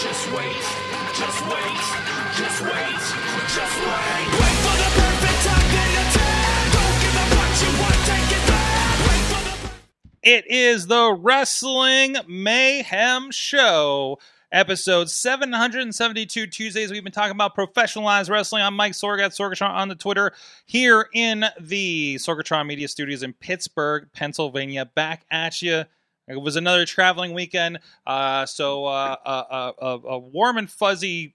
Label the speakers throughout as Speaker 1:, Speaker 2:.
Speaker 1: just wait, just wait, just wait, just wait. Wait for the perfect time then attack. Don't give up what you want, take it back. Wait for the
Speaker 2: It is the Wrestling Mayhem Show, episode 772 Tuesdays. We've been talking about professionalized wrestling. I'm Mike Sorg at Sorgatron on the Twitter here in the Sorgatron Media Studios in Pittsburgh, Pennsylvania. Back at you. It was another traveling weekend, uh, so uh, uh, uh, uh, warm and fuzzy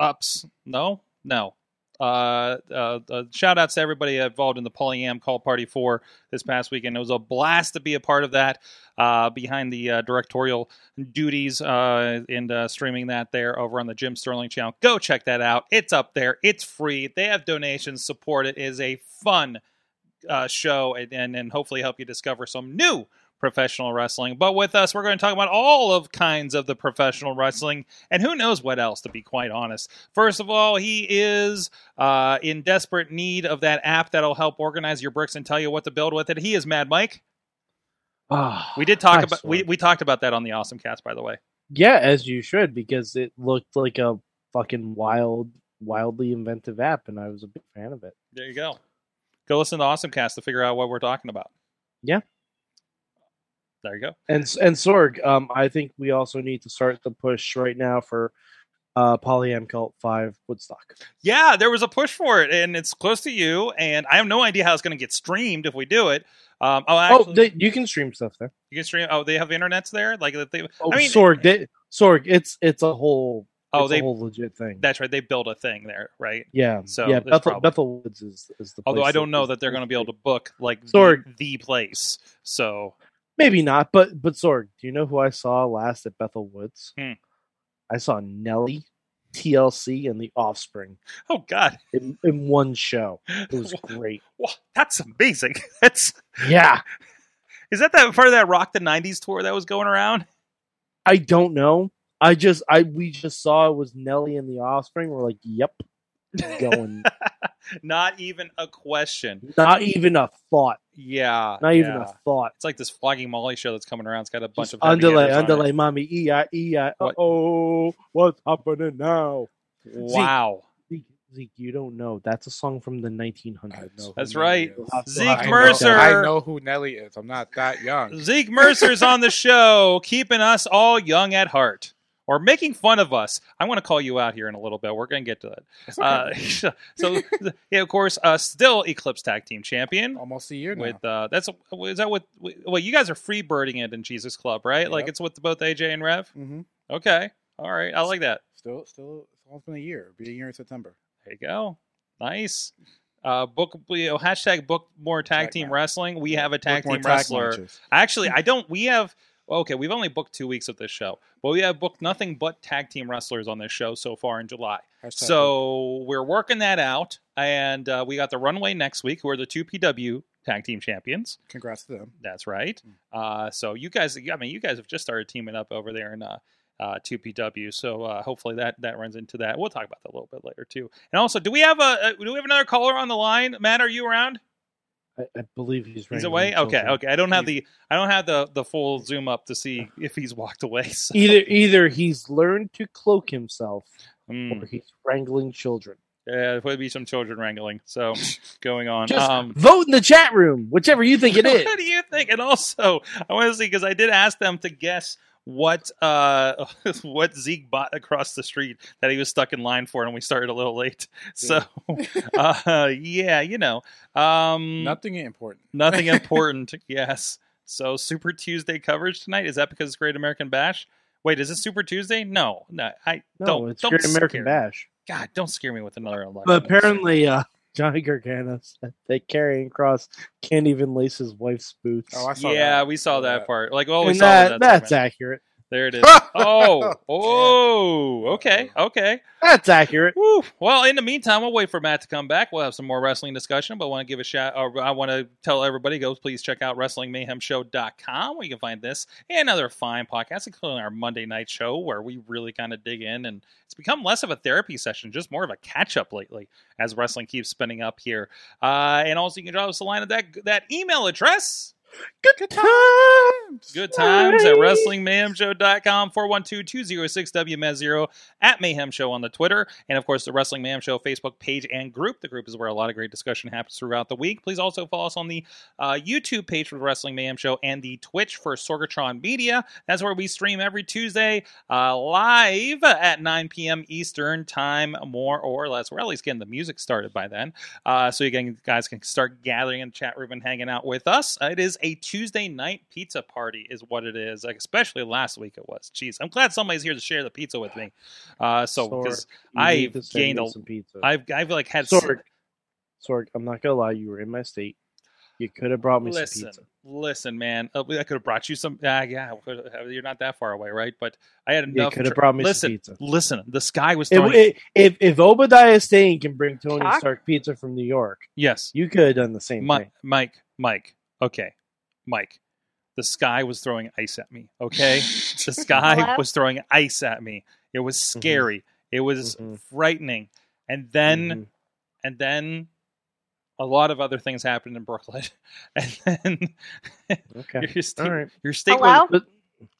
Speaker 2: ups. No, no. Uh, uh, uh, shout outs to everybody involved in the Polyam Call Party 4 this past weekend. It was a blast to be a part of that uh, behind the uh, directorial duties uh, and uh, streaming that there over on the Jim Sterling channel. Go check that out. It's up there, it's free. They have donations, support it. It is a fun uh, show and, and, and hopefully help you discover some new professional wrestling. But with us, we're going to talk about all of kinds of the professional wrestling and who knows what else, to be quite honest. First of all, he is uh, in desperate need of that app that'll help organize your bricks and tell you what to build with it. He is Mad Mike.
Speaker 3: Ah,
Speaker 2: We did talk
Speaker 3: Hi,
Speaker 2: about
Speaker 3: Sorg.
Speaker 2: we, we talked about that on the Awesome Cast, by the way.
Speaker 3: yeah, as you should, because it looked like a fucking wild, wildly inventive app, and I was a big fan of it.
Speaker 2: There you go. Go listen to Awesome Cast to figure out what we're talking about.
Speaker 3: Yeah.
Speaker 2: There you go.
Speaker 3: And and Sorg, um, I think we also need to start the push right now for uh, Polyam Cult Five Woodstock.
Speaker 2: Yeah, there was a push for it, and it's close to you. And I have no idea how it's going to get streamed if we do it. Um, oh, actually,
Speaker 3: oh, they, you can stream stuff there.
Speaker 2: you can stream. Oh, they have internets there. Like that they.
Speaker 3: Oh,
Speaker 2: I mean,
Speaker 3: Sorg, they, Sorg, it's it's a whole,
Speaker 2: Oh,
Speaker 3: it's
Speaker 2: they-
Speaker 3: a whole legit thing.
Speaker 2: That's right. They built a thing there, right?
Speaker 3: yeah,
Speaker 2: so
Speaker 3: yeah,
Speaker 2: there's
Speaker 3: Bethel,
Speaker 2: probably-
Speaker 3: Bethel Woods is, is the.
Speaker 2: Although
Speaker 3: place
Speaker 2: I don't
Speaker 3: that-
Speaker 2: know
Speaker 3: is-
Speaker 2: that they're
Speaker 3: is
Speaker 2: going to be
Speaker 3: the-
Speaker 2: able to book like the,
Speaker 3: Sorg.
Speaker 2: the place. So
Speaker 3: Maybe not, but but Sorg, do you know who I saw last at Bethel Woods?
Speaker 2: Hmm.
Speaker 3: I saw Nelly, TLC, and The Offspring
Speaker 2: oh god,
Speaker 3: in, in one show. It was great.
Speaker 2: Wha that's amazing. That's
Speaker 3: Yeah,
Speaker 2: is that that part of that Rock the '90s tour that was going around?
Speaker 3: I don't know. I just I we just saw it was Nelly and The Offspring. We're like, yep, going.
Speaker 2: Not even a question.
Speaker 3: not even a thought.
Speaker 2: Yeah,
Speaker 3: Not even
Speaker 2: yeah.
Speaker 3: a thought.
Speaker 2: It's like this flogging Molly show that's coming around. It's got a bunch
Speaker 3: Just
Speaker 2: of heavy
Speaker 3: underlay,
Speaker 2: hitters on it.
Speaker 3: underlay, mommy, e i e i.
Speaker 2: What?
Speaker 3: Oh, what's happening now?
Speaker 2: Wow.
Speaker 3: Zeke, Zeke, you don't know. That's a song from the 1900s.
Speaker 2: That's right. Zeke
Speaker 4: I know-
Speaker 2: Mercer.
Speaker 4: I know who Nelly is. I'm not that young.
Speaker 2: Zeke Mercer's on the show, keeping us all young at heart or making fun of us. I want to call you out here in a little bit. We're going to get to that.
Speaker 4: It's okay.
Speaker 2: Uh, so, yeah, of course, uh, still Eclipse Tag Team Champion.
Speaker 4: Almost a year now.
Speaker 2: With uh, that's is that with well you guys are free birding it in Jesus Club right like
Speaker 4: Yep.
Speaker 2: it's with both AJ and Rev
Speaker 4: hmm
Speaker 2: okay all right I like that
Speaker 4: Still, still, it's almost been a year. It'll Be a year in September.
Speaker 2: There you go. Nice. Uh, book you know, hashtag book more tag
Speaker 4: Tag
Speaker 2: team
Speaker 4: match.
Speaker 2: wrestling. We have a
Speaker 4: Book
Speaker 2: tag
Speaker 4: more
Speaker 2: team wrestler.
Speaker 4: matches.
Speaker 2: Actually, I don't. We have okay. We've only booked two weeks of this show, but we have booked nothing but tag team wrestlers on this show so far in July.
Speaker 4: Hashtag book.
Speaker 2: So we're working that out, and uh, we got the runway next week, who are the two PW tag team champions.
Speaker 4: congrats to them.
Speaker 2: That's right. Uh, so you guys, I mean, you guys have just started teaming up over there in uh, uh, 2PW. So uh, hopefully that that runs into that. We'll talk about that a little bit later too. And also, do we have a uh, do we have another caller on the line? Matt, are you around?
Speaker 3: I, I believe he's
Speaker 2: He's
Speaker 3: wrangling
Speaker 2: away. Okay,
Speaker 3: children.
Speaker 2: okay. I don't have the I don't have the the full zoom up to see if he's walked away. So.
Speaker 3: Either either he's learned to cloak himself,
Speaker 2: Mm,
Speaker 3: or he's wrangling children.
Speaker 2: yeah, there would be some children wrangling. So going on.
Speaker 3: Just
Speaker 2: um,
Speaker 3: vote in the chat room, whichever you think it is.
Speaker 2: What do you think? And also, I want to see because I did ask them to guess what uh what Zeke bought across the street that he was stuck in line for, and we started a little late. So uh, yeah, you know, um,
Speaker 4: Nothing important.
Speaker 2: nothing important. yes. So Super Tuesday coverage tonight is that because it's Great American Bash? Wait, is it Super Tuesday? No, no. I
Speaker 3: No,
Speaker 2: don't.
Speaker 3: it's
Speaker 2: don't
Speaker 3: Great
Speaker 2: scare
Speaker 3: American
Speaker 2: me.
Speaker 3: Bash.
Speaker 2: God, don't scare me with another election.
Speaker 3: But apparently, uh, Johnny Gargano said that Carrying Cross can't even lace his wife's boots.
Speaker 4: Oh, I saw
Speaker 2: yeah,
Speaker 4: that.
Speaker 2: we saw that part. Like, well, we
Speaker 3: and
Speaker 2: saw
Speaker 3: that,
Speaker 2: that
Speaker 3: that's
Speaker 2: segment.
Speaker 3: accurate.
Speaker 2: There it is. Oh, oh, okay, okay.
Speaker 5: That's accurate.
Speaker 2: Woo. Well, in the meantime, we'll wait for Matt to come back. We'll have some more wrestling discussion, but I want to give a shout or I want to tell everybody go please check out WrestlingMayhemShow.com where you can find this and other fine podcasts, including our Monday night show where we really kind of dig in. And it's become less of a therapy session, just more of a catch up lately as wrestling keeps spinning up here. Uh, and also, you can drop us a line at that, that email address.
Speaker 4: Good times.
Speaker 2: Good times at WrestlingMayhemShow.com, 412-206-WMS0, at Mayhem Show on the Twitter, and of course the Wrestling Mayhem Show Facebook page and group. The group is where a lot of great discussion happens throughout the week. Please also follow us on the uh, YouTube page for the Wrestling Mayhem Show and the Twitch for Sorgatron Media. That's where we stream every Tuesday uh, live at 9 p.m. Eastern Time, more or less. We're at least getting the music started by then uh, so you can- guys can start gathering in the chat room and hanging out with us. Uh, it is a Tuesday night pizza party, is what it is. Like especially last week, it was. Jeez, I'm glad somebody's here to share the pizza with me. Uh, so
Speaker 5: Sorg,
Speaker 2: because
Speaker 5: you need
Speaker 2: I've
Speaker 5: to send
Speaker 2: gained
Speaker 5: me
Speaker 2: a-
Speaker 5: some pizza.
Speaker 2: I've I've like had
Speaker 5: Sorg, Sorg, I'm not gonna lie, you were in my state. You could have brought me some
Speaker 2: listen,
Speaker 5: pizza.
Speaker 2: listen, man. Uh, I could have brought you some. Uh, yeah, I could have- you're not that far away, right? But I had
Speaker 5: You
Speaker 2: enough.
Speaker 5: could have
Speaker 2: tr-
Speaker 5: brought me
Speaker 2: listen,
Speaker 5: some pizza.
Speaker 2: listen. The sky was
Speaker 5: If,
Speaker 2: throwing.
Speaker 5: if, if, Obadiah Stane can bring Tony
Speaker 6: Cock?
Speaker 5: Stark pizza from New York,
Speaker 2: yes,
Speaker 5: you could have done the same
Speaker 2: Mike,
Speaker 5: thing.
Speaker 2: Mike, Mike. Okay, Mike. The sky was throwing ice at me. Okay, the sky
Speaker 6: Hello?
Speaker 2: was throwing ice at me. It was
Speaker 5: Mm-hmm.
Speaker 2: scary. It was
Speaker 5: Mhm.
Speaker 2: frightening. And then,
Speaker 5: Mhm.
Speaker 2: and then, a lot of other things happened in Brooklyn. And then
Speaker 5: Okay.
Speaker 2: your state,
Speaker 5: All right.
Speaker 2: your state
Speaker 6: Hello?
Speaker 2: was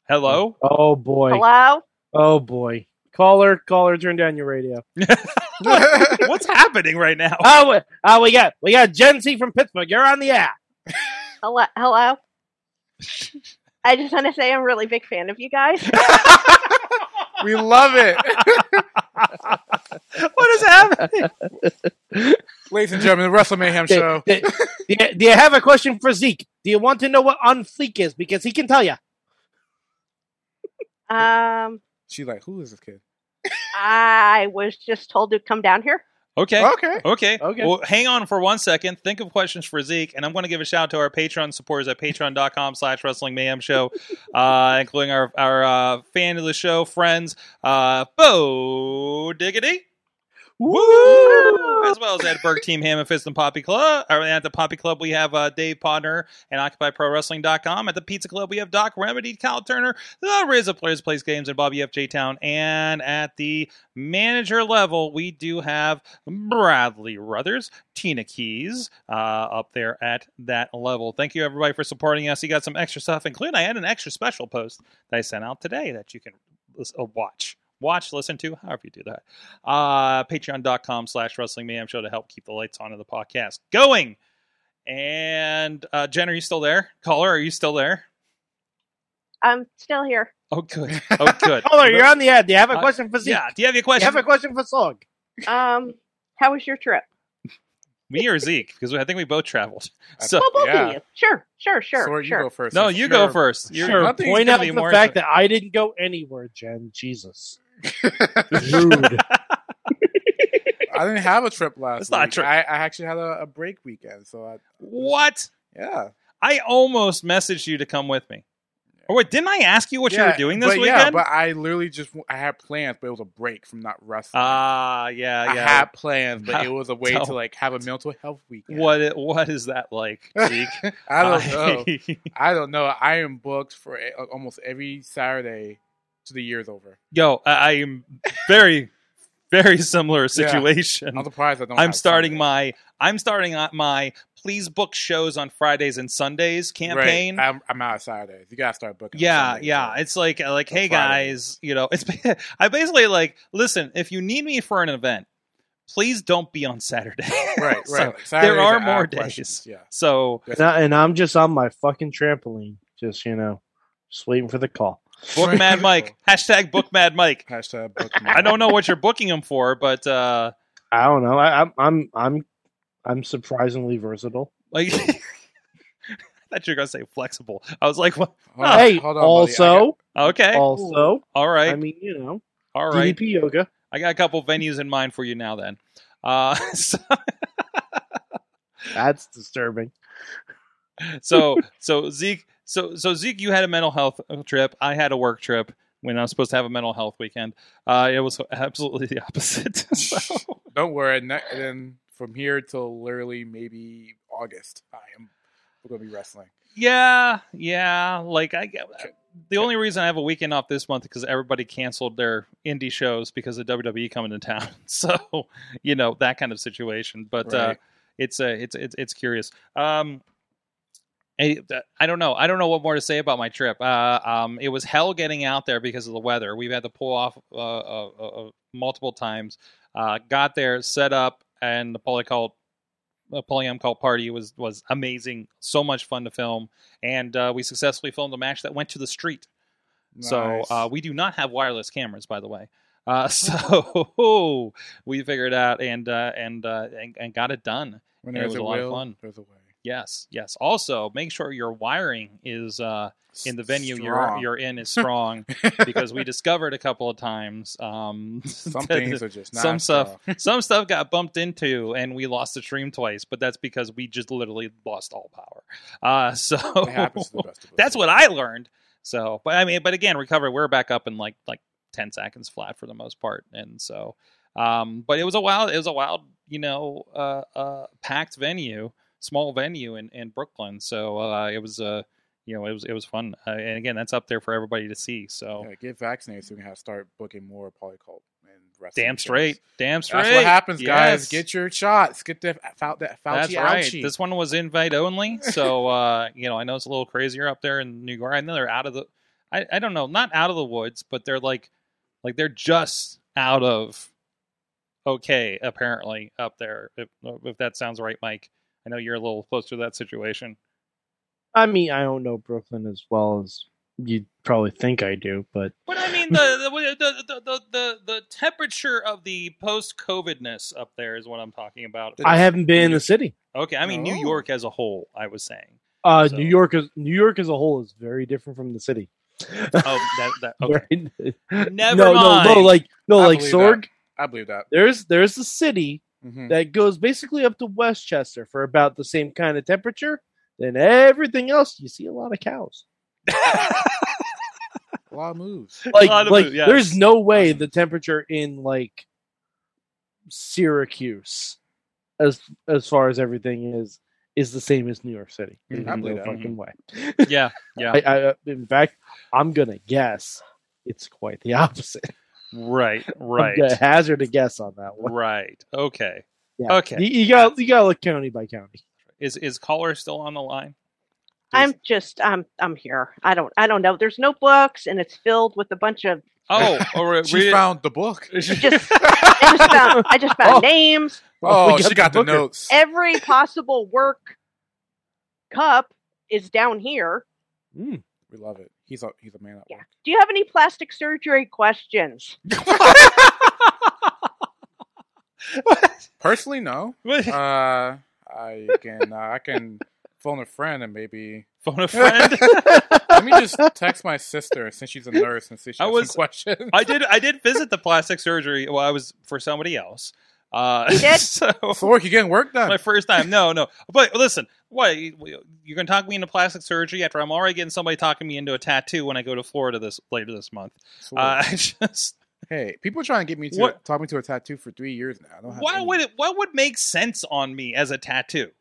Speaker 2: hello.
Speaker 5: Oh boy.
Speaker 6: Hello?
Speaker 5: Oh boy. Caller, caller, turn down your radio.
Speaker 2: What's happening right now?
Speaker 5: Oh, we- oh, we got we got Gen Z from Pittsburgh. You're on the air.
Speaker 6: Hello? Hello? I just want to say I'm a really big fan of you guys.
Speaker 4: we love it.
Speaker 2: What is happening?
Speaker 4: Ladies and gentlemen, the Wrestle Mayhem
Speaker 5: Do-
Speaker 4: Show.
Speaker 5: do, do you, do you have a question for Zeke? Do you want to know what on fleek is? Because he can tell you.
Speaker 6: Um,
Speaker 4: She's like, who is this kid?
Speaker 6: I was just told to come down here.
Speaker 2: Okay.
Speaker 4: Okay.
Speaker 2: Okay.
Speaker 5: Okay.
Speaker 2: Well, hang on for one second. Think of questions for Zeke, and I'm going to give a shout out to our Patreon supporters at patreon.com slash wrestling mayhem show, uh, including our, our uh, fan of the show friends, uh, Bo Diggity. Woo! As well as at Berg Team Ham and Fist and Poppy Club. Or at the Poppy Club, we have uh, Dave Podner and OccupyProWrestling.com. At the Pizza Club, we have Doc Remedy, Kyle Turner, the Riz of Players Plays Games, and Bobby FJ Town. And at the manager level, we do have Bradley Ruthers, Tina Keys uh, up there at that level. Thank you, everybody, for supporting us. You got some extra stuff, including I had an extra special post that I sent out today that you can lis- uh, watch. Watch, listen to, however you do that. Uh, Patreon.com slash Wrestling Mayhem Show to help keep the lights on in the podcast going. And uh, Jen, are you still there? Caller, are you still there?
Speaker 6: I'm still here.
Speaker 2: Oh, good. Oh, good.
Speaker 5: Caller, you're on the air. Do you have a
Speaker 2: Uh,
Speaker 5: question for Zeke?
Speaker 2: yeah. Do you have your
Speaker 5: Do you
Speaker 2: question?
Speaker 5: have a question for Sog?
Speaker 6: Um, how was your trip?
Speaker 2: Me or Zeke? Because I think we both traveled. So
Speaker 6: Well, both
Speaker 4: Yeah.
Speaker 6: of you. Sure, sure, sure,
Speaker 4: Sora,
Speaker 6: sure.
Speaker 4: you go first.
Speaker 2: no,
Speaker 4: It's
Speaker 2: you
Speaker 4: your-
Speaker 2: go first. You're,
Speaker 4: Sure. Nothing's
Speaker 5: Point
Speaker 2: gonna
Speaker 5: out
Speaker 2: be
Speaker 5: the
Speaker 2: more
Speaker 5: fact that I didn't go anywhere, Jen. Jesus. Rude.
Speaker 4: I didn't have a trip last
Speaker 2: It's
Speaker 4: week.
Speaker 2: not a trip.
Speaker 4: I, I actually had a, a break weekend, so I,
Speaker 2: What?
Speaker 4: yeah.
Speaker 2: I almost messaged you to come with me. Or wait, didn't I ask you what you
Speaker 4: Yeah,
Speaker 2: were doing this
Speaker 4: but
Speaker 2: weekend?
Speaker 4: Yeah, but I literally just I had plans, but it was a break from not wrestling.
Speaker 2: Ah, yeah,
Speaker 4: I
Speaker 2: yeah.
Speaker 4: had plans, but it was a way
Speaker 2: Tell-
Speaker 4: to like have a mental health weekend.
Speaker 2: What i- what is that like, Zeke?
Speaker 4: I don't know. I don't know. I am booked for a, almost every Saturday to the year's over.
Speaker 2: Yo, I, I am very, very similar
Speaker 4: Yeah.
Speaker 2: situation.
Speaker 4: I'm surprised I don't.
Speaker 2: I'm
Speaker 4: have
Speaker 2: starting my
Speaker 4: Sunday.
Speaker 2: I'm starting out my please book shows on Fridays and Sundays
Speaker 4: Right.
Speaker 2: campaign.
Speaker 4: I'm, I'm out of Saturdays. You gotta start booking. on
Speaker 2: yeah,
Speaker 4: Sundays,
Speaker 2: yeah.
Speaker 4: so.
Speaker 2: It's like like
Speaker 4: On
Speaker 2: hey
Speaker 4: Friday.
Speaker 2: guys, you know, it's I basically like listen, if you need me for an event, please don't be on Saturday.
Speaker 4: right, right.
Speaker 2: So,
Speaker 4: Like, Saturdays
Speaker 2: are
Speaker 4: out
Speaker 2: more
Speaker 4: of questions,
Speaker 2: days.
Speaker 4: Yeah.
Speaker 2: so
Speaker 5: and, I, and I'm just on my fucking trampoline. Just, you know, just waiting for the call.
Speaker 2: book Mad Mike. Hashtag book Mad Mike.
Speaker 4: Hashtag book.
Speaker 2: I don't know what you're booking him for, but uh
Speaker 5: I don't know. I, I'm I'm I'm I'm surprisingly versatile.
Speaker 2: like I thought you were gonna say flexible. I was like, what?
Speaker 4: Hold on,
Speaker 5: hey,
Speaker 4: Ah, hold on, buddy. I got-
Speaker 5: also,
Speaker 2: okay,
Speaker 5: also,
Speaker 2: all right,
Speaker 5: Oh, I mean, you know,
Speaker 2: all right.
Speaker 5: DDP yoga.
Speaker 2: I got a couple venues in mind for you now. Then, uh, so
Speaker 5: That's disturbing.
Speaker 2: so, so Zeke, so so Zeke, you had a mental health trip. uh, I had a work trip. when I was supposed to have a mental health weekend. Uh, it was absolutely the opposite. so,
Speaker 4: Don't worry. Ne- and then from here till literally maybe August, I am going to be wrestling.
Speaker 2: yeah, yeah. Like I get the only reason I have a weekend off this month because everybody canceled their indie shows because of WWE coming to town. So you know that kind of situation. But uh,
Speaker 4: Right.
Speaker 2: it's uh, it's it's it's curious. Um, I, uh, I don't know. I don't know what more to say about my trip. Uh, um, it was hell getting out there because of the weather. We've had to pull off uh, uh, uh, uh, multiple times. Uh, got there, set up, and the polycult uh, polyam cult party was was amazing. So much fun to film, and uh, we successfully filmed a match that went to the street. So
Speaker 4: Nice.
Speaker 2: uh, we do not have wireless cameras, by the way. Uh, so we figured out and uh, and, uh, and and got it done.
Speaker 4: when
Speaker 2: it
Speaker 4: there's
Speaker 2: was
Speaker 4: a,
Speaker 2: a lot of
Speaker 4: will,
Speaker 2: fun.
Speaker 4: there's a way.
Speaker 2: Yes, yes. Also, make sure your wiring is uh, in the venue
Speaker 4: Strong.
Speaker 2: you're you're in is strong because we discovered a couple of times um,
Speaker 4: some
Speaker 2: that-
Speaker 4: things are just not
Speaker 2: some stuff
Speaker 4: strong.
Speaker 2: some stuff got bumped into and we lost the stream twice. But that's because we just literally lost all power. Uh, so
Speaker 4: It happens to the best of us.
Speaker 2: that's what I learned. So, but I mean, but again, recover. We're back up in like like ten seconds flat for the most part, and so. Um, but it was a wild, it was a wild, you know, uh, uh, packed venue, small venue in, in Brooklyn. So uh, it was uh, you know, it was it was fun, uh, and again, that's up there for everybody to see. So
Speaker 4: Yeah, get vaccinated so we can have start booking more polycult and wrestling.
Speaker 2: damn
Speaker 4: shows.
Speaker 2: straight, damn straight.
Speaker 4: That's what happens, guys.
Speaker 2: Yes.
Speaker 4: Get your shots. Get the Fau- that Fauci
Speaker 2: That's right.
Speaker 4: ouchie.
Speaker 2: This one was invite only, so uh, you know I know it's a little crazier up there in New York. I know they're out of the, I, I don't know, not out of the woods, but they're like, like they're just out of, okay, apparently up there. If, if that sounds right, Mike. I know you're a little closer to that situation.
Speaker 5: I mean, I don't know Brooklyn as well as you'd probably think I do, but
Speaker 2: But I mean, the the the the, the, the temperature of the post COVIDness up there is what I'm talking about.
Speaker 5: I haven't been in the city.
Speaker 2: Okay, I mean New
Speaker 4: Oh.
Speaker 2: York as a whole. I was saying.
Speaker 5: Uh,
Speaker 2: So-
Speaker 5: New York is New York as a whole is very different from the city.
Speaker 2: Oh, that, that okay.
Speaker 5: Very-
Speaker 2: Never
Speaker 5: no,
Speaker 2: mind.
Speaker 5: no, no, like no,
Speaker 4: I
Speaker 5: like
Speaker 4: believe that.
Speaker 5: Sorg.
Speaker 4: I believe that.
Speaker 5: There's there's a city
Speaker 4: Mhm.
Speaker 5: that goes basically up to Westchester for about the same kind of temperature. Then everything else, you see a lot of cows.
Speaker 4: A lot of moves.
Speaker 5: Like,
Speaker 2: lot of
Speaker 5: like
Speaker 2: food, yes.
Speaker 5: there's no way the temperature in like Syracuse, as as far as everything is, is the same as New York City. There's
Speaker 2: Mhm.
Speaker 5: no
Speaker 4: Yeah.
Speaker 5: fucking way.
Speaker 2: yeah, yeah.
Speaker 5: I, I, in fact, I'm gonna guess it's quite the opposite.
Speaker 2: Right,
Speaker 5: I'm
Speaker 2: right,
Speaker 5: gonna hazard a guess on that one.
Speaker 2: right. Okay.
Speaker 5: Yeah.
Speaker 2: Okay.
Speaker 5: You, you got you got to look county by county.
Speaker 2: Is is caller still on the line?
Speaker 6: I'm just I'm I'm here. I don't I don't know. There's no books and it's filled with a bunch of
Speaker 2: Oh, or re-
Speaker 4: She
Speaker 2: re-
Speaker 4: found the book.
Speaker 6: just I just found I just found
Speaker 5: Oh.
Speaker 6: names,
Speaker 4: Oh,
Speaker 5: We
Speaker 4: she got the,
Speaker 5: Booker.
Speaker 4: notes.
Speaker 6: every possible work cup is down here.
Speaker 4: we love it. He's a he's a man at
Speaker 6: Yeah.
Speaker 4: work.
Speaker 6: Do you have any plastic surgery questions?
Speaker 4: Personally, no.
Speaker 2: What?
Speaker 4: Uh, I can uh, I can phone a friend and maybe
Speaker 2: phone a friend.
Speaker 4: let me just text my sister since she's a nurse and see if she
Speaker 2: I
Speaker 4: has
Speaker 2: was-
Speaker 4: some questions.
Speaker 2: I did. I did visit the plastic surgery. Well, I was for somebody else. Uh,
Speaker 6: You did?
Speaker 2: so
Speaker 4: So work, you getting work done?
Speaker 2: my first time. No, no. But listen, what you- you're gonna talk me into plastic surgery after I'm already getting somebody talking me into a tattoo when I go to Florida this later this month.
Speaker 4: Sweet.
Speaker 2: Uh, I just
Speaker 4: hey, people are trying to get me to
Speaker 2: What-
Speaker 4: talk me to a tattoo for three years now. I don't have
Speaker 2: why
Speaker 4: any-
Speaker 2: would it? What would make sense on me as a tattoo?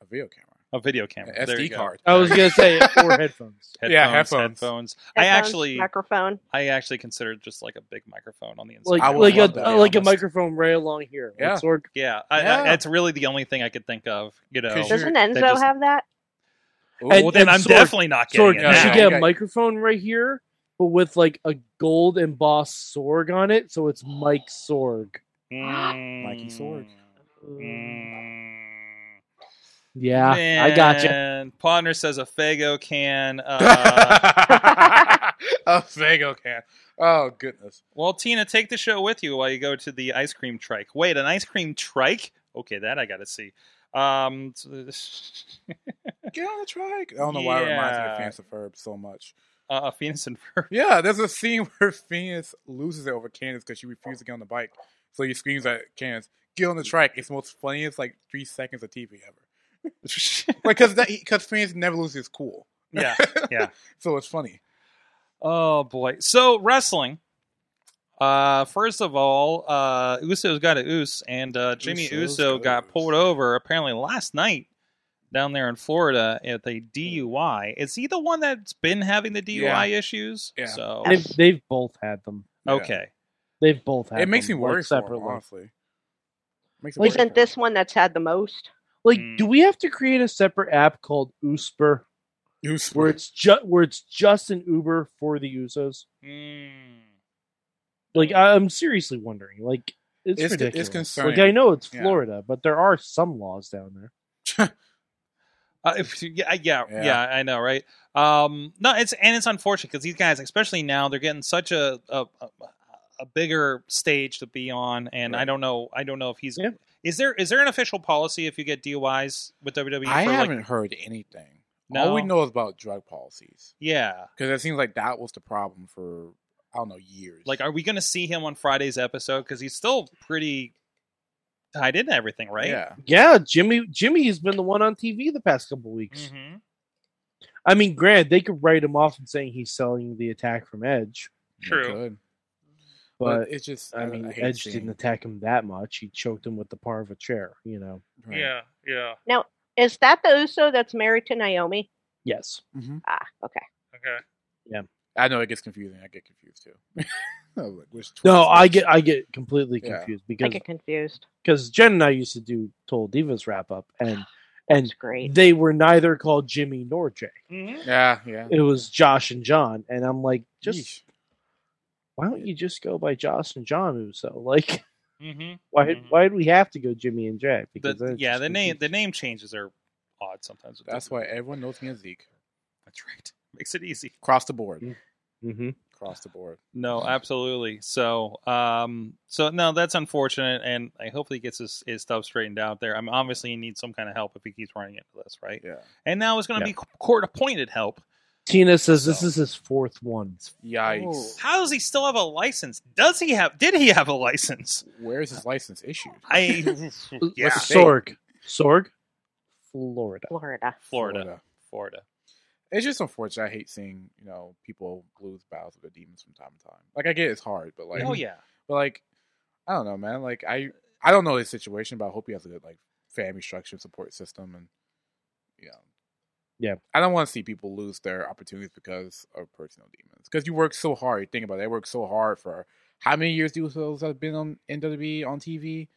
Speaker 4: a video camera,
Speaker 2: A video
Speaker 4: an
Speaker 2: camera, There you
Speaker 4: SD
Speaker 2: go.
Speaker 4: card?
Speaker 5: I was gonna say or headphones.
Speaker 2: Headphones,
Speaker 4: Yeah,
Speaker 2: headphones.
Speaker 4: headphones.
Speaker 2: I
Speaker 6: Headphones,
Speaker 2: actually,
Speaker 6: microphone.
Speaker 2: I actually considered just like a big microphone on the inside.
Speaker 5: Like
Speaker 4: I would
Speaker 5: like
Speaker 4: love
Speaker 5: a
Speaker 4: that.
Speaker 5: uh, like a
Speaker 2: Almost.
Speaker 5: microphone right along here. Like
Speaker 4: Yeah.
Speaker 5: Sorg-
Speaker 2: Yeah, I,
Speaker 4: Yeah.
Speaker 2: I, that's really the only thing I could think of. You know,
Speaker 4: 'Cause
Speaker 6: Doesn't
Speaker 4: you're-
Speaker 2: that
Speaker 6: Enzo
Speaker 2: just-
Speaker 6: have that?
Speaker 4: Ooh,
Speaker 5: And-
Speaker 2: well, then I'm
Speaker 5: Sorg-
Speaker 2: definitely not getting
Speaker 5: Sorg,
Speaker 2: it.
Speaker 5: you
Speaker 4: yeah,
Speaker 2: now.
Speaker 5: should
Speaker 4: yeah,
Speaker 5: get
Speaker 4: yeah.
Speaker 5: a microphone right here, but with like a gold embossed Sorg on it, so it's Mike Sorg.
Speaker 2: Mm.
Speaker 4: Mikey Sorg.
Speaker 2: Mm.
Speaker 5: Yeah, Ah, I got you.
Speaker 2: Man, Ponder says a Fago can. Uh,
Speaker 4: a Fago can. Oh goodness.
Speaker 2: well, Tina, take the show with you while you go to the ice cream trike. Wait, an ice cream trike? Okay, that I got to see. Um,
Speaker 4: Get on the track. I don't know why it reminds me
Speaker 2: Yeah.
Speaker 4: of Phantom Ferb so much.
Speaker 2: uh, a Phoenix and Ferb.
Speaker 4: Yeah, there's a scene where Phoenix loses it over Candace because she refused to get on the bike. So he screams at Candace, "Get on the track!" It's the most funniest like three seconds of TV ever. like because because Phoenix never loses his cool,
Speaker 2: Yeah, yeah.
Speaker 4: so it's funny.
Speaker 2: Oh boy. So wrestling. Uh, first of all, uh, Uso's got a oos, and uh, Jimmy
Speaker 4: Uso's
Speaker 2: Uso
Speaker 4: got a
Speaker 2: got
Speaker 4: oos.
Speaker 2: pulled over apparently last night down there in Florida at the DUI. Is he the one that's been having the DUI issues?
Speaker 4: Yeah.
Speaker 2: So
Speaker 5: They've, they've both had them.
Speaker 4: Yeah.
Speaker 2: okay,
Speaker 5: They've both had.
Speaker 4: It makes me
Speaker 5: them,
Speaker 4: worry
Speaker 5: like,
Speaker 4: for him,
Speaker 5: separately.
Speaker 4: honestly. Makes me worry for
Speaker 6: Isn't
Speaker 4: him.
Speaker 6: this one that's had the most?
Speaker 5: Like,
Speaker 2: Mm.
Speaker 5: do we have to create a separate app called Usper
Speaker 4: Usos.
Speaker 5: where it's just where it's just an Uber for the Usos?
Speaker 4: Hmm.
Speaker 2: Mm.
Speaker 5: Like, I- I'm seriously wondering. Like, it's,
Speaker 4: It's- it's
Speaker 5: ridiculous.
Speaker 4: concerning.
Speaker 5: Like, I know it's
Speaker 4: Yeah.
Speaker 5: Florida, but there are some laws down there.
Speaker 2: Uh, if- yeah, yeah,
Speaker 4: Yeah.
Speaker 2: yeah, I know, right? Um, no, it's and it's unfortunate because these guys, especially now, they're getting such a a, a, a bigger stage to be on, and I
Speaker 4: Right.
Speaker 2: don't know, I don't know if he's
Speaker 5: Yeah.
Speaker 2: is there is there an official policy if you get DUIs with WWE?
Speaker 4: I
Speaker 2: for, like-
Speaker 4: haven't heard anything.
Speaker 2: No?
Speaker 4: All we know is about drug policies
Speaker 2: yeah,
Speaker 4: because it seems like that was the problem for I don't know years.
Speaker 2: like are we going to see him on Friday's episode because he's still pretty tied into everything, right?
Speaker 4: Yeah,
Speaker 5: Yeah, Jimmy. Jimmy's been the one on TV the past couple weeks.
Speaker 2: Mhm.
Speaker 5: I mean, granted, they could write him off and saying he's selling the attack from Edge,
Speaker 4: they
Speaker 2: True.
Speaker 4: could. But,
Speaker 5: but
Speaker 4: it's just
Speaker 5: I mean,
Speaker 4: hate
Speaker 5: Edge
Speaker 4: seeing-
Speaker 5: didn't attack him that much. He choked him with the par of a chair. You know.
Speaker 4: right.
Speaker 2: yeah,
Speaker 6: Is that the Uso that's married to Naomi?
Speaker 5: Yes.
Speaker 4: Mhm.
Speaker 6: Ah, okay.
Speaker 2: okay.
Speaker 4: I know it gets confusing. I get confused too. I was like, which
Speaker 5: No,
Speaker 4: Twitter
Speaker 5: I
Speaker 4: is-
Speaker 5: get I get completely
Speaker 4: Yeah.
Speaker 5: confused
Speaker 6: I
Speaker 5: because
Speaker 6: get confused.
Speaker 5: because Jen and I used to do Total Divas wrap up and
Speaker 6: That's
Speaker 5: and
Speaker 6: great.
Speaker 5: they were neither called Jimmy nor Jay.
Speaker 2: Mm-hmm.
Speaker 4: Yeah, yeah.
Speaker 5: It was Josh and John, and I'm like, just
Speaker 4: Yeesh.
Speaker 5: why don't you just go by Josh and John Uso? Like,
Speaker 2: hmm
Speaker 5: why
Speaker 2: Mhm.
Speaker 5: why do we have to go Jimmy and Jay? then
Speaker 2: The,
Speaker 5: it's
Speaker 2: yeah,
Speaker 5: just
Speaker 2: the name
Speaker 5: confusing.
Speaker 2: the name changes are odd sometimes. with
Speaker 4: That's
Speaker 2: WWE.
Speaker 4: why everyone knows me as Zeke.
Speaker 2: That's right. Makes it easy.
Speaker 4: Across the board.
Speaker 5: Mhm.
Speaker 4: Across the board.
Speaker 2: No, absolutely. So, um, so no, that's unfortunate, and I hopefully he gets his, his stuff straightened out there. I mean, obviously he needs some kind of help if he keeps running into this, right?
Speaker 4: Yeah.
Speaker 2: And now it's going to
Speaker 5: Yeah.
Speaker 2: be court appointed help.
Speaker 5: Tina says this
Speaker 2: So.
Speaker 5: is his fourth one.
Speaker 4: Yikes.
Speaker 2: How does he still have a license? Does he have? Did he have a license?
Speaker 4: Where is his license issued?
Speaker 2: I yeah,
Speaker 4: Let's-
Speaker 5: Sorg, Sorg, Florida.
Speaker 6: Florida.
Speaker 2: Florida, Florida.
Speaker 4: It's just unfortunate. I hate seeing, you know, people lose battles with the demons from time to time. Like I get it's hard, but like
Speaker 2: oh yeah,
Speaker 4: but like I don't know, man. Like I I don't know his situation, but I hope he has a good like family structure support system and you know.
Speaker 5: Yeah.
Speaker 4: I don't want to see people lose their opportunities because of personal demons. Because you work so hard. You think about it, they work so hard for how many years do those have been on NWE on TV?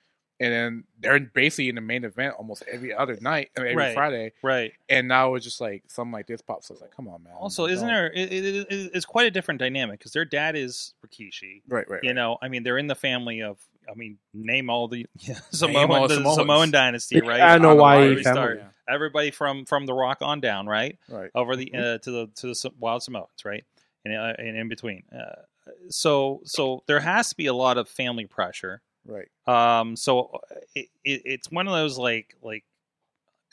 Speaker 4: And then they're basically in the main event almost every other night, I mean, every
Speaker 2: Right.
Speaker 4: Friday.
Speaker 2: right.
Speaker 4: And now it's just like something like this pops up. It's like, come on, man.
Speaker 2: Also, isn't
Speaker 4: Don't-
Speaker 2: there? It, it, it, it's quite a different dynamic because their dad is Rikishi.
Speaker 4: Right, right.
Speaker 2: You
Speaker 4: right.
Speaker 2: know, I mean, they're in the family of. I mean, name all the
Speaker 4: Name
Speaker 2: Samoan,
Speaker 4: all
Speaker 2: the
Speaker 4: Samoans.
Speaker 2: Samoan dynasty, right?
Speaker 5: I don't know
Speaker 4: I don't
Speaker 5: why
Speaker 4: know why
Speaker 5: he
Speaker 4: we
Speaker 5: found
Speaker 2: started.
Speaker 5: it.
Speaker 4: Yeah,
Speaker 2: everybody from from the rock on down right
Speaker 4: right.
Speaker 2: over the uh, to the to the Sa- wild samoans right and, uh, and in between uh, so so there has to be a lot of family pressure
Speaker 4: Right.
Speaker 2: um so uh, it, it, it's one of those like like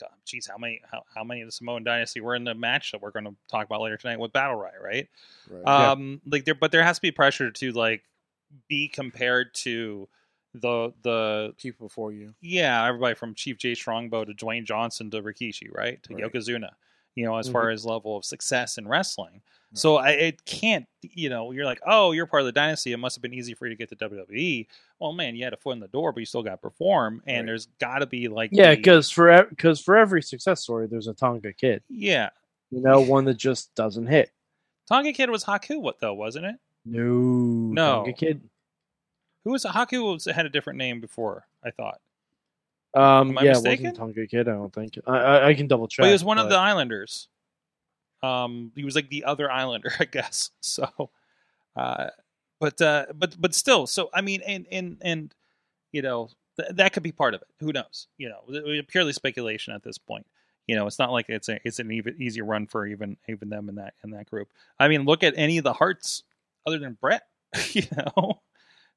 Speaker 2: God, geez how many how, how many of the samoan dynasty were in the match that we're going to talk about later tonight with battle Riot, right
Speaker 4: Right.
Speaker 5: Uh,
Speaker 2: um like there but there has to be pressure to like be compared to the the
Speaker 4: People before you.
Speaker 2: yeah, everybody from Chief J Strongbow to Dwayne Johnson to Rikishi, right? To
Speaker 4: Right.
Speaker 2: Yokozuna, you know, as far as level of success in wrestling. So I, it can't, you know, you're like, oh, you're part of the dynasty. It must have been easy for you to get to WWE. Well, man, you had a foot in the door, but you still got to perform. And
Speaker 4: Right.
Speaker 2: there's got to be like,
Speaker 5: Yeah,
Speaker 2: the-
Speaker 5: because for because for every success story, there's a Tonga kid.
Speaker 2: yeah.
Speaker 5: You know, one that just doesn't hit.
Speaker 2: Tonga Kid was Haku, what though, wasn't it?
Speaker 5: No,
Speaker 2: No.
Speaker 5: Mm, Tonga kid.
Speaker 2: Who was Haku? Was, had a different name before, I thought.
Speaker 5: Um,
Speaker 2: Am I
Speaker 5: yeah,
Speaker 2: mistaken?
Speaker 5: it wasn't Tonga kid. I don't think. I I, I can double check.
Speaker 2: but he was one of
Speaker 5: but-
Speaker 2: the Islanders. Um, he was like the other Islander, I guess. So, uh, but uh, but but still, so I mean, and and and you know th- that could be part of it. Who knows? You know, th- th- purely speculation at this point. You know, it's not like it's a it's an even easy run for even even them in that in that group. I mean, look at any of the hearts other than Brett. You know,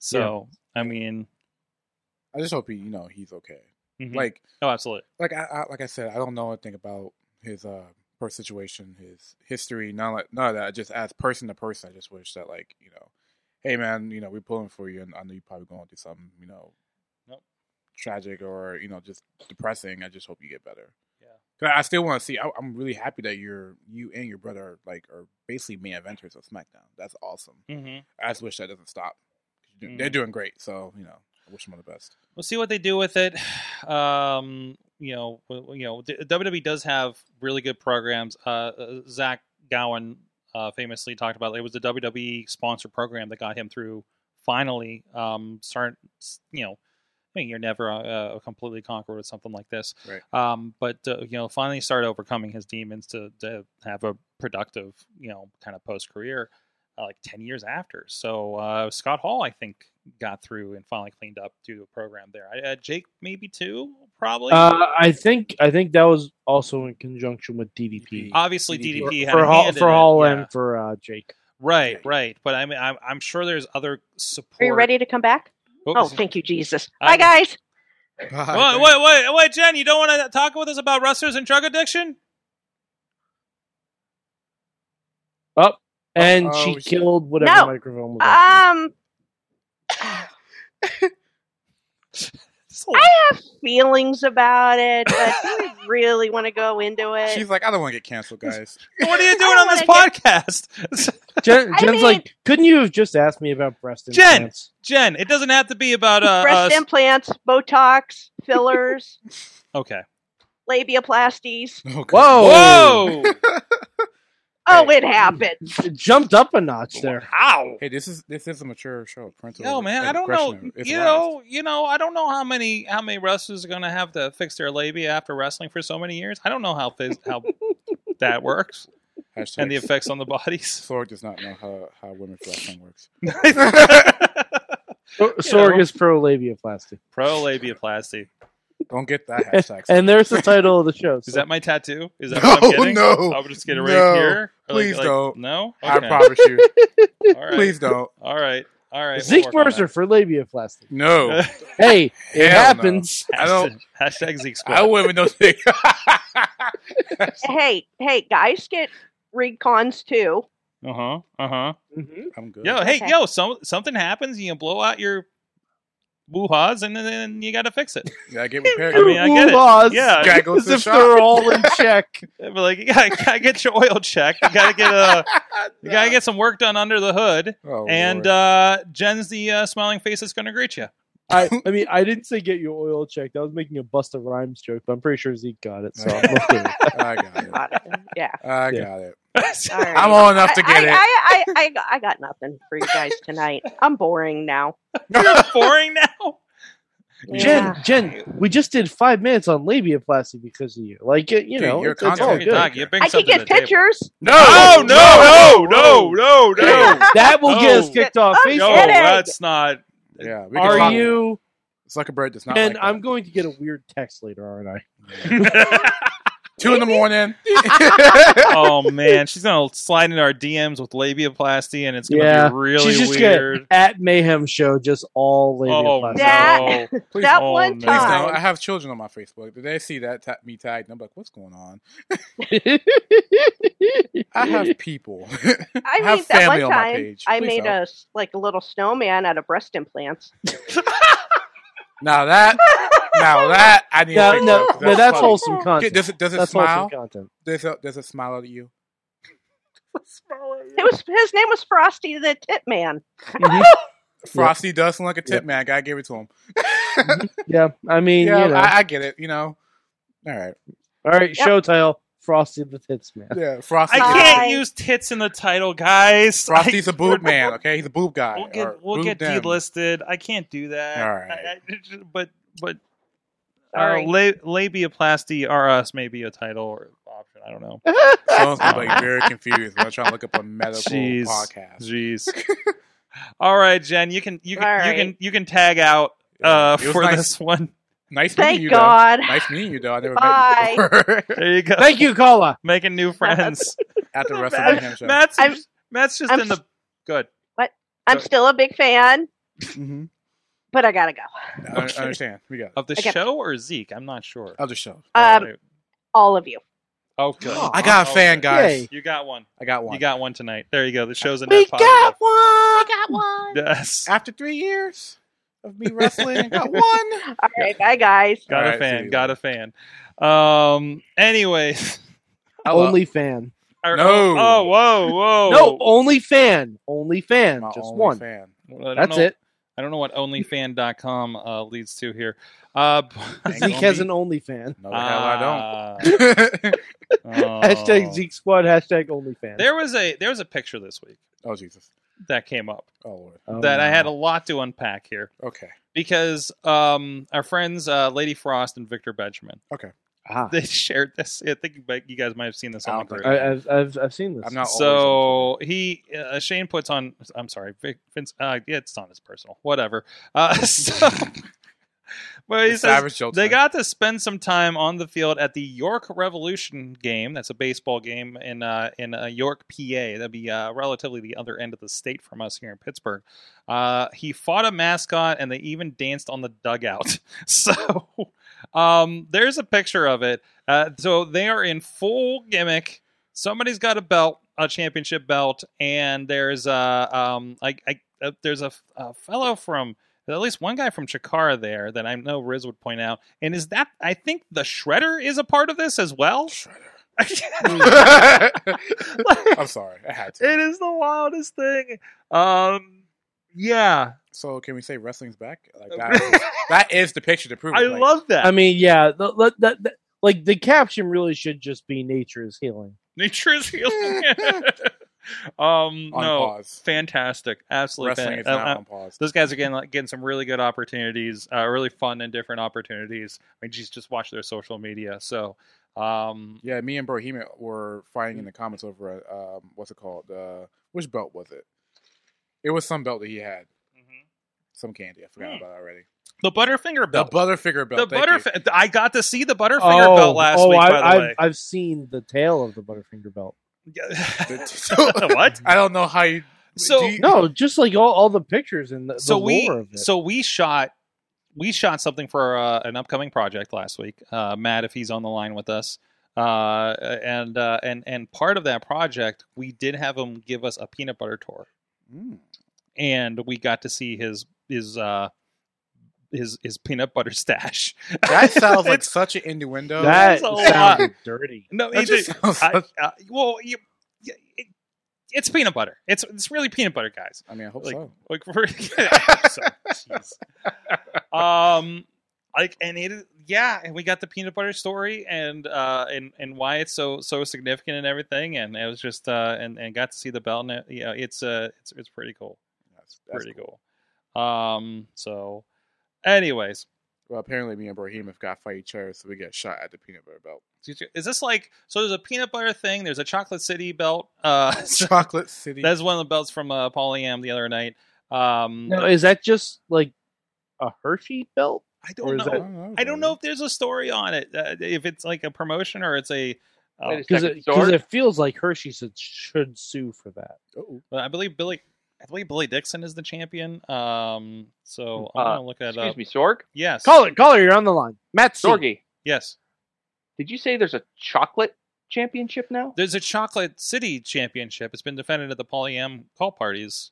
Speaker 2: so I mean,
Speaker 4: I just hope he, you know, he's okay.
Speaker 2: mhm.
Speaker 4: Like,
Speaker 2: oh, absolutely,
Speaker 4: like I, I, like I said, I don't know anything about his uh birth situation, his history, none like none of that. Just as person to person, I just wish that, like, you know, hey man, you know, we're pulling for you, and I know you're probably going through something, you know,
Speaker 2: Nope.
Speaker 4: tragic or you know, just depressing. I just hope you get better.
Speaker 2: Yeah.
Speaker 4: 'Cause I still want to see. I, I'm really happy that you're you and your brother are, like are basically main eventers of SmackDown. That's awesome.
Speaker 2: Mm-hmm.
Speaker 4: I just wish that doesn't stop.
Speaker 2: Mm.
Speaker 4: They're doing great, so you know I wish them all the best.
Speaker 2: We'll see what they do with it. Um, you know, w- you know, d- WWE does have really good programs. Uh, Uh, Zach Gowen uh, famously talked about it was the WWE sponsored program that got him through finally um, start. s- You know, I mean, you're never uh, a completely conquered with something like this,
Speaker 4: Right.
Speaker 2: um, but uh, you know, finally start overcoming his demons to, to have a productive, you know, kind of post career uh, like 10 years after. So uh, Scott Hall, I think, got through and finally cleaned up due to a program there. I, uh, Jake, maybe too, probably.
Speaker 5: Uh, I think I think that was also in conjunction with DDP
Speaker 2: Obviously,
Speaker 4: DDP.
Speaker 2: DDP had
Speaker 5: for, for
Speaker 2: a
Speaker 5: Hall
Speaker 2: hand
Speaker 5: for
Speaker 2: in it,
Speaker 5: Hall
Speaker 2: yeah.
Speaker 5: and for uh, Jake.
Speaker 2: Right, right. But I mean, I'm, I'm sure there's other support.
Speaker 6: Are you ready to come back? Oh,
Speaker 2: Oops.
Speaker 6: thank you, Jesus.
Speaker 2: I-
Speaker 6: Bye, guys.
Speaker 2: Wait, wait, wait, wait, Jen, you don't want to talk with us about wrestlers and drug addiction?
Speaker 5: Up and
Speaker 4: Uh-oh,
Speaker 5: she
Speaker 4: we-
Speaker 5: killed whatever
Speaker 6: No.
Speaker 5: microphone was. up.
Speaker 6: Um,
Speaker 2: It's a lot.
Speaker 6: I have feelings about it, but do we really want to go into it?
Speaker 4: She's like, I don't want to get canceled, guys.
Speaker 2: What are you doing
Speaker 6: don't
Speaker 2: on this
Speaker 6: wanna
Speaker 2: podcast?
Speaker 5: Jen,
Speaker 6: uh, I
Speaker 5: Jen's
Speaker 6: mean-
Speaker 5: like, couldn't you have just asked me about breast
Speaker 2: Jen!
Speaker 5: implants?
Speaker 2: Jen, it doesn't have to be about uh,
Speaker 6: Breast
Speaker 2: us.
Speaker 6: implants, Botox, fillers,
Speaker 2: okay.
Speaker 6: labioplasties.
Speaker 4: Oh, God.
Speaker 5: Whoa!
Speaker 2: Whoa!
Speaker 6: Oh, it happened.
Speaker 5: It jumped up a notch there.
Speaker 2: How?
Speaker 4: Hey, this is this is a mature show. Parental
Speaker 2: No man, I don't know.
Speaker 4: aggression is
Speaker 2: you
Speaker 4: aroused.
Speaker 2: know, you know, I don't know how many how many wrestlers are going to have to fix their labia after wrestling for so many years. I don't know how phys- how that works
Speaker 4: Hashtag
Speaker 2: and the effects on the bodies.
Speaker 4: Sorg does not know how how women's wrestling works.
Speaker 5: Sorg is pro labiaplasty,
Speaker 2: Pro labiaplasty.
Speaker 4: Don't get that hashtag.
Speaker 5: and Oh, there's the title of the show.
Speaker 2: Is
Speaker 5: so-
Speaker 2: that my tattoo? Is that
Speaker 4: No,
Speaker 2: what I'm getting?
Speaker 4: no,
Speaker 2: I'm just gonna
Speaker 4: no.
Speaker 2: right here. Or
Speaker 4: Please don't.
Speaker 2: No.
Speaker 4: I
Speaker 2: Okay.
Speaker 4: promise you.
Speaker 2: All right.
Speaker 4: Please don't.
Speaker 2: All right. All right.
Speaker 5: Zeke
Speaker 2: we'll work on
Speaker 5: Mercer for labiaplasty.
Speaker 4: No.
Speaker 2: that.
Speaker 5: Hey, it
Speaker 4: Hell no.
Speaker 5: happens.
Speaker 4: I don't-
Speaker 2: Hashtag- Hashtag Zeke Squad.
Speaker 4: I wouldn't know thing.
Speaker 6: Hey, hey, guys get recons too.
Speaker 2: Uh huh. Uh huh.
Speaker 4: I'm good.
Speaker 2: Yo, hey,
Speaker 6: Okay.
Speaker 2: yo, so, something happens, you blow out your woo-haws, and then, then you got to fix it.
Speaker 4: Yeah, I get repaired.
Speaker 2: I mean, I get it.
Speaker 5: Laws,
Speaker 2: Yeah.
Speaker 4: Gotta go to
Speaker 5: as
Speaker 4: the
Speaker 5: if
Speaker 4: shop.
Speaker 5: they're all in check.
Speaker 2: But like, you got to get your oil checked. You got to get a, you got to get some work done under the hood.
Speaker 4: Oh,
Speaker 2: and
Speaker 4: Lord.
Speaker 2: uh, Jen's the uh, smiling face that's going to greet you.
Speaker 5: I, I mean, I didn't say get your oil checked. I was making a Busta Rhymes joke, but I'm pretty sure Zeke got it. So I'm okay with
Speaker 2: uh,
Speaker 5: it.
Speaker 4: I got it.
Speaker 6: Got it. Yeah.
Speaker 4: I
Speaker 5: Yeah.
Speaker 4: got it.
Speaker 6: All right.
Speaker 4: I'm old enough to get
Speaker 6: I,
Speaker 4: it.
Speaker 6: I, I, I, I got nothing for you guys tonight. I'm boring now.
Speaker 2: You're boring now.
Speaker 4: Oh,
Speaker 6: Yeah.
Speaker 5: Jen, Jen, we just did five minutes on labiaplasty because of you. Like, it, you
Speaker 4: Dude,
Speaker 5: know,
Speaker 4: your
Speaker 5: it's, it's
Speaker 4: content
Speaker 5: all
Speaker 4: is
Speaker 5: good.
Speaker 4: not-
Speaker 2: Doc, you bring
Speaker 6: I can
Speaker 2: something
Speaker 6: get
Speaker 2: to the table.
Speaker 6: pictures.
Speaker 4: No,
Speaker 2: Oh no, no, no, no, no!
Speaker 5: that will get us
Speaker 2: Oh.
Speaker 5: kicked off
Speaker 6: Oh,
Speaker 2: No,
Speaker 5: Facebook.
Speaker 6: shit.
Speaker 2: that's not.
Speaker 4: Yeah, we can
Speaker 5: Are
Speaker 4: talk-
Speaker 5: you?
Speaker 4: Zuckerberg does not.
Speaker 5: And
Speaker 4: like
Speaker 5: I'm
Speaker 4: that.
Speaker 5: going to get a weird text later, aren't I?
Speaker 4: two in the morning.
Speaker 2: oh man, she's gonna slide into our DMs with labiaplasty, and it's gonna
Speaker 5: Yeah.
Speaker 2: be really
Speaker 5: She's just
Speaker 2: weird.
Speaker 5: gonna at Mayhem Show just all
Speaker 2: Oh
Speaker 5: labiaplasty.
Speaker 2: no!
Speaker 6: That-
Speaker 4: Please
Speaker 6: that
Speaker 2: oh,
Speaker 6: one
Speaker 2: no.
Speaker 4: Please
Speaker 6: time.
Speaker 4: don't. I have children on my Facebook. Did they see that ta- me tagged? And I'm like, what's going on? I have people.
Speaker 6: I
Speaker 4: Have
Speaker 6: mean, that
Speaker 4: family
Speaker 6: one
Speaker 4: on my
Speaker 6: time
Speaker 4: page.
Speaker 6: I
Speaker 4: Please
Speaker 6: made
Speaker 4: don't.
Speaker 6: a s- like a little snowman out of breast implants.
Speaker 4: now that, now that I need.
Speaker 5: No,
Speaker 4: a picture,
Speaker 5: no,
Speaker 4: 'cause
Speaker 5: no, that's
Speaker 4: funny.
Speaker 5: wholesome
Speaker 4: Get-
Speaker 5: content.
Speaker 4: Does it does it
Speaker 5: That's wholesome
Speaker 4: smile?
Speaker 5: content.
Speaker 4: Does it does it smile at you?
Speaker 6: It was his name was Frosty the Tit Man.
Speaker 4: Frosty does look like a tip
Speaker 5: Yep.
Speaker 4: man. Guy gave it to him.
Speaker 5: Yeah, I mean,
Speaker 4: yeah,
Speaker 5: you know.
Speaker 4: I, I get it. You know. All right.
Speaker 5: all right,
Speaker 6: Yep.
Speaker 5: show title: Frosty the Tits Man.
Speaker 4: Yeah, Frosty.
Speaker 2: I can't
Speaker 6: Hi.
Speaker 2: use tits in the title, guys.
Speaker 4: Frosty's a
Speaker 2: we're-
Speaker 4: boob man. Okay, he's a boob guy.
Speaker 2: I, we'll
Speaker 4: or
Speaker 2: get we'll
Speaker 4: boob
Speaker 2: get
Speaker 4: dem.
Speaker 2: delisted. I can't do that.
Speaker 4: All right.
Speaker 2: I- I- but but uh,
Speaker 6: Sorry.
Speaker 2: la- labiaplasty or us may be a title or option. I don't know.
Speaker 4: Someone's gonna be like, very confused when I try to look up a medical
Speaker 2: Jeez.
Speaker 4: podcast.
Speaker 2: Jeez. All right, Jen, you can you can
Speaker 6: All
Speaker 2: you
Speaker 6: right.
Speaker 2: can you can tag out
Speaker 4: Yeah.
Speaker 2: uh,
Speaker 4: It was
Speaker 2: for
Speaker 4: nice-
Speaker 2: this one.
Speaker 4: Nice meeting
Speaker 6: Thank
Speaker 4: you. though.
Speaker 6: God.
Speaker 4: Nice meeting you, though. I never
Speaker 6: Bye.
Speaker 4: met you before.
Speaker 2: There you go.
Speaker 5: Thank you, Kala.
Speaker 2: Making new friends.
Speaker 4: At the WrestleMania
Speaker 2: Matt's,
Speaker 4: show.
Speaker 2: Matt's,
Speaker 6: I'm-
Speaker 2: Matt's just
Speaker 6: I'm
Speaker 2: in the good.
Speaker 6: I'm still a big fan,
Speaker 4: Mhm.
Speaker 6: but I gotta go.
Speaker 4: I, I understand. We got it.
Speaker 2: Of the
Speaker 6: Okay.
Speaker 2: show or Zeke? I'm not sure.
Speaker 4: Other show.
Speaker 6: Um, all of you.
Speaker 2: oh, good.
Speaker 4: I got a fan, guys.
Speaker 5: Yay.
Speaker 2: You got one.
Speaker 4: I got one.
Speaker 2: You got one tonight. There you go. The show's a
Speaker 4: we
Speaker 2: net
Speaker 4: got
Speaker 2: positive.
Speaker 4: one. I got one.
Speaker 2: Yes.
Speaker 4: After three years, of me wrestling. I got one.
Speaker 6: All right, bye guys.
Speaker 2: Got a
Speaker 4: Alright, see
Speaker 2: fan.
Speaker 4: you
Speaker 2: Got a fan. Um. Anyways.
Speaker 4: Oh,
Speaker 5: Only fan.
Speaker 2: Our-
Speaker 4: No.
Speaker 2: Oh, oh, whoa, whoa.
Speaker 5: No, only fan. Only fan.
Speaker 4: oh. My
Speaker 5: Just
Speaker 4: only
Speaker 5: one.
Speaker 4: fan.
Speaker 2: Well, I don't
Speaker 5: That's
Speaker 2: know-
Speaker 5: it.
Speaker 2: I don't know what OnlyFan.com uh, leads to here. Uh,
Speaker 5: Zeke has an only fan.
Speaker 4: No, the hell I don't.
Speaker 2: don't.
Speaker 5: Hashtag Zeke Squad. Hashtag only fan.
Speaker 2: Uh, oh. There was a there was a picture this week
Speaker 4: oh Jesus.
Speaker 2: that came up
Speaker 4: Oh Lord.
Speaker 5: Oh,
Speaker 2: that I
Speaker 5: no.
Speaker 2: had a lot to unpack here
Speaker 4: Okay.
Speaker 2: because um, our friends uh, Lady Frost and Victor Benjamin
Speaker 5: Ah.
Speaker 2: they shared this. I think you might- you guys might have seen this
Speaker 4: I
Speaker 2: on the
Speaker 4: don't
Speaker 2: group.
Speaker 4: think
Speaker 5: I, I've, I've I've seen this.
Speaker 4: I'm not
Speaker 2: so he uh, Shane puts on. I'm sorry, Vic, Vince. Uh, yeah, it's on his personal. Whatever. Uh, so, well, he
Speaker 4: always on Twitter.
Speaker 2: says
Speaker 4: Savage Joe
Speaker 2: they
Speaker 4: tonight.
Speaker 2: got to spend some time on the field at the York Revolution game. That's a baseball game in uh, in uh, York, PA. That'd be uh, relatively the other end of the state from us here in Pittsburgh. Uh, he fought a mascot, and they even danced on the dugout. so um, there's a picture of it. Uh, so they are in full gimmick. Somebody's got a belt, a championship belt, and there's uh, um, I, I, uh, there's a, a fellow from at least one guy from Chikara there that I know Riz would point out. And is that I think the Shredder is a part of this as well.
Speaker 4: I'm sorry. I had to.
Speaker 2: it is the wildest thing. Um, yeah,
Speaker 4: So can we say wrestling's back? Like that, is, that is the picture to prove. it,
Speaker 2: I
Speaker 4: like,
Speaker 2: love that.
Speaker 5: I mean, yeah. The, the, the, the- like the caption really should just be "Nature is healing."
Speaker 2: Nature is healing. um,
Speaker 4: on
Speaker 2: no,
Speaker 4: pause.
Speaker 2: fantastic, absolutely.
Speaker 4: Wrestling
Speaker 2: fan-
Speaker 4: is
Speaker 2: uh,
Speaker 4: not
Speaker 2: uh,
Speaker 4: on pause.
Speaker 2: those guys are getting like, getting some really good opportunities, uh, really fun and different opportunities. I mean, just just watch their social media. So, um,
Speaker 4: Yeah, me and Bohemia were fighting
Speaker 2: Mm.
Speaker 4: in the comments over at, um, what's it called? Uh, which belt was it? It was some belt that he had.
Speaker 5: Mm-hmm.
Speaker 4: Some candy. I forgot
Speaker 2: Hmm.
Speaker 4: about it already.
Speaker 2: the Butterfinger
Speaker 4: The
Speaker 2: belt.
Speaker 4: Butterfinger
Speaker 2: The
Speaker 4: belt. thank you.
Speaker 2: Butterfinger. I got to see the Butterfinger belt last
Speaker 5: oh,
Speaker 2: week.
Speaker 5: I,
Speaker 2: by the
Speaker 5: I've,
Speaker 2: way,
Speaker 5: I've seen the tail of the Butterfinger belt.
Speaker 4: The-
Speaker 2: what?
Speaker 4: I don't know how you.
Speaker 2: So-
Speaker 4: do you-
Speaker 5: No, just like all, all the pictures and the,
Speaker 2: So
Speaker 5: the
Speaker 2: we
Speaker 5: lore of it.
Speaker 2: so we shot we shot something for uh, an upcoming project last week. Uh, Matt, if he's on the line with us, uh, and uh, and and part of that project, we did have him give us a peanut butter tour,
Speaker 4: Mm.
Speaker 2: and we got to see his his uh, his his peanut butter stash.
Speaker 4: That sounds like
Speaker 2: It's-
Speaker 4: such an innuendo.
Speaker 5: that
Speaker 2: that's a
Speaker 5: sounded dirty.
Speaker 2: no,
Speaker 4: That
Speaker 2: it-
Speaker 4: just sounds
Speaker 2: I,
Speaker 4: such-
Speaker 2: uh, well, you, you- it, it's peanut butter. It's it's really peanut butter, guys.
Speaker 4: I mean, I hope
Speaker 2: like,
Speaker 4: so.
Speaker 2: like for so, jeez. um like and it yeah and we got the peanut butter story and uh and and why it's so so significant and everything and it was just uh and and got to see the belt and it, you know it's uh it's it's pretty cool
Speaker 4: That's, that's
Speaker 2: pretty cool um so anyways
Speaker 4: Well, apparently, me and Bohemia got to fight each other, so we get shot at the peanut butter belt.
Speaker 2: is this like so there's a peanut butter thing there's a chocolate city belt uh so
Speaker 4: Chocolate City.
Speaker 2: that's one of the belts from uh polyam the other night um
Speaker 5: Now, is that just like a Hershey belt?
Speaker 2: i
Speaker 5: or
Speaker 2: don't
Speaker 5: is
Speaker 2: know
Speaker 5: that-
Speaker 4: know.
Speaker 2: I don't know if there's a story on it. Uh, if it's like a promotion or it's a.
Speaker 7: Wait
Speaker 2: Uh,
Speaker 7: a
Speaker 5: Because
Speaker 7: Second
Speaker 5: it,
Speaker 7: sword?
Speaker 5: 'cause it feels like Hershey should, should sue for that.
Speaker 4: Uh-oh.
Speaker 2: I believe Billy. I believe Billy Dixon is the champion. Um, so I'm
Speaker 7: Uh,
Speaker 2: gonna look that
Speaker 7: Excuse
Speaker 2: up.
Speaker 7: me, Sorg?
Speaker 2: Yes.
Speaker 5: Caller, caller, you're on the line. Matt C.
Speaker 7: Sorgy,
Speaker 2: Yes.
Speaker 7: did you say there's a chocolate championship now?
Speaker 2: There's a Chocolate City Championship. It's been defended at the Polyam call parties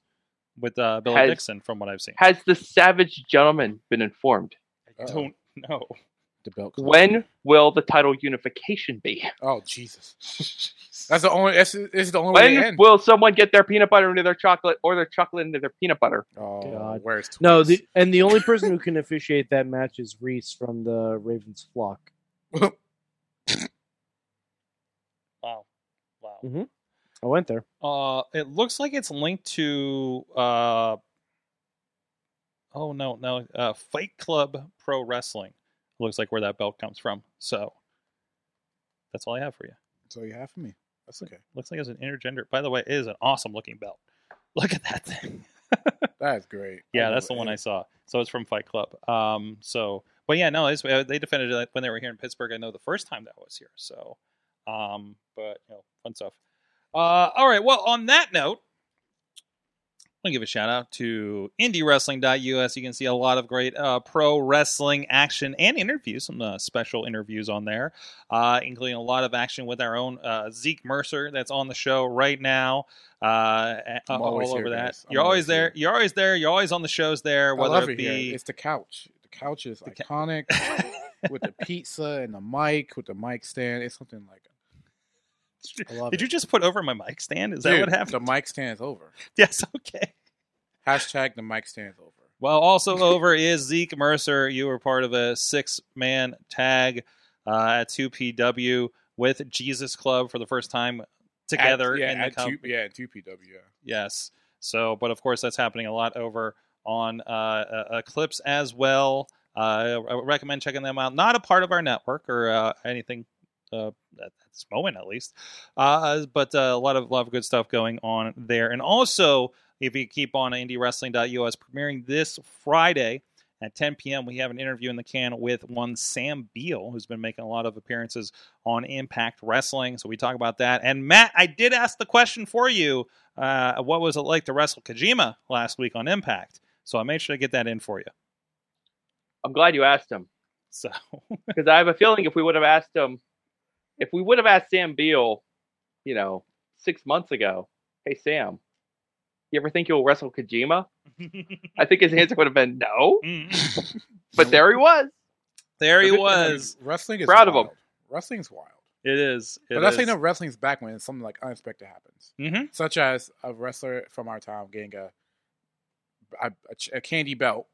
Speaker 2: with uh, Billy
Speaker 7: Has-
Speaker 2: Dixon, from what I've seen.
Speaker 7: Has the savage gentleman been informed?
Speaker 2: I don't know.
Speaker 4: The belt. club.
Speaker 7: When will the title unification be?
Speaker 4: Oh Jesus! That's the only. That's, it's the only way to
Speaker 7: When
Speaker 4: end.
Speaker 7: will someone get their peanut butter into their chocolate or their chocolate into their peanut butter?
Speaker 4: oh,
Speaker 5: God.
Speaker 4: where's
Speaker 5: No,
Speaker 4: Twix?
Speaker 5: the, and the only person who can officiate that match is Reese from the Ravens flock.
Speaker 2: Wow. Wow.
Speaker 5: I went there.
Speaker 2: Uh, it looks like it's linked to. Uh, oh no, no, uh, Fight Club Pro Wrestling. Looks like where that belt comes from. So that's all I have for you.
Speaker 4: that's all you have for me. That's okay.
Speaker 2: Looks like it's an intergender. By the way, it is an awesome looking belt. Look at that thing.
Speaker 4: That is great.
Speaker 2: yeah,
Speaker 4: love
Speaker 2: that's the
Speaker 4: it.
Speaker 2: one I saw. So it's from Fight Club. Um, so but yeah, no, it's, uh, they defended it when they were here in Pittsburgh. I know the first time that was here. So, um, but you know, fun stuff. Uh, all right. Well, on that note, want to give a shout out to indiewrestling.us. You can see a lot of great uh, pro wrestling action and interviews, some uh, special interviews on there, uh, including a lot of action with our own uh, Zeke Mercer that's on the show right now. Uh,
Speaker 4: I'm
Speaker 2: all
Speaker 4: always
Speaker 2: over
Speaker 4: here,
Speaker 2: that.
Speaker 4: guys. I'm
Speaker 2: You're always
Speaker 4: always
Speaker 2: there.
Speaker 4: here.
Speaker 2: You're always there. You're always on the shows there,
Speaker 4: I love
Speaker 2: whether it
Speaker 4: it here.
Speaker 2: be.
Speaker 4: It's the couch. The couch is
Speaker 2: ca-
Speaker 4: iconic with the pizza and the mic with the mic stand. It's something like I love
Speaker 2: Did
Speaker 4: it.
Speaker 2: you just put over my mic stand? Is that what
Speaker 4: Dude,
Speaker 2: happened?
Speaker 4: The mic stand's over.
Speaker 2: Yes, okay.
Speaker 4: Hashtag the mic stands over.
Speaker 2: Well, also over is Zeke Mercer. You were part of a six man tag uh, at 2PW with Jesus Club for the first time together
Speaker 4: At, yeah,
Speaker 2: in the
Speaker 4: at
Speaker 2: com-
Speaker 4: two, yeah, at two PW. Yeah.
Speaker 2: Yes. So, but of course, that's happening a lot over on uh, uh, Eclipse as well. Uh, I recommend checking them out. Not a part of our network or uh, anything uh, at this moment, at least. Uh, but uh, a lot of lot of good stuff going on there. And also, if you keep on indiewrestling.us, premiering this Friday at 10 p.m., we have an interview in the can with one Sam Beal, who's been making a lot of appearances on Impact Wrestling. So we talk about that. And Matt, I did ask the question for you uh, what was it like to wrestle Kojima last week on Impact? So I made sure to get that in for you.
Speaker 7: I'm glad you asked him
Speaker 2: So
Speaker 7: because I have a feeling if we would have asked him, if we would have asked Sam Beal, you know, six months ago, hey Sam, you ever think you'll wrestle Kojima? I think his answer would have been no,
Speaker 2: Mm.
Speaker 7: but there he was.
Speaker 2: there he
Speaker 4: But it- I mean,
Speaker 2: was.
Speaker 4: Wrestling is
Speaker 7: Proud of
Speaker 4: wild.
Speaker 7: him.
Speaker 4: Wrestling's wild.
Speaker 2: It is. It
Speaker 4: but that's how you know wrestling's back when something like unexpected happens,
Speaker 2: hmm
Speaker 4: such as a wrestler from our town getting a a, a ch- a candy belt.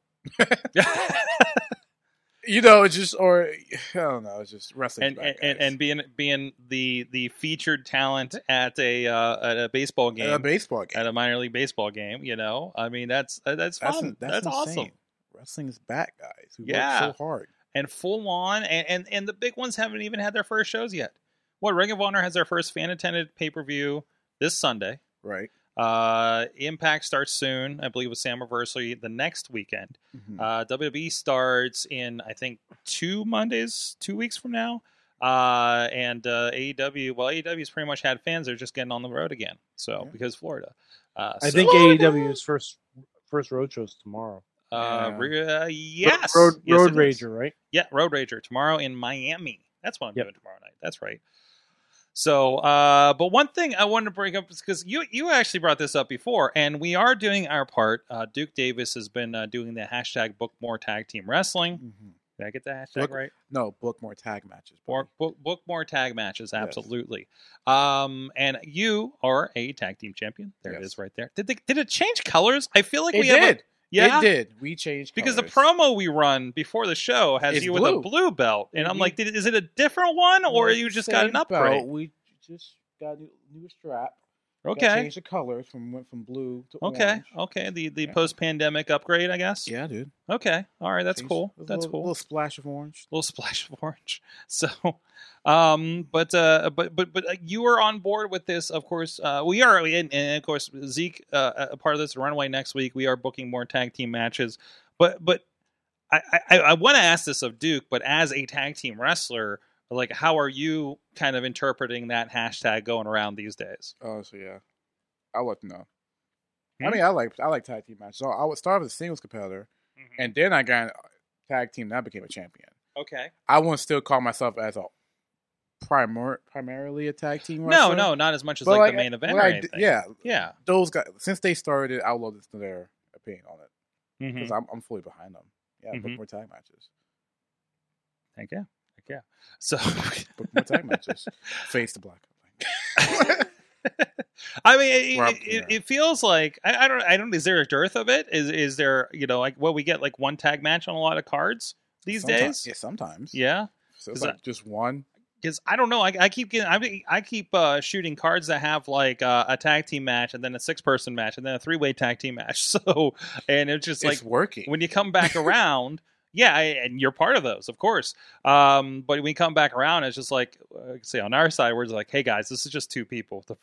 Speaker 4: You know, it's just or I don't know, it's just wrestling.
Speaker 2: and, and, and and being being the the featured talent at a uh, at a baseball game
Speaker 4: a baseball game.
Speaker 2: at a minor league baseball game, you know, I mean that's uh, that's
Speaker 4: That's
Speaker 2: fun. That's,
Speaker 4: that's, insane.
Speaker 2: awesome.
Speaker 4: Wrestling's back, guys. We
Speaker 2: Yeah.
Speaker 4: work so hard.
Speaker 2: and full on and, and and the big ones haven't even had their first shows yet what ring of honor has their first fan attended pay-per-view this sunday
Speaker 4: Right.
Speaker 2: uh impact starts soon i believe with sam Reversely the next weekend
Speaker 4: Mhm.
Speaker 2: uh wwe starts in i think two mondays two weeks from now uh and uh aew well aew's pretty much had fans they're just getting on the road again so
Speaker 4: Yeah.
Speaker 2: because florida uh
Speaker 5: I
Speaker 2: so,
Speaker 5: think
Speaker 7: Florida!
Speaker 5: AEW's E first first road show's tomorrow.
Speaker 2: uh,
Speaker 4: Yeah.
Speaker 2: re- uh, yes
Speaker 5: Road
Speaker 2: Yes,
Speaker 5: Road
Speaker 2: it is.
Speaker 5: Rager, right?
Speaker 2: Yeah, Road Rager tomorrow in Miami. That's what I'm
Speaker 5: Yep.
Speaker 2: doing tomorrow night. That's right. So, uh, but one thing I wanted to bring up is because you you actually brought this up before, and we are doing our part. Uh, Duke Davis has been uh, doing the hashtag Book More Tag Team Wrestling.
Speaker 4: Mhm.
Speaker 2: Did I get the hashtag
Speaker 4: Look-
Speaker 2: right?
Speaker 4: No, book more tag matches.
Speaker 2: Or
Speaker 4: buddy.
Speaker 2: book, book more tag matches,
Speaker 4: Yes.
Speaker 2: absolutely. Um, and you are a tag team champion. There it
Speaker 4: Yes.
Speaker 2: is, right there. Did they, did it change colors? I feel like
Speaker 4: It
Speaker 2: we have a-
Speaker 4: did.
Speaker 2: yeah,
Speaker 4: It did. We changed
Speaker 2: because the
Speaker 4: colours.
Speaker 2: promo we run before the show has
Speaker 4: It's
Speaker 2: you with a
Speaker 4: blue.
Speaker 2: blue belt, and I'm
Speaker 4: We-
Speaker 2: like, "Did- is it a different one, or you just got an
Speaker 4: Same belt.
Speaker 2: upgrade?
Speaker 4: We just got a new, new strap. Got
Speaker 2: Okay,
Speaker 4: Changed the colors from went from blue to
Speaker 2: okay, Oh,
Speaker 4: orange.
Speaker 2: okay. The the
Speaker 4: Yeah.
Speaker 2: post pandemic upgrade, I guess.
Speaker 4: Yeah, dude.
Speaker 2: Okay. All right. That's
Speaker 4: Changed-
Speaker 2: cool.
Speaker 4: it was a
Speaker 2: That's
Speaker 4: little-
Speaker 2: cool.
Speaker 4: Little splash of orange.
Speaker 2: little splash of orange. So, um, but uh, but but but uh, you were on board with this, of course. Uh, we are, and, and of course, Zeke, uh, a part of this runway next week. We are booking more tag team matches, but but I I, I want to ask this of Duke, but as a tag team wrestler, like how are you kind of interpreting that hashtag going around these days?
Speaker 4: Oh, so yeah. I would know. I
Speaker 2: Hmm?
Speaker 4: mean, I like I like tag team matches. So I would start as a singles competitor, and then I got uh, tag team, and I became a champion.
Speaker 2: Okay.
Speaker 4: I won't still call myself as a primor- primarily a tag team.
Speaker 2: No,
Speaker 4: wrestler,
Speaker 2: no, not as much as
Speaker 4: but,
Speaker 2: like, the main event
Speaker 4: what
Speaker 2: or
Speaker 4: I d-
Speaker 2: anything.
Speaker 4: yeah,
Speaker 2: Yeah.
Speaker 4: those guys since they started, I will listen to their opinion on it
Speaker 2: Mhm.
Speaker 4: because I'm, I'm fully behind them. Yeah, book
Speaker 2: Mhm.
Speaker 4: more tag matches.
Speaker 2: Heck yeah. Heck yeah. So.
Speaker 4: Book more tag matches. Face the black.
Speaker 2: I mean,
Speaker 4: We're
Speaker 2: it,
Speaker 4: up
Speaker 2: it,
Speaker 4: here.
Speaker 2: it, it feels like I, I don't. I don't. Is there a dearth of it? Is is there you know like well we get like one tag match on a lot of cards these
Speaker 4: Sometimes-
Speaker 2: days?
Speaker 4: yeah, sometimes.
Speaker 2: Yeah,
Speaker 4: so it's
Speaker 2: 'cause
Speaker 4: like just one.
Speaker 2: because I don't know. I, I keep getting. I mean, I keep uh, shooting cards that have like uh, a tag team match and then a six person match and then a three way tag team match. So and it's just
Speaker 4: It's,
Speaker 2: like
Speaker 4: working.
Speaker 2: when you come back around yeah I, and you're part of those of course um, but when you come back around it's just like uh, say on our side we're just like hey guys this is just two people to,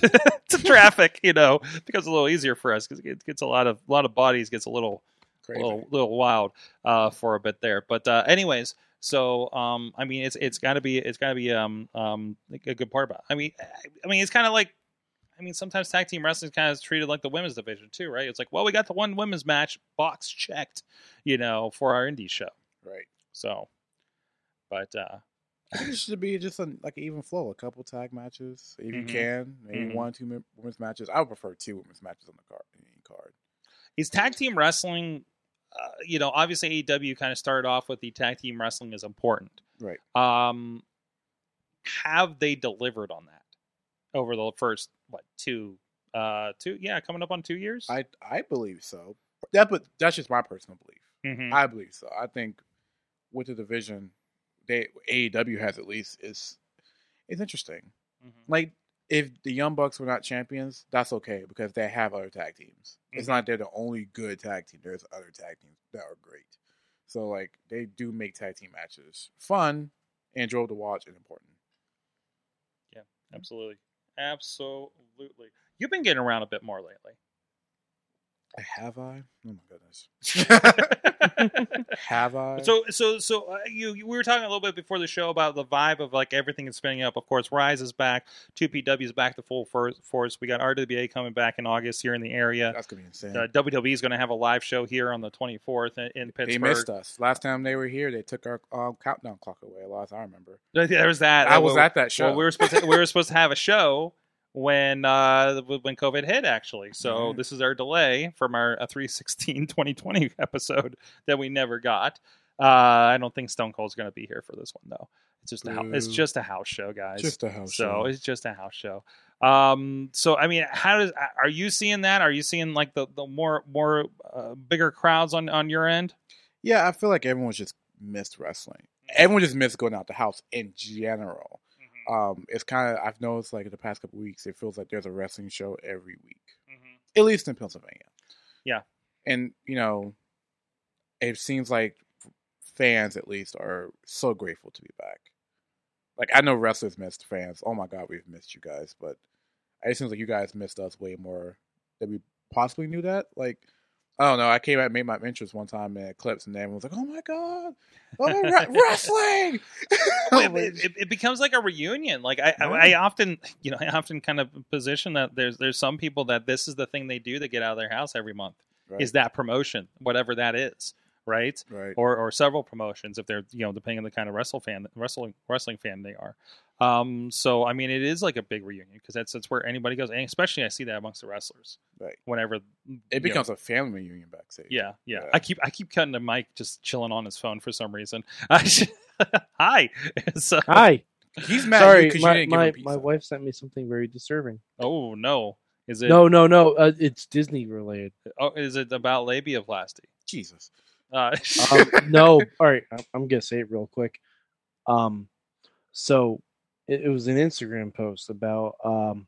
Speaker 2: to, to traffic you know it becomes a little easier for us because it gets a lot of a lot of bodies gets a little
Speaker 4: Crazy.
Speaker 2: little, little wild uh, for a bit there. But uh, anyways, so um, I mean, it's it's got to be it's got to be um, um, like a good part about. It. I mean, I, I mean, it's kind of like I mean, sometimes tag team wrestling kind of treated like the women's division too, right? It's like, well, we got the one women's match box checked, you know, for our indie show.
Speaker 4: Right.
Speaker 2: So, but uh
Speaker 4: I think it should be just an, like an even flow. A couple tag matches, if you
Speaker 2: Mhm.
Speaker 4: can, maybe
Speaker 2: Mhm.
Speaker 4: one or two men- women's matches. I would prefer two women's matches on the card. any Card.
Speaker 2: is tag team wrestling, uh, you know, obviously AEW kind of started off with the tag team wrestling is important.
Speaker 4: Right.
Speaker 2: Um, have they delivered on that over the first what two, uh, two? Yeah, coming up on two years.
Speaker 4: I I believe so. Mm-hmm. That but that's just my personal belief.
Speaker 2: Mhm.
Speaker 4: I believe so. I think with the division, they AEW has at least is it's interesting.
Speaker 2: Mhm.
Speaker 4: Like if the Young Bucks were not champions, that's okay because they have other tag teams.
Speaker 2: Mm-hmm.
Speaker 4: It's not they're the only good tag team. There's other tag teams that are great. So like they do make tag team matches fun and drove to watch and important.
Speaker 2: Absolutely, absolutely. You've been getting around a bit more lately.
Speaker 4: Have I? Oh my goodness. have I?
Speaker 2: So, so, so uh, you, you- we were talking a little bit before the show about the vibe of like everything is spinning up. Of course, Rise is back, Two PW is back to full for- force. We got RWA coming back in August here in the area.
Speaker 4: that's gonna be insane.
Speaker 2: Uh, WWE is going to have a live show here on the 24th in, in
Speaker 4: They
Speaker 2: Pittsburgh.
Speaker 4: missed us last time they were here. They took our um, countdown clock away. Last I remember,
Speaker 2: There was that.
Speaker 4: I was
Speaker 2: Well,
Speaker 4: at that show.
Speaker 2: Well, we were supposed to, we were supposed to have a show when uh when COVID hit actually. So
Speaker 4: Right.
Speaker 2: this is our delay from our uh, 316 2020 episode that we never got. Uh I don't think Stone Cold's going to be here for this one though. It's just a house, it's
Speaker 4: Boo.
Speaker 2: just a house show, guys.
Speaker 4: just a house
Speaker 2: so
Speaker 4: show.
Speaker 2: it's just a house show. Um so I mean, how does are you seeing that? Are you seeing like the the more more uh, bigger crowds on on your end?
Speaker 4: Yeah, I feel like everyone's just missed wrestling.
Speaker 2: Mm-hmm.
Speaker 4: Everyone just missed going out the house in general. Um, it's kind of I've noticed like in the past couple weeks, it feels like there's a wrestling show every week, at least in Pennsylvania.
Speaker 2: Yeah.
Speaker 4: and you know, it seems like fans at least are so grateful to be back. Like I know wrestlers missed fans. Oh my god, we've missed you guys, but it seems like you guys missed us way more than we possibly knew that. Like I don't know. I came out and made my entrance one time in Eclipse, and everyone was like, "Oh my god, oh my re- wrestling!" Oh,
Speaker 2: it, it- it, it becomes like a reunion. Like I, I, I often, you know, I often kind of position that there's there's some people that this is the thing they do. They get out of their house every month
Speaker 4: right,
Speaker 2: is that promotion, whatever that is, right?
Speaker 4: right.
Speaker 2: Or or several promotions if they're you know depending on the kind of wrestle fan wrestling wrestling fan they are. Um, so I mean, it is like a big reunion because that's that's where anybody goes, and especially I see that amongst the wrestlers.
Speaker 4: Right.
Speaker 2: Whenever you
Speaker 4: it
Speaker 2: know,
Speaker 4: becomes a family reunion backstage.
Speaker 2: yeah, yeah,
Speaker 4: Yeah.
Speaker 2: I keep I keep cutting to Mike just chilling on his phone for some reason. Hi. So,
Speaker 5: Hi.
Speaker 4: he's mad
Speaker 5: Sorry,
Speaker 4: because you,
Speaker 5: my,
Speaker 4: didn't
Speaker 5: my,
Speaker 4: give him
Speaker 5: my
Speaker 4: pizza.
Speaker 5: wife sent me something very disturbing.
Speaker 2: Oh no! Is it?
Speaker 5: No, no, no. Uh, it's Disney related.
Speaker 2: Oh, is it about labiaplasty?
Speaker 4: Jesus,
Speaker 2: Uh,
Speaker 5: Um, no, all right. I'm, I'm gonna say it real quick. Um, so it, it was an Instagram post about um,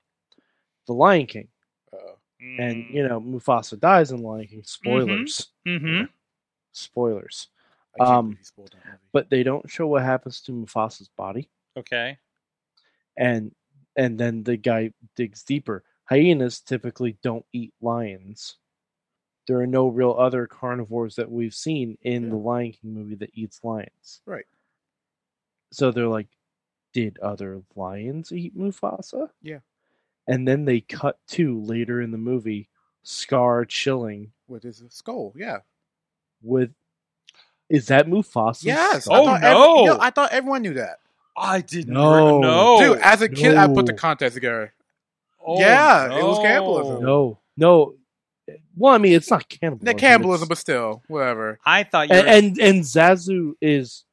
Speaker 5: the Lion King,
Speaker 4: Uh-oh.
Speaker 5: and
Speaker 2: Mm,
Speaker 5: you know Mufasa dies in Lion
Speaker 4: Mm-hmm.
Speaker 5: King. Spoilers,
Speaker 2: hmm
Speaker 5: spoilers.
Speaker 4: I can't
Speaker 5: Um,
Speaker 4: believe he spoiled that movie.
Speaker 5: But they don't show what happens to Mufasa's body,
Speaker 2: okay.
Speaker 5: and and then the guy digs deeper. Hyenas typically don't eat lions. There are no real other carnivores that we've seen in the Lion King movie that eats lions.
Speaker 4: Right.
Speaker 5: So they're like, did other lions eat Mufasa?
Speaker 4: Yeah.
Speaker 5: And then they cut to later in the movie, Scar chilling
Speaker 4: with his skull, yeah,
Speaker 5: with. Is that Mufasa?
Speaker 4: yes. I
Speaker 2: Oh,
Speaker 4: thought
Speaker 2: no.
Speaker 4: yo, I thought everyone knew that.
Speaker 2: I did
Speaker 5: No.
Speaker 2: not know.
Speaker 4: Dude, as a kid, I put the
Speaker 5: no.
Speaker 4: contest together.
Speaker 2: Oh,
Speaker 4: yeah, it was
Speaker 2: no.
Speaker 4: cannibalism.
Speaker 5: No, no. Well, I mean, it's not cannibalism.
Speaker 4: The cannibalism,
Speaker 5: it's-
Speaker 4: but still, whatever.
Speaker 2: I thought you.
Speaker 5: and,
Speaker 2: Were,
Speaker 5: and and Zazu is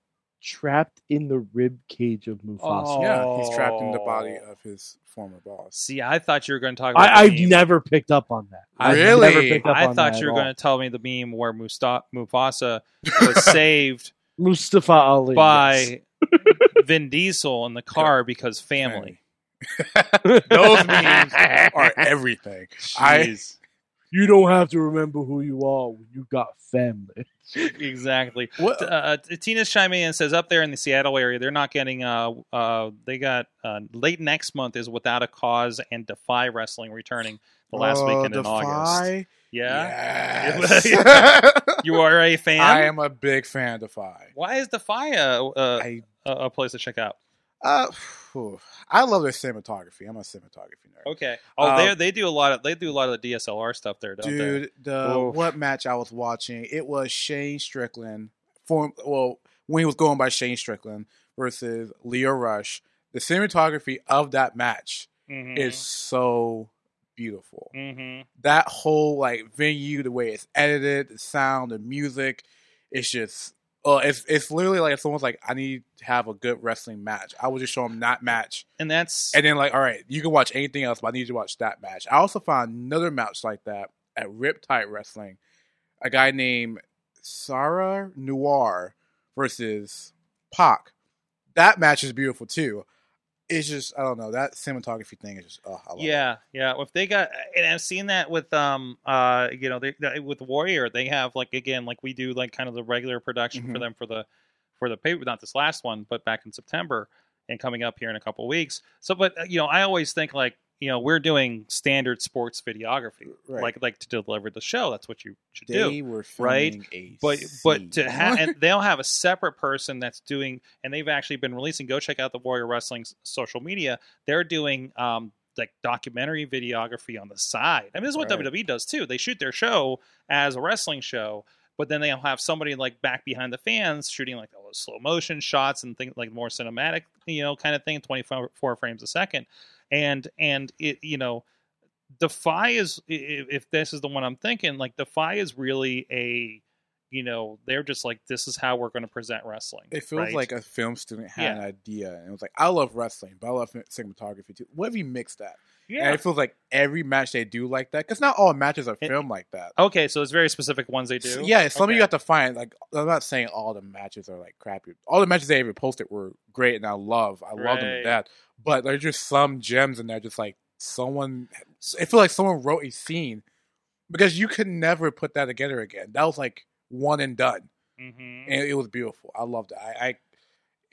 Speaker 5: trapped in the rib cage of Mufasa.
Speaker 2: Oh.
Speaker 4: Yeah, he's trapped in the body of his former boss.
Speaker 2: see, I thought you were going to talk. About
Speaker 5: I, I've
Speaker 2: the meme.
Speaker 5: never picked up on that. I've
Speaker 4: Really?
Speaker 5: never picked up
Speaker 2: I
Speaker 5: on
Speaker 2: thought
Speaker 5: that
Speaker 2: you were
Speaker 5: at
Speaker 2: going to tell me the meme where Musta- Mufasa was saved
Speaker 5: all. Mustafa Ali. yes.
Speaker 2: by Vin Diesel in the car because family.
Speaker 4: Those memes are everything. I
Speaker 2: Jeez.
Speaker 5: You don't have to remember who you are. when You got family.
Speaker 2: exactly.
Speaker 4: what,
Speaker 2: uh, t- Tina's chiming in and says up there in the Seattle area, they're not getting. Uh, uh, they got uh, late next month is without a cause and Defy Wrestling returning the last
Speaker 5: Oh,
Speaker 4: Uh,
Speaker 2: weekend in
Speaker 4: Defy?
Speaker 2: August. Yeah,
Speaker 4: Yes.
Speaker 2: you are a fan.
Speaker 4: I am a big fan of Defy.
Speaker 2: Why is Defy a, a,
Speaker 4: I
Speaker 2: a a place to check out?
Speaker 4: Uh, phew. I love their cinematography. I'm a cinematography nerd.
Speaker 2: Okay. Oh,
Speaker 4: Um,
Speaker 2: they they do a lot of they do a lot of the DSLR stuff there, don't
Speaker 4: Dude, the
Speaker 5: Oof.
Speaker 4: what match I was watching, it was Shane Strickland, form well, when he was going by Shane Strickland versus Leo Rush. The cinematography of that match
Speaker 2: they? Mhm.
Speaker 4: is so beautiful.
Speaker 2: Mhm.
Speaker 4: That whole like venue, the way it's edited, the sound, the music, it's just uh, it's it's literally like if someone's like, I need to have a good wrestling match. I will just show them that match
Speaker 2: and that's
Speaker 4: and then like, all right, you can watch anything else, but I need you to watch that match. I also found another match like that at Riptide Wrestling. A guy named Sarah Noir versus Pac. That match is beautiful too. It's just I don't know that cinematography thing is just oh I love it.
Speaker 2: yeah, yeah. If they got, and I've seen that with um, uh, you know, they, they- with Warrior, they have like again, like we do, like kind of the regular production for
Speaker 4: Mhm.
Speaker 2: them for the for the paper, not this last one, but back in September and coming up here in a couple weeks. So, but uh, you know, I always think like you know we're doing standard sports videography,
Speaker 4: Right.
Speaker 2: like like to deliver the show. That's what you should do.
Speaker 4: they were
Speaker 2: right?
Speaker 4: filming a
Speaker 2: but but to
Speaker 4: scene.
Speaker 2: have and they'll have a separate person that's doing and they've actually been releasing go check out the warrior wrestling's social media they're doing um like documentary videography on the side i mean this is what
Speaker 4: Right.
Speaker 2: wwe does too they shoot their show as a wrestling show but then they'll have somebody like back behind the fans shooting like all those slow motion shots and things like more cinematic you know kind of thing 24 four frames a second and and it you know defy is i- i- if this is the one i'm thinking like defy is really a you know they're just like this is how we're going to present wrestling
Speaker 4: it feels
Speaker 2: right?
Speaker 4: like a film student had
Speaker 2: Yeah.
Speaker 4: an idea and it was like I love wrestling, but I love cinematography too. What if you mix that?
Speaker 2: yeah
Speaker 4: And it feels like every match they do like that, because not all matches are
Speaker 2: It-
Speaker 4: filmed like that.
Speaker 2: okay so it's very specific ones they do
Speaker 4: Yeah, some of
Speaker 2: Okay.
Speaker 4: you have to find like I'm not saying all the matches are like crappy. All the matches they ever posted were great, and I love, I love them to
Speaker 2: Right.
Speaker 4: death. But there's just some gems, and they're just like someone. It feels like someone wrote a scene because you could never put that together again. That was like one and done,
Speaker 2: Mhm.
Speaker 4: and it was beautiful. I loved it. I, I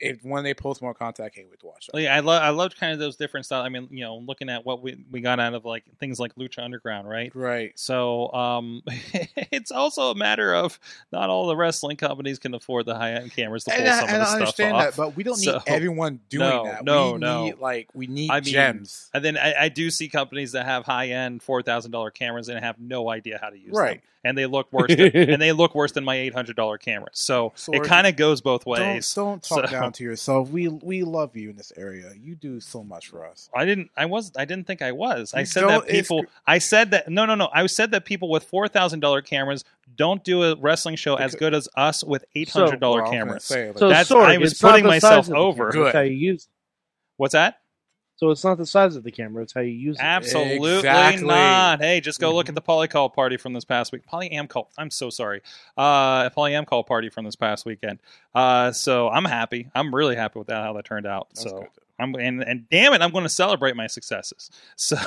Speaker 4: if when they post more content, I can't wait to watch that.
Speaker 2: Oh, Yeah, I love I loved kind of those different styles. I mean, you know, looking at what we, we got out of like things like Lucha Underground, right?
Speaker 4: Right.
Speaker 2: So um, it's also a matter of not all the wrestling companies can afford the high end cameras to pull
Speaker 4: And I,
Speaker 2: some
Speaker 4: and
Speaker 2: of
Speaker 4: I
Speaker 2: this
Speaker 4: understand
Speaker 2: stuff off.
Speaker 4: that, but we don't need
Speaker 2: So-
Speaker 4: everyone doing
Speaker 2: No,
Speaker 4: that.
Speaker 2: no,
Speaker 4: we
Speaker 2: no.
Speaker 4: Need, like we need
Speaker 2: I mean,
Speaker 4: gems.
Speaker 2: And then I, I do see companies that have high end four thousand dollar cameras and have no idea how to use
Speaker 4: Right.
Speaker 2: them, and they look worse. than, and they look worse than my eight hundred dollar camera. So,
Speaker 4: So
Speaker 2: it
Speaker 4: are-
Speaker 2: kind of goes both
Speaker 4: Don't,
Speaker 2: ways.
Speaker 4: don't talk
Speaker 2: So-
Speaker 4: down to yourself. We we love you in this area. You do so much for us.
Speaker 2: I didn't. I was. I didn't think I was. I
Speaker 4: You
Speaker 2: said
Speaker 4: don't-
Speaker 2: that
Speaker 4: it's-
Speaker 2: people. I said that. No, no, no. I said that people with four thousand dollar cameras don't do a wrestling show as
Speaker 4: Because-
Speaker 2: good as us with eight hundred dollar
Speaker 4: Well, I was gonna
Speaker 2: cameras.
Speaker 4: say, like,
Speaker 5: So
Speaker 2: Oh, That's-
Speaker 5: Sorg,
Speaker 2: I was
Speaker 5: it's not
Speaker 2: putting
Speaker 5: the
Speaker 2: myself
Speaker 5: size of the
Speaker 2: over.
Speaker 5: camera, it's
Speaker 4: Good.
Speaker 5: how you use it.
Speaker 2: What's that?
Speaker 5: So it's not the size of the camera; it's how you use it.
Speaker 2: Absolutely
Speaker 4: Exactly. Mm-hmm.
Speaker 2: not. Hey, just go look at the polycall party from this past week. Polyam call. I'm so sorry. Uh, polyam call party from this past weekend. Uh, so I'm happy. I'm really happy with that how that turned out.
Speaker 4: That's
Speaker 2: so
Speaker 4: good.
Speaker 2: I'm and and damn it, I'm going to celebrate my successes. So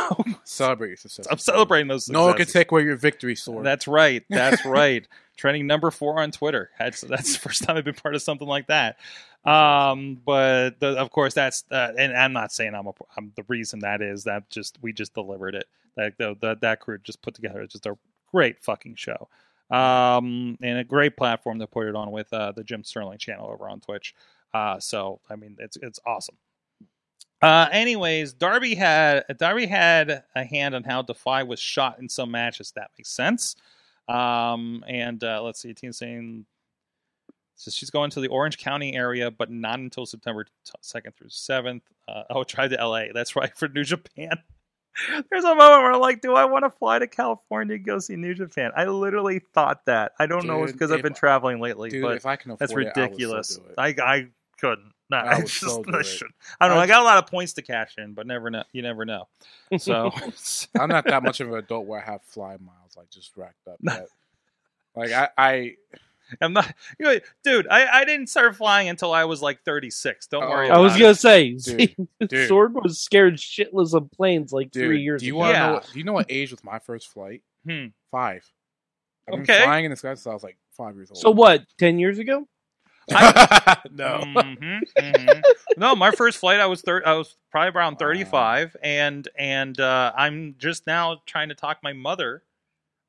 Speaker 4: celebrate your success.
Speaker 2: I'm celebrating those. Successes.
Speaker 4: No one can take away your victory sword.
Speaker 2: That's right. That's right. Trending number four on Twitter. That's that's the first time I've been part of something like that. Um, but the, of course, that's uh, and I'm not saying I'm, a, I'm the reason that is that just we just delivered it. Like the, the that crew just put together just a great fucking show. Um, and a great platform to put it on with uh, the Jim Sterling channel over on Twitch. Uh, so I mean, it's it's awesome. Uh, anyways, Darby had Darby had a hand on how Defy was shot in some matches. That makes sense. Um, and uh, let's see, Tina's saying so she's going to the Orange County area, but not until September second through seventh. Uh, oh, tried to L.A. That's right for New Japan. There's a moment where I'm like, do I want to fly to California to go see New Japan? I literally thought that. I don't know, it's
Speaker 4: Dude,
Speaker 2: because I've
Speaker 4: if-
Speaker 2: been traveling lately,
Speaker 4: Dude,
Speaker 2: but
Speaker 4: if I can afford
Speaker 2: that's
Speaker 4: it, I would
Speaker 2: ridiculous.
Speaker 4: still do it.
Speaker 2: I, I couldn't. No,
Speaker 4: I
Speaker 2: I,
Speaker 4: would
Speaker 2: just
Speaker 4: still do
Speaker 2: I
Speaker 4: it.
Speaker 2: should. I don't know.
Speaker 4: I-
Speaker 2: I got a lot of points to cash in, but never know. You never know. So
Speaker 4: I'm not that much of an adult where I have fly miles like just racked up. Yet. like I, I
Speaker 2: I'm not, you know, dude. I, I didn't start flying until I was like 36. Don't worry.
Speaker 4: Oh,
Speaker 5: I was
Speaker 2: about it.
Speaker 5: gonna say,
Speaker 4: Dude, dude.
Speaker 5: Sword was scared shitless of planes like
Speaker 4: dude,
Speaker 5: three years
Speaker 4: do you
Speaker 5: ago.
Speaker 4: want to
Speaker 2: Yeah.
Speaker 4: know? What, do you know what age was my first flight?
Speaker 2: Hmm.
Speaker 4: Five. I've been
Speaker 2: Okay.
Speaker 4: flying in the sky since I was like five years old.
Speaker 5: So what? Ten years ago?
Speaker 4: no.
Speaker 2: Mhm, mhm. no, my first flight I was thir- I was probably around
Speaker 4: Wow.
Speaker 2: 35 and and uh, I'm just now trying to talk my mother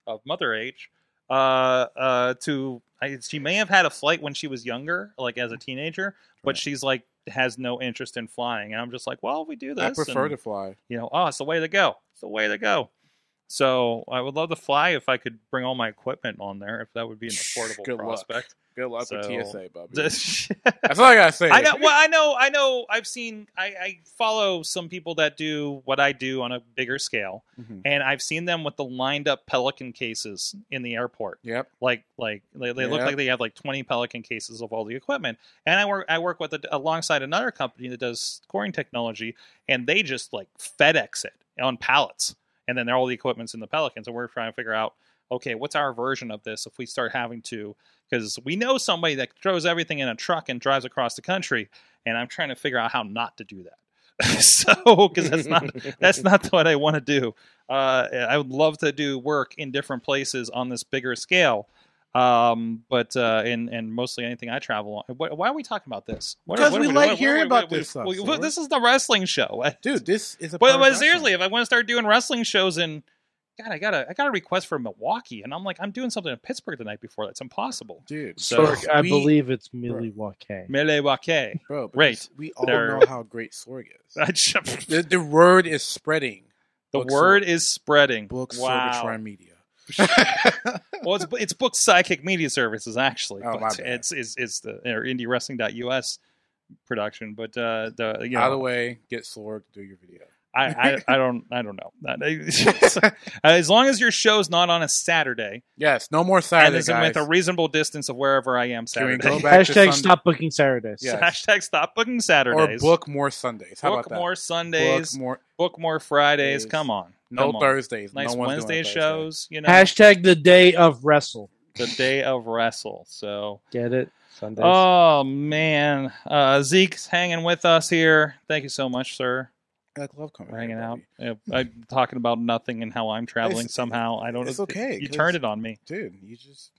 Speaker 2: of mother age uh uh to I, she may have had a flight when she was younger, like as a teenager, but
Speaker 4: Right.
Speaker 2: she's like has no interest in flying. And I'm just like, well, if we do this.
Speaker 4: I prefer
Speaker 2: and-
Speaker 4: to fly.
Speaker 2: you know, oh, it's the way to go. It's the way to go. So I would love to fly if I could bring all my equipment on there, if that would be an affordable
Speaker 4: Good luck.
Speaker 2: prospect.
Speaker 4: Good luck with
Speaker 2: So-
Speaker 4: TSA, Bobby.
Speaker 2: I
Speaker 4: That's all I gotta say.
Speaker 2: know. Well, I know. I know. I've seen. I, I follow some people that do what I do on a bigger scale,
Speaker 4: Mhm.
Speaker 2: and I've seen them with the lined up Pelican cases in the airport.
Speaker 4: Yep.
Speaker 2: Like, like they, they look
Speaker 4: Yeah.
Speaker 2: like they have like twenty Pelican cases of all the equipment. And I work. I work with a, alongside another company that does scoring technology, and they just like FedEx it on pallets, and then all the equipment's in the Pelicans, and we're trying to figure out. Okay, what's our version of this if we start having to because we know somebody that throws everything in a truck and drives across the country, and I'm trying to figure out how not to do that. so, because that's not that's not what I want to do. Uh, I would love to do work in different places on this bigger scale, um, but uh, and and mostly anything I travel on. Why, why are we talking about this? What-
Speaker 4: Because
Speaker 2: what-
Speaker 4: we
Speaker 2: what-
Speaker 4: like
Speaker 2: what-
Speaker 4: hearing
Speaker 2: what- what-
Speaker 4: about this stuff,
Speaker 2: well,
Speaker 4: Silver.
Speaker 2: this is the wrestling show,
Speaker 4: Dude, this is a
Speaker 2: But,
Speaker 4: part of
Speaker 2: but
Speaker 4: wrestling.
Speaker 2: seriously, if I want to start doing wrestling shows in God, I got a I got a request for Milwaukee, and I'm like, I'm doing something in Pittsburgh the night before. That's impossible.
Speaker 4: dude,
Speaker 2: So-
Speaker 4: Sorg,
Speaker 5: I
Speaker 4: we-
Speaker 5: believe it's Milwaukee.
Speaker 2: Milwaukee.
Speaker 4: bro,
Speaker 2: Right.
Speaker 4: because We all
Speaker 2: They're-
Speaker 4: know how great Sorg is.
Speaker 2: I just-
Speaker 4: the, the word is spreading.
Speaker 2: The
Speaker 4: Book
Speaker 2: word
Speaker 4: Sorg-
Speaker 2: is spreading.
Speaker 4: book Sorgatron
Speaker 2: wow.
Speaker 4: Media.
Speaker 2: well, it's it's book psychic media services actually,
Speaker 4: Oh, my
Speaker 2: but
Speaker 4: bad.
Speaker 2: it's it's it's the or indiewrestling.us production. But uh, the you
Speaker 4: By the
Speaker 2: know,
Speaker 4: way, get Sorg to do your video.
Speaker 2: I, I I don't I don't know. That- as long as your show's not on a Saturday
Speaker 4: Yes, no more
Speaker 2: and
Speaker 4: Saturday,
Speaker 2: is
Speaker 4: guys.
Speaker 2: with a reasonable distance of wherever I am
Speaker 4: Can we
Speaker 2: Saturday.
Speaker 4: go back to
Speaker 5: Hashtag
Speaker 4: Sunday?
Speaker 5: stop booking Saturdays.
Speaker 4: Yeah.
Speaker 2: Hashtag stop booking
Speaker 4: or
Speaker 2: Saturdays.
Speaker 4: book more Sundays. How
Speaker 2: Book
Speaker 4: about that?
Speaker 2: more Sundays.
Speaker 4: Book
Speaker 2: Book
Speaker 4: more.
Speaker 2: more, Fridays.
Speaker 4: Days.
Speaker 2: Come on.
Speaker 4: No
Speaker 2: Come on.
Speaker 4: Thursdays.
Speaker 2: Nice
Speaker 4: no one's doing a
Speaker 2: Wednesday
Speaker 4: Thursday.
Speaker 2: shows. You know,
Speaker 5: Hashtag the day of wrestle.
Speaker 2: the day of wrestle. So.
Speaker 5: Get it? Sundays.
Speaker 2: Oh man, uh, Zeke's hanging with us here. Thank you so much, sir,
Speaker 4: I love
Speaker 2: for
Speaker 4: coming. here,
Speaker 2: hanging out.
Speaker 4: Bobby.
Speaker 2: Yeah, I'm talking about nothing and how I'm traveling
Speaker 4: It's-
Speaker 2: somehow. I don't.
Speaker 4: it's okay,
Speaker 2: You
Speaker 4: 'cause-
Speaker 2: turned it on me.
Speaker 4: dude. You just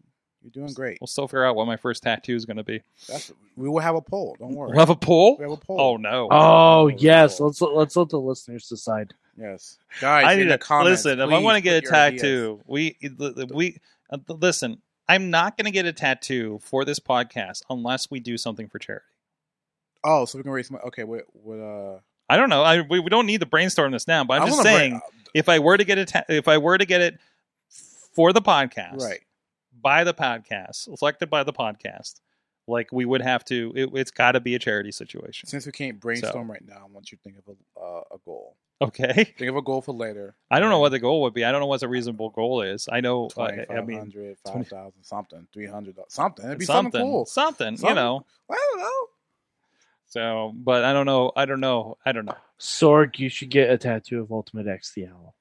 Speaker 4: you're doing great.
Speaker 2: We'll still figure out what my first tattoo is going to be.
Speaker 4: That's, we will have a poll. Don't worry.
Speaker 2: We'll have a poll.
Speaker 4: We have a poll.
Speaker 2: Oh no.
Speaker 5: Oh
Speaker 4: Oh,
Speaker 5: yes,
Speaker 4: cool.
Speaker 5: let's let's let the listeners decide.
Speaker 4: Yes, guys.
Speaker 2: I need
Speaker 4: in
Speaker 2: to
Speaker 4: the comments,
Speaker 2: listen. If I
Speaker 4: please
Speaker 2: want to get a
Speaker 4: put your ideas.
Speaker 2: tattoo, we we uh, listen. I'm not going to get a tattoo for this podcast unless we do something for charity.
Speaker 4: Oh, so we can raise. Money. Okay, what? What? Uh,
Speaker 2: I don't know. I we, we don't need to brainstorm this now, but I'm
Speaker 4: I
Speaker 2: just
Speaker 4: wanna bring- uh,
Speaker 2: saying. if I were to get it, if I were to get it for the podcast,
Speaker 4: right.
Speaker 2: by the podcast, selected by the podcast, like we would have to. It, it's got to be a charity situation.
Speaker 4: Since we can't brainstorm right now, I want you to think of a uh, a goal.
Speaker 2: Okay,
Speaker 4: Think of a goal for later.
Speaker 2: I don't know what the goal would be. I don't know what a reasonable goal is. I know. uh, I- I mean,
Speaker 4: 2,500,
Speaker 2: twenty-
Speaker 4: 5,000, something, 300, something. It'd be something,
Speaker 2: something,
Speaker 4: cool.
Speaker 2: something, you
Speaker 4: Something.
Speaker 2: know.
Speaker 4: I don't know.
Speaker 2: So, but I don't know. I don't know. I don't know.
Speaker 5: Sorg, you should get a tattoo of Ultimate X the Owl.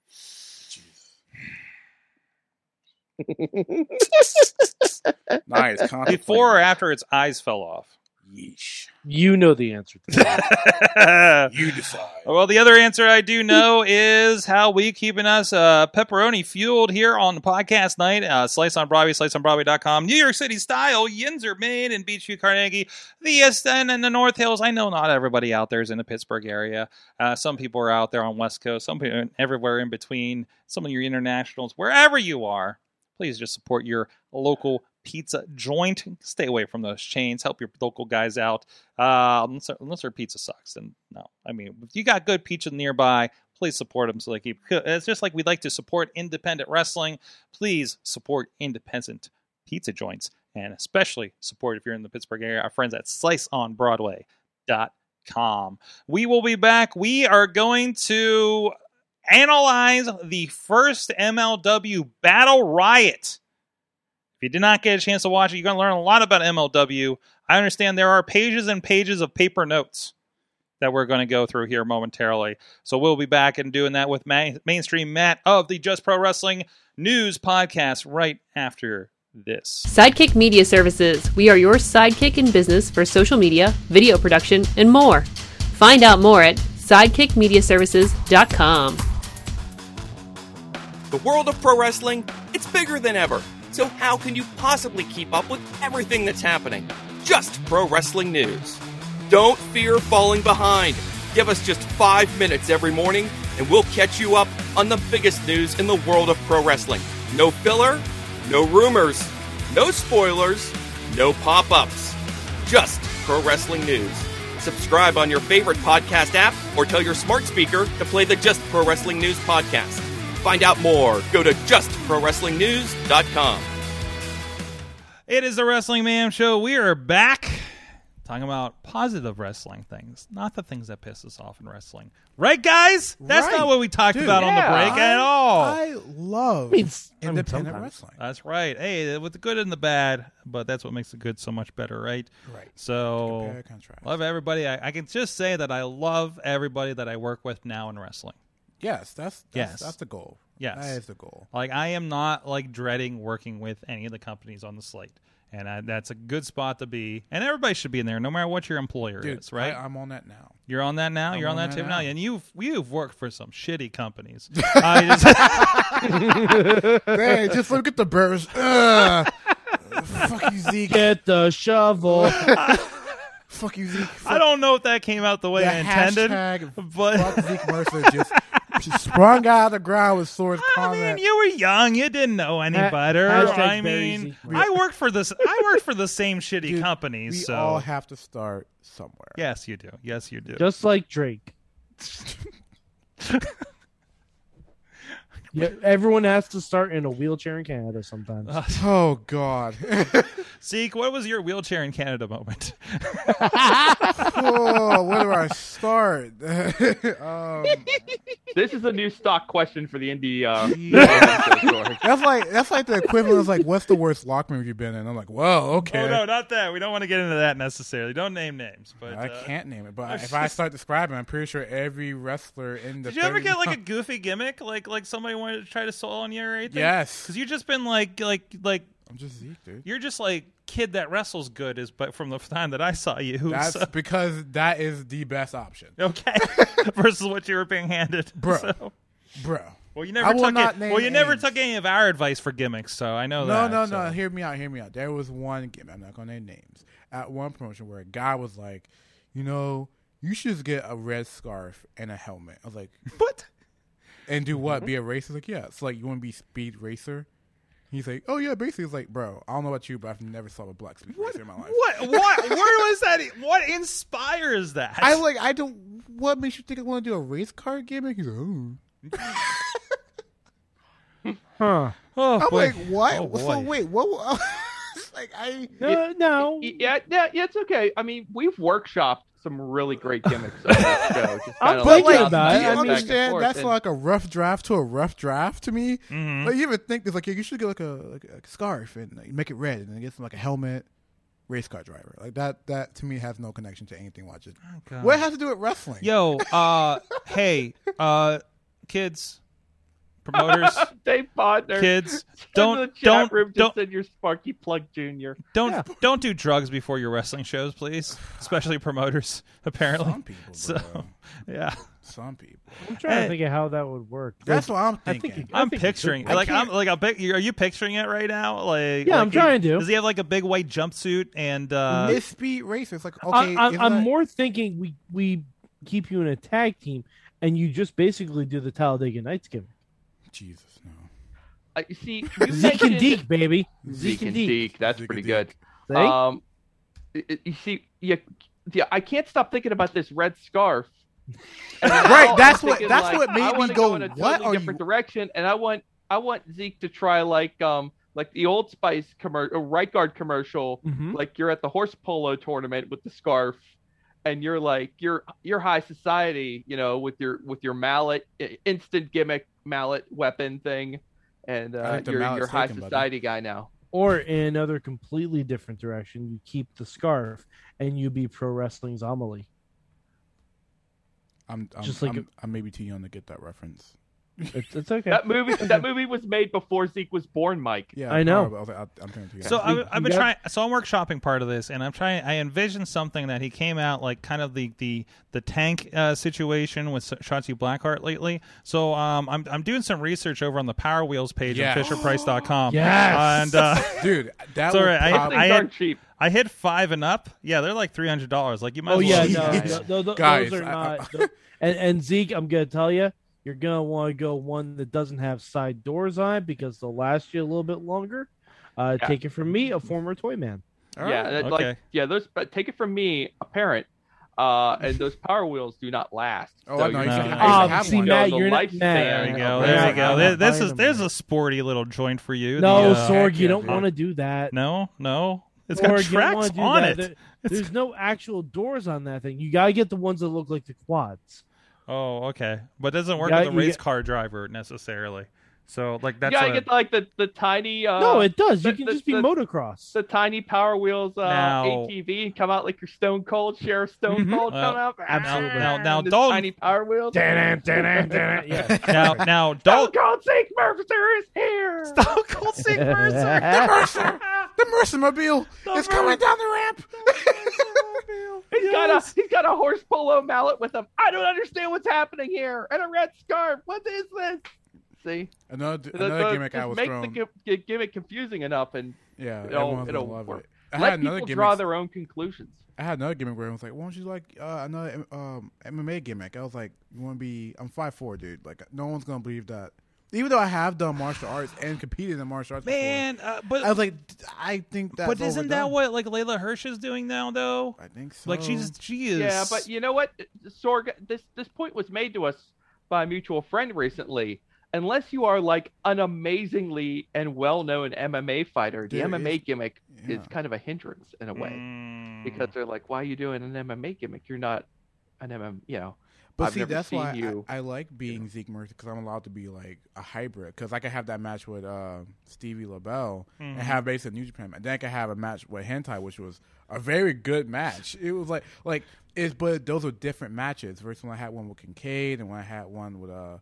Speaker 4: Nice. contemplating.
Speaker 2: Before or after its eyes fell off.
Speaker 4: Yeesh.
Speaker 5: You know the answer to that.
Speaker 4: You decide.
Speaker 2: Well, the other answer I do know is how we keeping us uh, pepperoni fueled here on the podcast night. Uh, Slice on Broadway, sliceonbroadway.com. New York City style, yins are made in Beachview, Carnegie, the East End, and the North Hills. I know not everybody out there is in the Pittsburgh area. Uh, some people are out there on West Coast. Some people are everywhere in between. Some of your internationals, wherever you are, please just support your local pizza joint. Stay away from those chains. Help your local guys out. Uh, unless, unless their pizza sucks, then no. I mean, if you got good pizza nearby, please support them so they keep. It's just like we'd like to support independent wrestling. Please support independent pizza joints, and especially support if you're in the Pittsburgh area. Our friends at SliceOnBroadway.com. We will be back. We are going to analyze the first MLW Battle Riot. If you did not get a chance to watch it, you're going to learn a lot about MLW. I understand there are pages and pages of paper notes that we're going to go through here momentarily. So we'll be back and doing that with Ma- mainstream Matt of the Just Pro Wrestling News podcast right after this.
Speaker 8: Sidekick Media Services. We are your sidekick in business for social media, video production, and more. Find out more at sidekickmediaservices.com.
Speaker 9: The world of pro wrestling, it's bigger than ever. So how can you possibly keep up with everything that's happening? Just pro wrestling news. Don't fear falling behind. Give us just 5 minutes every morning and we'll catch you up on the biggest news in the world of pro wrestling. No filler, no rumors, no spoilers, no pop-ups. Just pro wrestling news.
Speaker 10: subscribe on your favorite podcast app, or tell your smart speaker to play the Just Pro Wrestling News podcast. Find out more. Go to justprowrestlingnews.com.
Speaker 2: It is the Wrestling Mayhem Show. We are back talking about positive wrestling things, not the things that piss us off in wrestling. Right, guys? That's
Speaker 4: Right.
Speaker 2: not what we talked
Speaker 4: Dude,
Speaker 2: about on the break at all. Uh,
Speaker 4: I love
Speaker 5: I mean, s-
Speaker 4: independent
Speaker 5: sometimes.
Speaker 4: wrestling.
Speaker 2: that's right. Hey, with the good and the bad, but that's what makes the good so much better, right?
Speaker 4: Right. Compare
Speaker 2: So,
Speaker 4: and contrast.
Speaker 2: love everybody. I, I can just say that I love everybody that I work with now in wrestling.
Speaker 4: Yes, that's, that's
Speaker 2: Yes.
Speaker 4: that's the goal.
Speaker 2: Yes.
Speaker 4: that is the goal.
Speaker 2: Like I am not like dreading working with any of the companies on the slate, and I, that's a good spot to be. And everybody should be in there, no matter what your employer
Speaker 4: Dude,
Speaker 2: is. Right?
Speaker 4: I, I'm on that now.
Speaker 2: You're on that now.
Speaker 4: I'm
Speaker 2: You're on,
Speaker 4: on
Speaker 2: that,
Speaker 4: that
Speaker 2: table now.
Speaker 4: now.
Speaker 2: and you've you've worked for some shitty companies. I just,
Speaker 4: hey, just look at the birds. Ugh. Fuck you, Zeke.
Speaker 5: Get the shovel.
Speaker 4: Fuck you, Zeke. Fuck
Speaker 2: I don't know if that came out the way
Speaker 4: the
Speaker 2: I intended,
Speaker 4: hashtag
Speaker 2: but
Speaker 4: Fuck Zeke Mercer just, just sprung out of the ground with Sora's
Speaker 2: I mean,
Speaker 4: comment.
Speaker 2: you were young. You didn't know any
Speaker 5: Ha-
Speaker 2: better.
Speaker 5: hashtag
Speaker 2: I
Speaker 5: Barry
Speaker 2: mean,
Speaker 5: Zeke.
Speaker 2: I worked for this. I worked for the same shitty
Speaker 4: Dude,
Speaker 2: companies.
Speaker 4: we
Speaker 2: so
Speaker 4: all have to start somewhere.
Speaker 2: yes, you do. Yes, you do.
Speaker 5: Just like Drake. yeah, everyone has to start in a wheelchair in Canada sometimes.
Speaker 4: Oh God.
Speaker 2: Zeke, what was your wheelchair in Canada moment?
Speaker 4: oh, where do I start? um,
Speaker 7: This is a new stock question for the indie. Uh,
Speaker 4: that's like that's like the equivalent of like what's the worst lock room you've been in? I'm like, whoa, okay.
Speaker 2: Oh no, not that. We don't want to get into that necessarily. Don't name names, but
Speaker 4: I
Speaker 2: uh,
Speaker 4: can't name it, but if I start describing, I'm pretty sure every wrestler in the
Speaker 2: Did you ever
Speaker 4: 30
Speaker 2: get like a goofy gimmick, like like somebody wanted to try to sell on you or anything?
Speaker 4: yes,
Speaker 2: because you've just been like like like
Speaker 4: I'm just Zeke, dude.
Speaker 2: you're just like kid that wrestles good is, but from the time that I saw you,
Speaker 4: That's
Speaker 2: so-
Speaker 4: because that is the best option,
Speaker 2: okay, versus what you were being handed,
Speaker 4: Bro.
Speaker 2: So-
Speaker 4: bro.
Speaker 2: well, you
Speaker 4: I
Speaker 2: never
Speaker 4: will
Speaker 2: took
Speaker 4: not
Speaker 2: it.
Speaker 4: name
Speaker 2: Well, you never
Speaker 4: names.
Speaker 2: took any of our advice for gimmicks, so I know
Speaker 4: No,
Speaker 2: that.
Speaker 4: no,
Speaker 2: so.
Speaker 4: no. Hear me out. Hear me out. There was one game. I'm not gonna name names. At one promotion where a guy was like, you know, you should just get a red scarf and a helmet. I was like,
Speaker 2: What?
Speaker 4: and do
Speaker 2: Mm-hmm.
Speaker 4: what? Be a racer? Like, yeah. It's like you want to be speed racer. He's like, oh yeah. Basically, it's like, bro, I don't know about you, but I've never saw a black speed racer in my life.
Speaker 2: What? What? Where was that? e, What inspires that?
Speaker 4: I like. I don't. What makes you think I want to do a race car gimmick? He's like, oh.
Speaker 5: Huh.
Speaker 2: Oh,
Speaker 4: I'm
Speaker 2: boy.
Speaker 4: like, what?
Speaker 2: Oh,
Speaker 4: so
Speaker 2: boy.
Speaker 4: wait, what? It's like I.
Speaker 5: No, no.
Speaker 7: yeah, yeah, yeah, it's okay. I mean, we've workshopped some really great gimmicks on this show. Just kinda
Speaker 5: thinking
Speaker 7: like
Speaker 4: Do you
Speaker 5: about it. I
Speaker 7: bouncing back and
Speaker 4: understand?
Speaker 7: forth,
Speaker 4: That's
Speaker 7: and-
Speaker 4: like a rough draft to a rough draft to me.
Speaker 2: Mhm.
Speaker 4: Like you even think there's like yeah, you should get like a, like a scarf and like, make it red and then get some like a helmet, race car driver like that. That to me has no connection to anything. Watch it.
Speaker 2: God.
Speaker 4: What has to do with wrestling?
Speaker 2: Yo, uh, hey, uh, kids, promoters,
Speaker 7: Dave Bodner.
Speaker 2: kids,
Speaker 7: in the
Speaker 2: don't,
Speaker 7: chat
Speaker 2: don't,
Speaker 7: room just
Speaker 2: don't,
Speaker 7: said you're Sparky Plug Junior.
Speaker 2: don't, don't do drugs before your wrestling shows, please. Especially promoters, apparently.
Speaker 4: Some people,
Speaker 2: So-
Speaker 4: bro.
Speaker 2: yeah,
Speaker 4: Some people.
Speaker 5: I'm trying
Speaker 2: Hey.
Speaker 5: to think of how that would work.
Speaker 4: That's what I'm
Speaker 5: I think
Speaker 4: thinking.
Speaker 5: you-
Speaker 2: I'm
Speaker 5: think it could
Speaker 2: picturing
Speaker 5: be.
Speaker 2: like I'm
Speaker 4: can't-
Speaker 2: like a big. Are you picturing it right now? Like,
Speaker 5: Yeah, I'm
Speaker 2: like,
Speaker 5: trying to.
Speaker 2: Does he have like a big white jumpsuit and uh,
Speaker 4: Miss speed racer. It's like
Speaker 5: I-
Speaker 4: okay.
Speaker 5: I,
Speaker 4: it's
Speaker 5: I'm
Speaker 4: like-
Speaker 5: more thinking we we keep you in a tag team, and you just basically do the Talladega Nights gimmick.
Speaker 4: Jesus no.
Speaker 7: Uh, you see, you
Speaker 5: Zeke and
Speaker 7: mentioned-
Speaker 5: Deke, baby.
Speaker 7: Zeke and Deke. That's
Speaker 4: Zeke
Speaker 7: pretty
Speaker 4: and
Speaker 7: good.
Speaker 4: Deke.
Speaker 5: See?
Speaker 7: Um, it- it- you see, yeah, yeah, I can't stop thinking about this red scarf. And now
Speaker 4: Right,
Speaker 7: I'm
Speaker 4: that's what-
Speaker 7: thinking,
Speaker 4: that's
Speaker 7: like,
Speaker 4: what made
Speaker 7: I
Speaker 4: me
Speaker 7: wanna
Speaker 4: go,
Speaker 7: in a
Speaker 4: what
Speaker 7: totally
Speaker 4: are
Speaker 7: different
Speaker 4: you-
Speaker 7: direction, and I want I want Zeke to try like um like the Old Spice commercial, right guard commercial,
Speaker 5: Mhm.
Speaker 4: Mm-hmm.
Speaker 7: like you're at the horse polo tournament with the scarf and you're like you're you're high society you know with your with your mallet i- instant gimmick mallet weapon thing and
Speaker 4: I
Speaker 7: uh,
Speaker 4: think the
Speaker 7: you're you're
Speaker 4: mallet's
Speaker 7: high
Speaker 4: taken, buddy.
Speaker 7: society guy now
Speaker 5: Or in another completely different direction, you keep the scarf and you be pro wrestling's Amelie.
Speaker 4: I'm, I'm
Speaker 5: Just like
Speaker 4: I'm, I'm maybe too young to get that reference.
Speaker 5: It's, it's okay.
Speaker 7: that movie that movie was made before zeke was born mike
Speaker 4: Yeah,
Speaker 5: I know.
Speaker 4: probably. I was like, I- I'm thinking too young.
Speaker 2: So
Speaker 5: You-
Speaker 2: I, I've
Speaker 5: you
Speaker 2: been
Speaker 5: got-
Speaker 2: trying. So I'm workshopping part of this, and I'm trying. I envisioned something that he came out like kind of the the the tank uh, situation with Shotzi Blackheart lately. So um, I'm I'm doing some research over on the Power Wheels page
Speaker 4: Yeah.
Speaker 2: on FisherPrice.com.
Speaker 5: Yes.
Speaker 2: and uh,
Speaker 4: dude, that
Speaker 2: It's
Speaker 4: was
Speaker 2: alright, I-
Speaker 7: Those
Speaker 4: probably-
Speaker 7: things
Speaker 2: had-
Speaker 7: aren't cheap
Speaker 2: I hit five and up. Yeah, they're like three hundred dollars. Like you might.
Speaker 5: Oh
Speaker 2: as
Speaker 5: yeah,
Speaker 2: well.
Speaker 5: no,
Speaker 4: Jeez.
Speaker 5: no, no, th-
Speaker 4: Guys,
Speaker 5: those are
Speaker 4: I-
Speaker 5: not.
Speaker 4: I-
Speaker 5: th- and, and Zeke, I'm gonna tell you, you're gonna want to go one that doesn't have side doors on it because they'll last you a little bit longer. Uh,
Speaker 7: Yeah.
Speaker 5: Take it from me, a former toy man.
Speaker 4: All
Speaker 7: yeah
Speaker 4: right.
Speaker 7: that-
Speaker 2: okay.
Speaker 7: like yeah those but take it from me a parent Uh, and those power wheels do not last.
Speaker 4: Oh,
Speaker 7: So
Speaker 4: I know.
Speaker 7: you
Speaker 4: You
Speaker 2: No.
Speaker 7: can
Speaker 4: should-
Speaker 7: actually
Speaker 4: I
Speaker 5: Oh,
Speaker 4: used to have
Speaker 5: see,
Speaker 4: one.
Speaker 7: build
Speaker 5: Matt,
Speaker 7: a
Speaker 5: you're not- Matt,
Speaker 7: lifespan.
Speaker 2: There you
Speaker 4: Yeah,
Speaker 2: go.
Speaker 4: I'm
Speaker 2: There you
Speaker 4: buying
Speaker 2: go.
Speaker 4: them.
Speaker 2: Th-
Speaker 4: I'm
Speaker 2: This
Speaker 4: buying
Speaker 2: is
Speaker 4: them
Speaker 2: there's
Speaker 4: now.
Speaker 2: a sporty little joint for you.
Speaker 5: No,
Speaker 2: The, uh,
Speaker 5: Sorg, you
Speaker 4: yeah,
Speaker 5: don't
Speaker 4: dude.
Speaker 5: want to do that.
Speaker 2: no, no. It's got
Speaker 5: Sorg, you don't wanna
Speaker 2: tracks
Speaker 5: do
Speaker 2: on
Speaker 5: that.
Speaker 2: it.
Speaker 5: There- there's no actual doors on that thing. You gotta get the ones that look like the quads.
Speaker 2: Oh, okay. But it doesn't work
Speaker 5: Yeah,
Speaker 2: with a
Speaker 5: you
Speaker 2: race
Speaker 5: get-
Speaker 2: car driver necessarily. So like
Speaker 7: You
Speaker 2: that's
Speaker 7: gotta
Speaker 2: a,
Speaker 7: get like the the tiny uh,
Speaker 5: no, it does. You
Speaker 7: the-
Speaker 5: can
Speaker 7: the-
Speaker 5: just be
Speaker 7: the-
Speaker 5: motocross.
Speaker 7: the tiny Power Wheels uh,
Speaker 2: Now-
Speaker 7: ATV and come out like your Stone Cold Sheriff Stone
Speaker 4: Mhm.
Speaker 7: Cold
Speaker 2: Well,
Speaker 7: come out.
Speaker 2: absolutely. Now-
Speaker 7: Ah,
Speaker 2: now
Speaker 7: the
Speaker 2: Dalton-
Speaker 7: tiny Power Wheels.
Speaker 4: Dun-dun, dun-dun, dun-dun. Yeah.
Speaker 2: now now
Speaker 7: Stone
Speaker 2: Dalton
Speaker 7: Cold Six Mercer is here.
Speaker 2: Stone Cold Steve Mercer.
Speaker 4: The Mercer! The Mercer Mobile! It's coming down the ramp!
Speaker 7: He's got a he's got a horse polo mallet with him. I don't understand what's happening here. And a red scarf. What is this? See,
Speaker 4: another
Speaker 7: The-
Speaker 4: another
Speaker 7: the-
Speaker 4: gimmick I
Speaker 7: just
Speaker 4: was
Speaker 7: make
Speaker 4: thrown.
Speaker 7: the gi- gi- gimmick confusing enough, and
Speaker 4: yeah,
Speaker 7: it'll-
Speaker 4: everyone's gonna
Speaker 7: it'll
Speaker 4: love
Speaker 7: work.
Speaker 4: it. I
Speaker 7: let
Speaker 4: had another
Speaker 7: people draw
Speaker 4: gimmick.
Speaker 7: their own conclusions.
Speaker 4: I had another gimmick where I was like, "Why don't you like uh, another um, MMA gimmick?" I was like, "You want to be? I'm five four, dude. Like, no one's gonna believe that." Even though I have done martial arts and competed in martial arts,
Speaker 2: Man, uh,
Speaker 4: before, I
Speaker 2: but
Speaker 4: was like, "D- "I think that's
Speaker 2: but isn't that
Speaker 4: overdone."
Speaker 2: what like Layla Hirsch is doing now though?
Speaker 4: I think so.
Speaker 2: Like she's she is
Speaker 7: Yeah, but you know what, Sorg? This this point was made to us by a mutual friend recently. Unless you are like an amazingly and well-known MMA fighter, the
Speaker 4: There
Speaker 7: MMA
Speaker 4: is-
Speaker 7: gimmick
Speaker 4: yeah.
Speaker 7: is kind of a hindrance in a way
Speaker 2: Mm.
Speaker 7: because they're like, "Why are you doing an MMA gimmick? You're not an MM, you know."
Speaker 4: But
Speaker 7: I've
Speaker 4: see,
Speaker 7: never
Speaker 4: that's
Speaker 7: seen
Speaker 4: why
Speaker 7: you-
Speaker 4: I, I like being Zeke Mercer because I'm allowed to be like a hybrid because I can have that match with uh, Stevie LaBelle and
Speaker 7: Mm-hmm.
Speaker 2: Mm.
Speaker 4: have basically New Japan, and then I can have a match with Hentai, which was a very good match. It was like like it's but those are different matches. Versus when I had one with Kincaid and when I had one with uh,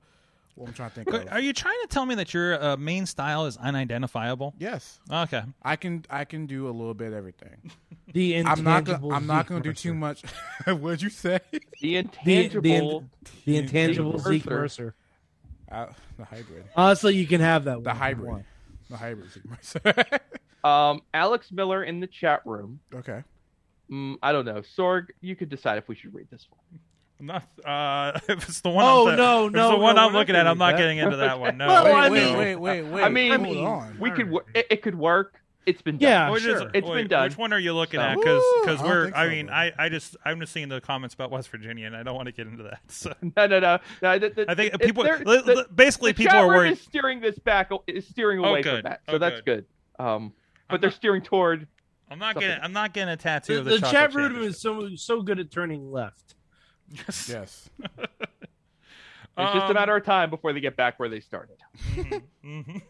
Speaker 4: what I'm trying to think
Speaker 2: But
Speaker 4: of.
Speaker 2: Are you trying to tell me that your uh, main style is unidentifiable?
Speaker 4: yes,
Speaker 2: Okay.
Speaker 4: I can I can do a little bit of everything.
Speaker 5: the
Speaker 4: I'm not gonna,
Speaker 5: intangible
Speaker 4: I'm not
Speaker 5: Zeke
Speaker 4: going to do too
Speaker 5: Mercer.
Speaker 4: much. What'd you say?
Speaker 7: The
Speaker 5: The,
Speaker 7: intangible.
Speaker 5: the, the intangible
Speaker 7: Mercer.
Speaker 5: Zeke Mercer.
Speaker 4: Uh, the hybrid,
Speaker 5: Honestly, you can have that. One
Speaker 4: the
Speaker 5: if you
Speaker 4: hybrid,
Speaker 5: want.
Speaker 4: the hybrid Zeke Mercer.
Speaker 7: Um, Alex Miller in the chat room.
Speaker 4: okay.
Speaker 7: Mm, I don't know. Sorg, you could decide if we should read this one.
Speaker 2: Not, uh, if it's the one.
Speaker 5: Oh,
Speaker 2: I'm
Speaker 5: no,
Speaker 2: if it's
Speaker 5: no,
Speaker 2: the one
Speaker 5: no,
Speaker 2: I'm
Speaker 5: we're not
Speaker 2: looking at.
Speaker 5: gonna
Speaker 2: I'm not
Speaker 5: do that.
Speaker 2: getting into that one. No.
Speaker 11: Oh,
Speaker 5: Well,
Speaker 4: wait,
Speaker 5: I
Speaker 4: wait,
Speaker 5: mean-
Speaker 4: wait, wait, wait.
Speaker 7: I mean,
Speaker 4: hold
Speaker 7: I mean,
Speaker 4: on.
Speaker 7: We could. wor- It, it could work. It's been done.
Speaker 5: Yeah,
Speaker 2: Which
Speaker 5: sure.
Speaker 2: is-
Speaker 7: It's
Speaker 2: wait,
Speaker 7: been done.
Speaker 2: Which one are you looking
Speaker 7: So-
Speaker 2: at? Because
Speaker 4: Ooh, I don't
Speaker 2: we're.
Speaker 4: think
Speaker 2: I
Speaker 4: so,
Speaker 2: mean,
Speaker 4: though.
Speaker 2: I, I just I'm just seeing the comments about West Virginia, and I don't want to get into that. So
Speaker 7: No, no, no. no the, the,
Speaker 2: I think
Speaker 7: it-
Speaker 2: people.
Speaker 7: they're-
Speaker 2: li-
Speaker 7: the-
Speaker 2: li- basically,
Speaker 7: the
Speaker 2: people
Speaker 7: chat
Speaker 2: are
Speaker 7: room
Speaker 2: worried.
Speaker 7: Is steering this back is steering away
Speaker 2: good.
Speaker 7: from that, so
Speaker 2: Oh,
Speaker 7: that's good. Um, but
Speaker 2: I'm
Speaker 7: they're
Speaker 2: not-
Speaker 7: steering toward.
Speaker 2: I'm not
Speaker 7: something.
Speaker 2: getting. I'm not getting a tattoo
Speaker 5: The,
Speaker 2: of the,
Speaker 5: the
Speaker 2: chocolate
Speaker 5: chat room
Speaker 2: championship.
Speaker 5: is so so good at turning left.
Speaker 4: Yes.
Speaker 7: It's just a
Speaker 2: Um,
Speaker 7: matter of time before they get back where they started.
Speaker 2: Mhm.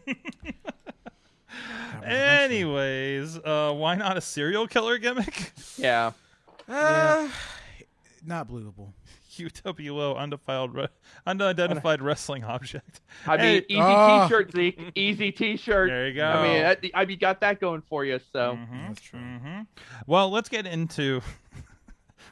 Speaker 2: Anyways, uh, why not a serial killer gimmick?
Speaker 7: Yeah.
Speaker 4: Uh, not believable.
Speaker 2: UWO undefiled, re- unidentified wrestling object.
Speaker 7: I mean,
Speaker 2: Hey, uh,
Speaker 7: easy
Speaker 4: ah.
Speaker 7: T-shirt, Zeke. Easy T-shirt.
Speaker 2: There you go. Mm.
Speaker 7: I mean, that, I mean, got that going for you. So
Speaker 4: Oh. That's true.
Speaker 2: hmm Well, let's get into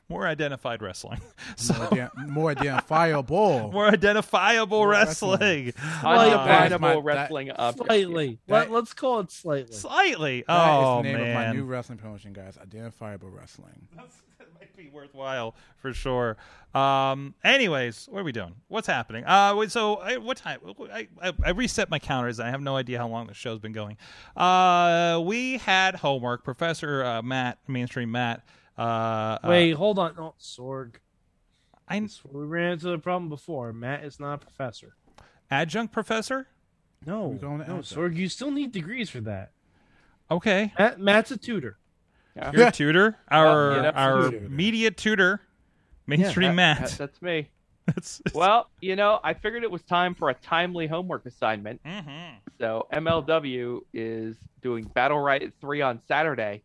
Speaker 2: more identified wrestling. So,
Speaker 4: More, damn, more damn fireball.
Speaker 2: more identifiable
Speaker 4: More
Speaker 2: wrestling. Uh,
Speaker 4: wrestling.
Speaker 7: undefinable
Speaker 4: my- that-
Speaker 7: wrestling object.
Speaker 5: Slightly.
Speaker 4: That-
Speaker 5: Let, us call it slightly.
Speaker 2: Slightly.
Speaker 4: That is
Speaker 2: oh
Speaker 4: the name of
Speaker 2: man,
Speaker 4: my new wrestling promotion, guys. Identifiable wrestling.
Speaker 2: that might be worthwhile for sure. Um. Anyways, what are we doing? What's happening? Uh. wait, So, I, what time? I, I I reset my counters. I have no idea how long the show's been going. Uh. We had homework. Professor uh, Matt, mainstream Matt. Uh.
Speaker 5: Wait, hold on. Oh, Sorg.
Speaker 2: I,
Speaker 5: This- We ran into the problem before. Matt is not a professor.
Speaker 2: uh, adjunct professor.
Speaker 5: No,
Speaker 4: We're going to
Speaker 5: no,
Speaker 4: answer.
Speaker 5: Sorg. You still need degrees for that.
Speaker 2: Okay.
Speaker 5: Matt, Matt's a tutor.
Speaker 2: Your tutor, our
Speaker 7: yeah, that's
Speaker 2: our
Speaker 4: tutor.
Speaker 2: media tutor, mainstream Matt.
Speaker 7: That- that- that's me.
Speaker 2: That's-
Speaker 7: Well, you know, I figured it was time for a timely homework assignment.
Speaker 2: Mhm.
Speaker 7: So MLW is doing Battle Riot 3 on Saturday.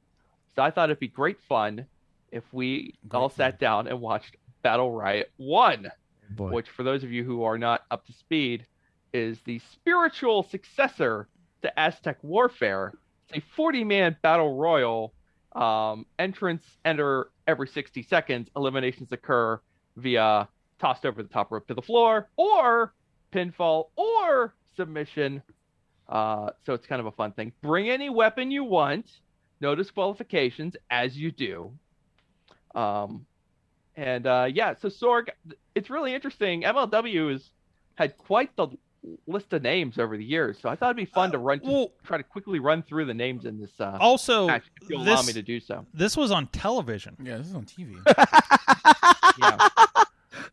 Speaker 7: So I thought it'd be great fun if we all sat down and watched Battle Riot 1,
Speaker 5: Boy.
Speaker 7: which for those of you who are not up to speed is the spiritual successor to Aztec Warfare. It's a 40-man battle royal. Um, entrants enter every 60 seconds. Eliminations occur via tossed over the top rope to the floor or pinfall or submission. Uh, so it's kind of a fun thing. Bring any weapon you want. No disqualifications as you do. Um, and uh, yeah, so Sorg, it's really interesting. MLW has had quite the list of names over the years, so I thought it'd be fun to run to,
Speaker 2: well-
Speaker 7: try to quickly run through the names in this uh,
Speaker 2: Also,
Speaker 7: match. If you'll allow
Speaker 2: Oh, this,
Speaker 7: me to do so.
Speaker 2: this was on television.
Speaker 11: Yeah, this is on TV.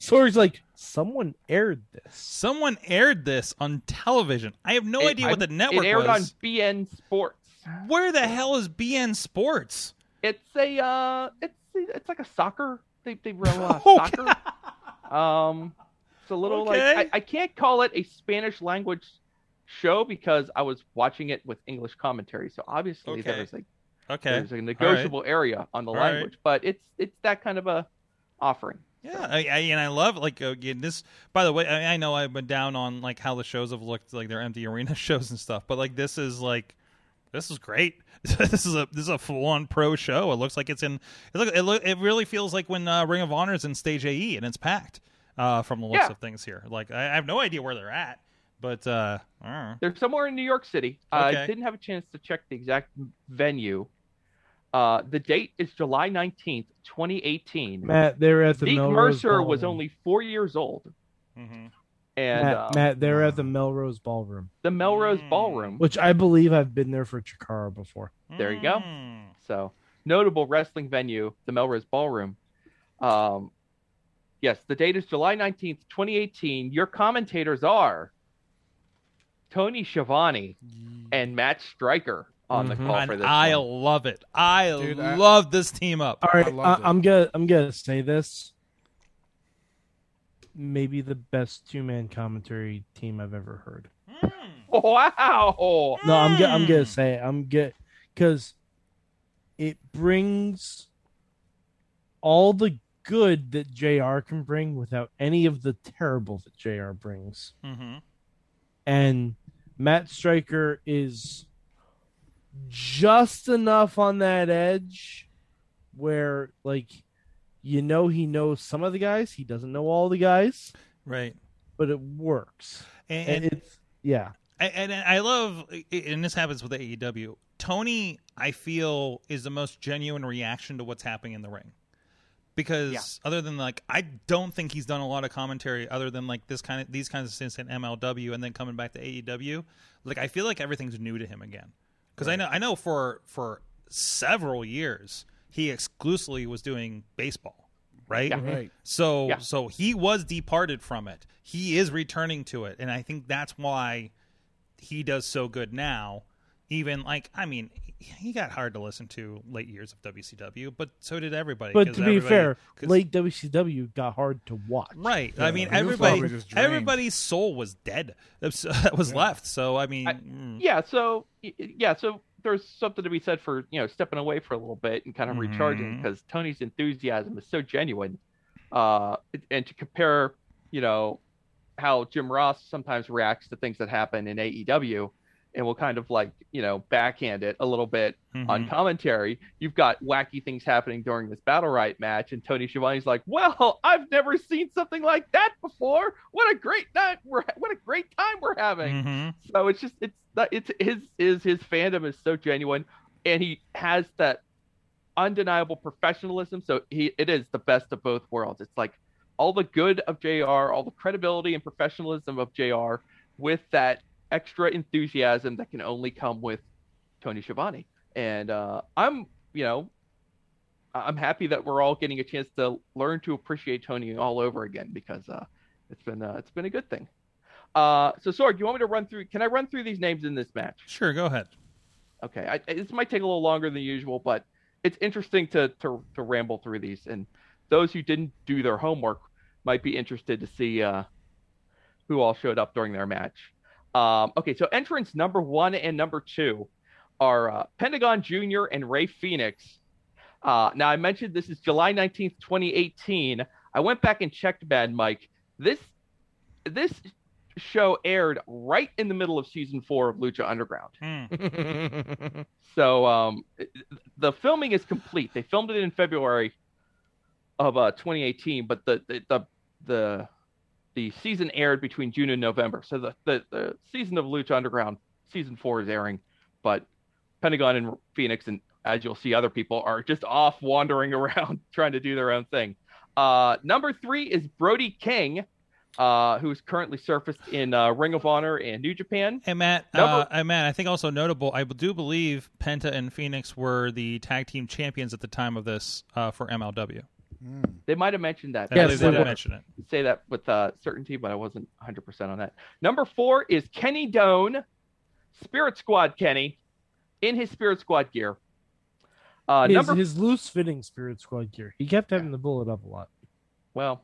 Speaker 5: Sorg's like, someone aired this.
Speaker 2: Someone aired this on television. I have no
Speaker 7: It-
Speaker 2: idea what the network
Speaker 7: It aired
Speaker 2: was.
Speaker 7: on BN Sports.
Speaker 2: Where the hell is BN Sports?
Speaker 7: It's a uh, it's it's like a soccer. They they run uh,
Speaker 2: Okay.
Speaker 7: soccer. Um, it's a little
Speaker 2: Okay.
Speaker 7: like I, I can't call it a Spanish language show because I was watching it with English commentary. So obviously
Speaker 2: Okay.
Speaker 7: there's a
Speaker 2: Okay.
Speaker 7: there's a negotiable area on the
Speaker 2: All right.
Speaker 7: language, but it's it's that kind of a offering.
Speaker 2: Yeah, I, I, and I love like uh, again, this. By the way, I, I know I've been down on like how the shows have looked, like their empty arena shows and stuff, but like this is like this is great. this is a this is a full on pro show. It looks like it's in it look it, look, it really feels like when uh, Ring of Honor is in stage AE and it's packed uh, from the looks
Speaker 7: Yeah.
Speaker 2: of things here. Like I, I have no idea where they're at, but uh, I don't know.
Speaker 7: They're somewhere in New York City.
Speaker 2: Okay.
Speaker 7: I didn't have a chance to check the exact venue. Uh, the date is July nineteenth, twenty eighteen.
Speaker 5: Matt, they're at the
Speaker 7: Zeke
Speaker 5: Melrose
Speaker 7: Mercer
Speaker 5: Ballroom.
Speaker 7: was only four years old,
Speaker 2: Mhm.
Speaker 7: and
Speaker 5: Matt,
Speaker 7: um,
Speaker 5: Matt, they're at the Melrose Ballroom,
Speaker 7: the Melrose
Speaker 2: Mm.
Speaker 7: Ballroom.
Speaker 5: which I believe I've been there for Chikara before.
Speaker 7: There you go.
Speaker 2: Mm.
Speaker 7: So notable wrestling venue, the Melrose Ballroom. Um, yes, the date is July nineteenth, twenty eighteen. Your commentators are Tony Schiavone and Matt Stryker on
Speaker 5: Mhm.
Speaker 7: the call
Speaker 2: And
Speaker 7: for this.
Speaker 2: I
Speaker 7: one.
Speaker 2: love it. I
Speaker 11: Dude, I-
Speaker 2: love this team up.
Speaker 5: All right,
Speaker 11: I
Speaker 5: I
Speaker 11: loved it.
Speaker 5: I, am gonna I'm gonna say this. Maybe the best two man commentary team I've ever heard.
Speaker 7: Wow.
Speaker 5: No, I'm go- I'm gonna
Speaker 2: Mm.
Speaker 5: say it. I'm good because it brings all the good that JR can bring without any of the terrible that JR brings.
Speaker 2: Mm-hmm.
Speaker 5: and Matt Stryker is just enough on that edge where like you know he knows some of the guys, he doesn't know all the guys,
Speaker 2: Right.
Speaker 5: but it works.
Speaker 2: And,
Speaker 5: And it's yeah.
Speaker 2: And, and I love, and this happens with AEW. Tony, I feel, is the most genuine reaction to what's happening in the ring. Because other than like, I don't think he's done a lot of commentary other than like this kind of these kinds of things in MLW and then coming back to AEW. Like, I feel like everything's new to him again. Because I know, I know for for several years he exclusively was doing baseball, right?
Speaker 11: right.
Speaker 2: So
Speaker 7: Yeah.
Speaker 2: so he was departed from it. He is returning to it, and I think that's why he does so good now. Even like I mean, he got hard to listen to late years of WCW, but so did everybody.
Speaker 5: But
Speaker 2: 'cause
Speaker 5: to be
Speaker 2: everybody-
Speaker 5: fair,
Speaker 2: 'cause-
Speaker 5: late WCW got hard to watch.
Speaker 2: right? I
Speaker 11: Yeah,
Speaker 2: mean,
Speaker 11: he was probably
Speaker 2: everybody,
Speaker 11: just drained.
Speaker 2: everybody's soul was dead That's- that was left. So I mean,
Speaker 7: I-
Speaker 2: mm,
Speaker 7: Yeah, so y- yeah, so there's something to be said for, you know, stepping away for a little bit and kind of recharging
Speaker 2: Mhm.
Speaker 7: because Tony's enthusiasm is so genuine. Uh and to compare, you know, how Jim Ross sometimes reacts to things that happen in AEW and will kind of like, you know, backhand it a little bit
Speaker 2: mhm.
Speaker 7: on commentary. You've got wacky things happening during this battle right match, and Tony Schiavone's like, "Well, I've never seen something like that before. What a great night! We're what a great time we're having."
Speaker 2: Mhm.
Speaker 7: So it's just it's not- it's his is his fandom is so genuine, and he has that undeniable professionalism. So he it is the best of both worlds. It's like all the good of Jr., all the credibility and professionalism of Jr. with that extra enthusiasm that can only come with Tony Schiavone. And uh, I'm you know I- I'm happy that we're all getting a chance to learn to appreciate Tony all over again because uh, it's been uh, it's been a good thing. Uh, so Sorg, you want me to run through? Can I run through these names in this match?
Speaker 2: Sure, go ahead.
Speaker 7: Okay, I, this might take a little longer than usual, but it's interesting to, to to ramble through these, and those who didn't do their homework might be interested to see uh, who all showed up during their match. Um, okay, so entrance number one and number two are uh, Pentagon Jr. and Ray Phoenix. Uh, now I mentioned this is July nineteenth, twenty eighteen. I went back and checked, Bad Mike. This this show aired right in the middle of season four of Lucha Underground.
Speaker 2: Mm.
Speaker 7: So um, the filming is complete. They filmed it in February of uh, 2018, but the the the the, the season aired between June and November. So the, the the season of Lucha Underground season four is airing, but Pentagon and Phoenix and as you'll see, other people are just off wandering around trying to do their own thing. Uh, number three is Brody King uh, who's currently surfaced in uh, Ring of Honor and New Japan.
Speaker 2: Hey Matt, uh,
Speaker 7: Number-
Speaker 2: hey, Matt. I think also notable. I do believe Penta and Phoenix were the tag team champions at the time of this uh, for MLW.
Speaker 11: Mm.
Speaker 7: They might have mentioned that.
Speaker 2: I
Speaker 5: Yes,
Speaker 2: believe
Speaker 5: they
Speaker 2: they did
Speaker 5: were.
Speaker 2: mention it.
Speaker 7: say that with uh, certainty, but I wasn't 100% on that. Number four is Kenny Doan, Spirit Squad Kenny, in his Spirit Squad gear. Uh,
Speaker 5: his,
Speaker 7: number
Speaker 5: his loose fitting Spirit Squad gear. He kept having to pull it up a lot.
Speaker 7: well,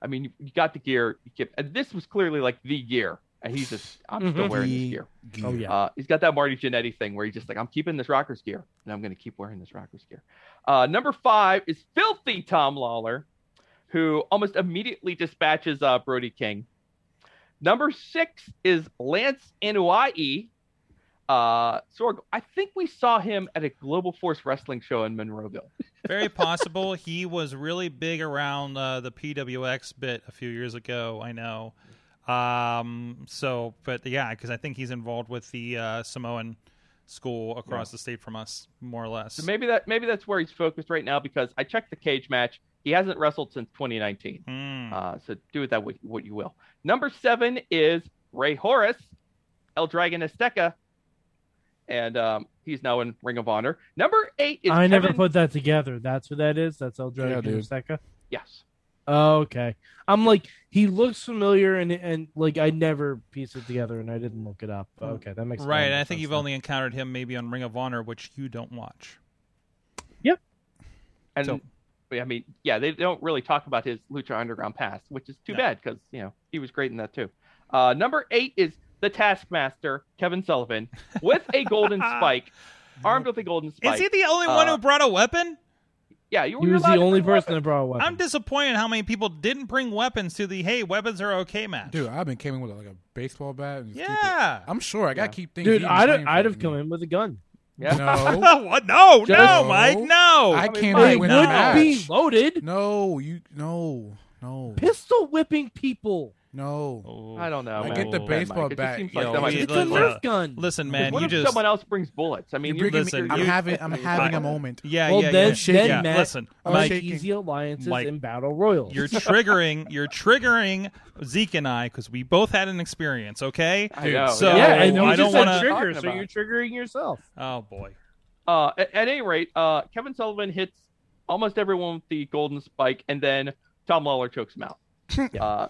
Speaker 7: I mean, you, you got the gear. You get, and this was clearly like the gear, and he's just I'm still
Speaker 5: Mhm.
Speaker 7: wearing this gear.
Speaker 5: Oh yeah.
Speaker 7: Uh, he's got that Marty Jannetty thing where he's just like, I'm keeping this Rockers gear, and I'm going to keep wearing this Rockers gear. Uh, number five is filthy Tom Lawler, who almost immediately dispatches uh, Brody King. Number six is Lance Inouye. Uh, Sorg, I think we saw him at a Global Force Wrestling show in Monroeville.
Speaker 2: Very possible. he was really big around uh, the PWX bit a few years ago. I know. Um. So, but yeah, because I think he's involved with the uh, Samoan school across the state from us, more or less.
Speaker 7: So maybe that maybe that's where he's focused right now because I checked the cage match. He hasn't wrestled since 2019.
Speaker 2: Hmm.
Speaker 7: Uh, so do with that what, what you will. Number seven is Ray Horace, El Dragon Azteca, and um, he's now in Ring of Honor. Number eight is
Speaker 5: I never
Speaker 7: Kevin-
Speaker 5: put that together. That's what that is. That's El Dragon
Speaker 11: dude.
Speaker 5: Azteca.
Speaker 7: yes.
Speaker 5: Oh, okay. I'm like he looks familiar and and like I never pieced it together and I didn't look it up.
Speaker 7: Mm.
Speaker 5: Okay, that makes
Speaker 2: Right,
Speaker 5: more
Speaker 2: and I
Speaker 5: sense
Speaker 2: think you've
Speaker 5: now.
Speaker 2: only encountered him maybe on Ring of Honor, which you don't watch.
Speaker 7: And
Speaker 2: So-
Speaker 7: I mean, yeah, they don't really talk about his Lucha Underground past, which is too
Speaker 2: No.
Speaker 7: bad because you know he was great in that too. Uh, number eight is the Taskmaster, Kevin Sullivan, with a golden spike, armed with a golden spike.
Speaker 2: Is he the only one
Speaker 7: Uh,
Speaker 2: who brought a weapon?
Speaker 7: yeah, you
Speaker 5: He
Speaker 7: were
Speaker 5: was
Speaker 7: allowed
Speaker 5: the
Speaker 7: to
Speaker 5: only
Speaker 7: bring a
Speaker 5: person
Speaker 7: weapon.
Speaker 5: that brought a weapon.
Speaker 2: I'm disappointed how many people didn't bring weapons to the "Hey, weapons are okay" match.
Speaker 11: Dude, I've been coming with like a baseball bat. And just keep it.
Speaker 2: yeah.
Speaker 11: I'm sure I gotta keep things.
Speaker 5: Dude,
Speaker 11: even
Speaker 5: I'd
Speaker 11: playing
Speaker 5: I'd
Speaker 11: field,
Speaker 5: have come
Speaker 11: man.
Speaker 5: in with a gun.
Speaker 7: Yeah.
Speaker 11: No,
Speaker 2: what? No, no,
Speaker 11: Just-
Speaker 2: Mike, no.
Speaker 11: I
Speaker 7: mean,
Speaker 11: can't
Speaker 7: Mike,
Speaker 5: It
Speaker 11: win
Speaker 5: would
Speaker 11: a match.
Speaker 5: be loaded.
Speaker 11: No, you no no
Speaker 5: Pistol whipping people.
Speaker 11: no.
Speaker 7: I don't know.
Speaker 11: I
Speaker 7: man.
Speaker 11: get the
Speaker 7: Mike,
Speaker 11: baseball
Speaker 7: it just
Speaker 11: bat,
Speaker 7: seems
Speaker 11: you
Speaker 7: like
Speaker 11: know,
Speaker 7: that might be
Speaker 2: he's
Speaker 7: the
Speaker 5: It's a
Speaker 2: like-
Speaker 7: closest.
Speaker 5: Nerf gun.
Speaker 2: Listen, man,
Speaker 7: what
Speaker 2: you
Speaker 7: if
Speaker 2: just
Speaker 7: someone else brings bullets? I mean,
Speaker 11: You're
Speaker 7: you're,
Speaker 11: bringing me-
Speaker 2: listen,
Speaker 11: I'm
Speaker 2: you-
Speaker 11: having I'm having a moment.
Speaker 2: yeah,
Speaker 5: well,
Speaker 2: yeah,
Speaker 5: then,
Speaker 2: yeah.
Speaker 5: then Oh,
Speaker 2: yeah.
Speaker 5: Matt,
Speaker 2: Listen,
Speaker 11: I'm
Speaker 2: Mike,
Speaker 11: shaking.
Speaker 5: easy alliances
Speaker 2: Mike,
Speaker 5: in battle royals.
Speaker 2: you're triggering, you're triggering Zeke and I because we both had an experience. Okay,
Speaker 7: I know.
Speaker 2: So-
Speaker 5: yeah, and you
Speaker 2: I don't
Speaker 5: just said
Speaker 2: wanna-
Speaker 5: trigger, so
Speaker 7: Talking
Speaker 5: you're triggering yourself.
Speaker 2: oh boy,
Speaker 7: uh, at, at any rate, uh, Kevin Sullivan hits almost everyone with the golden spike, and then Tom Lawler chokes him out. uh,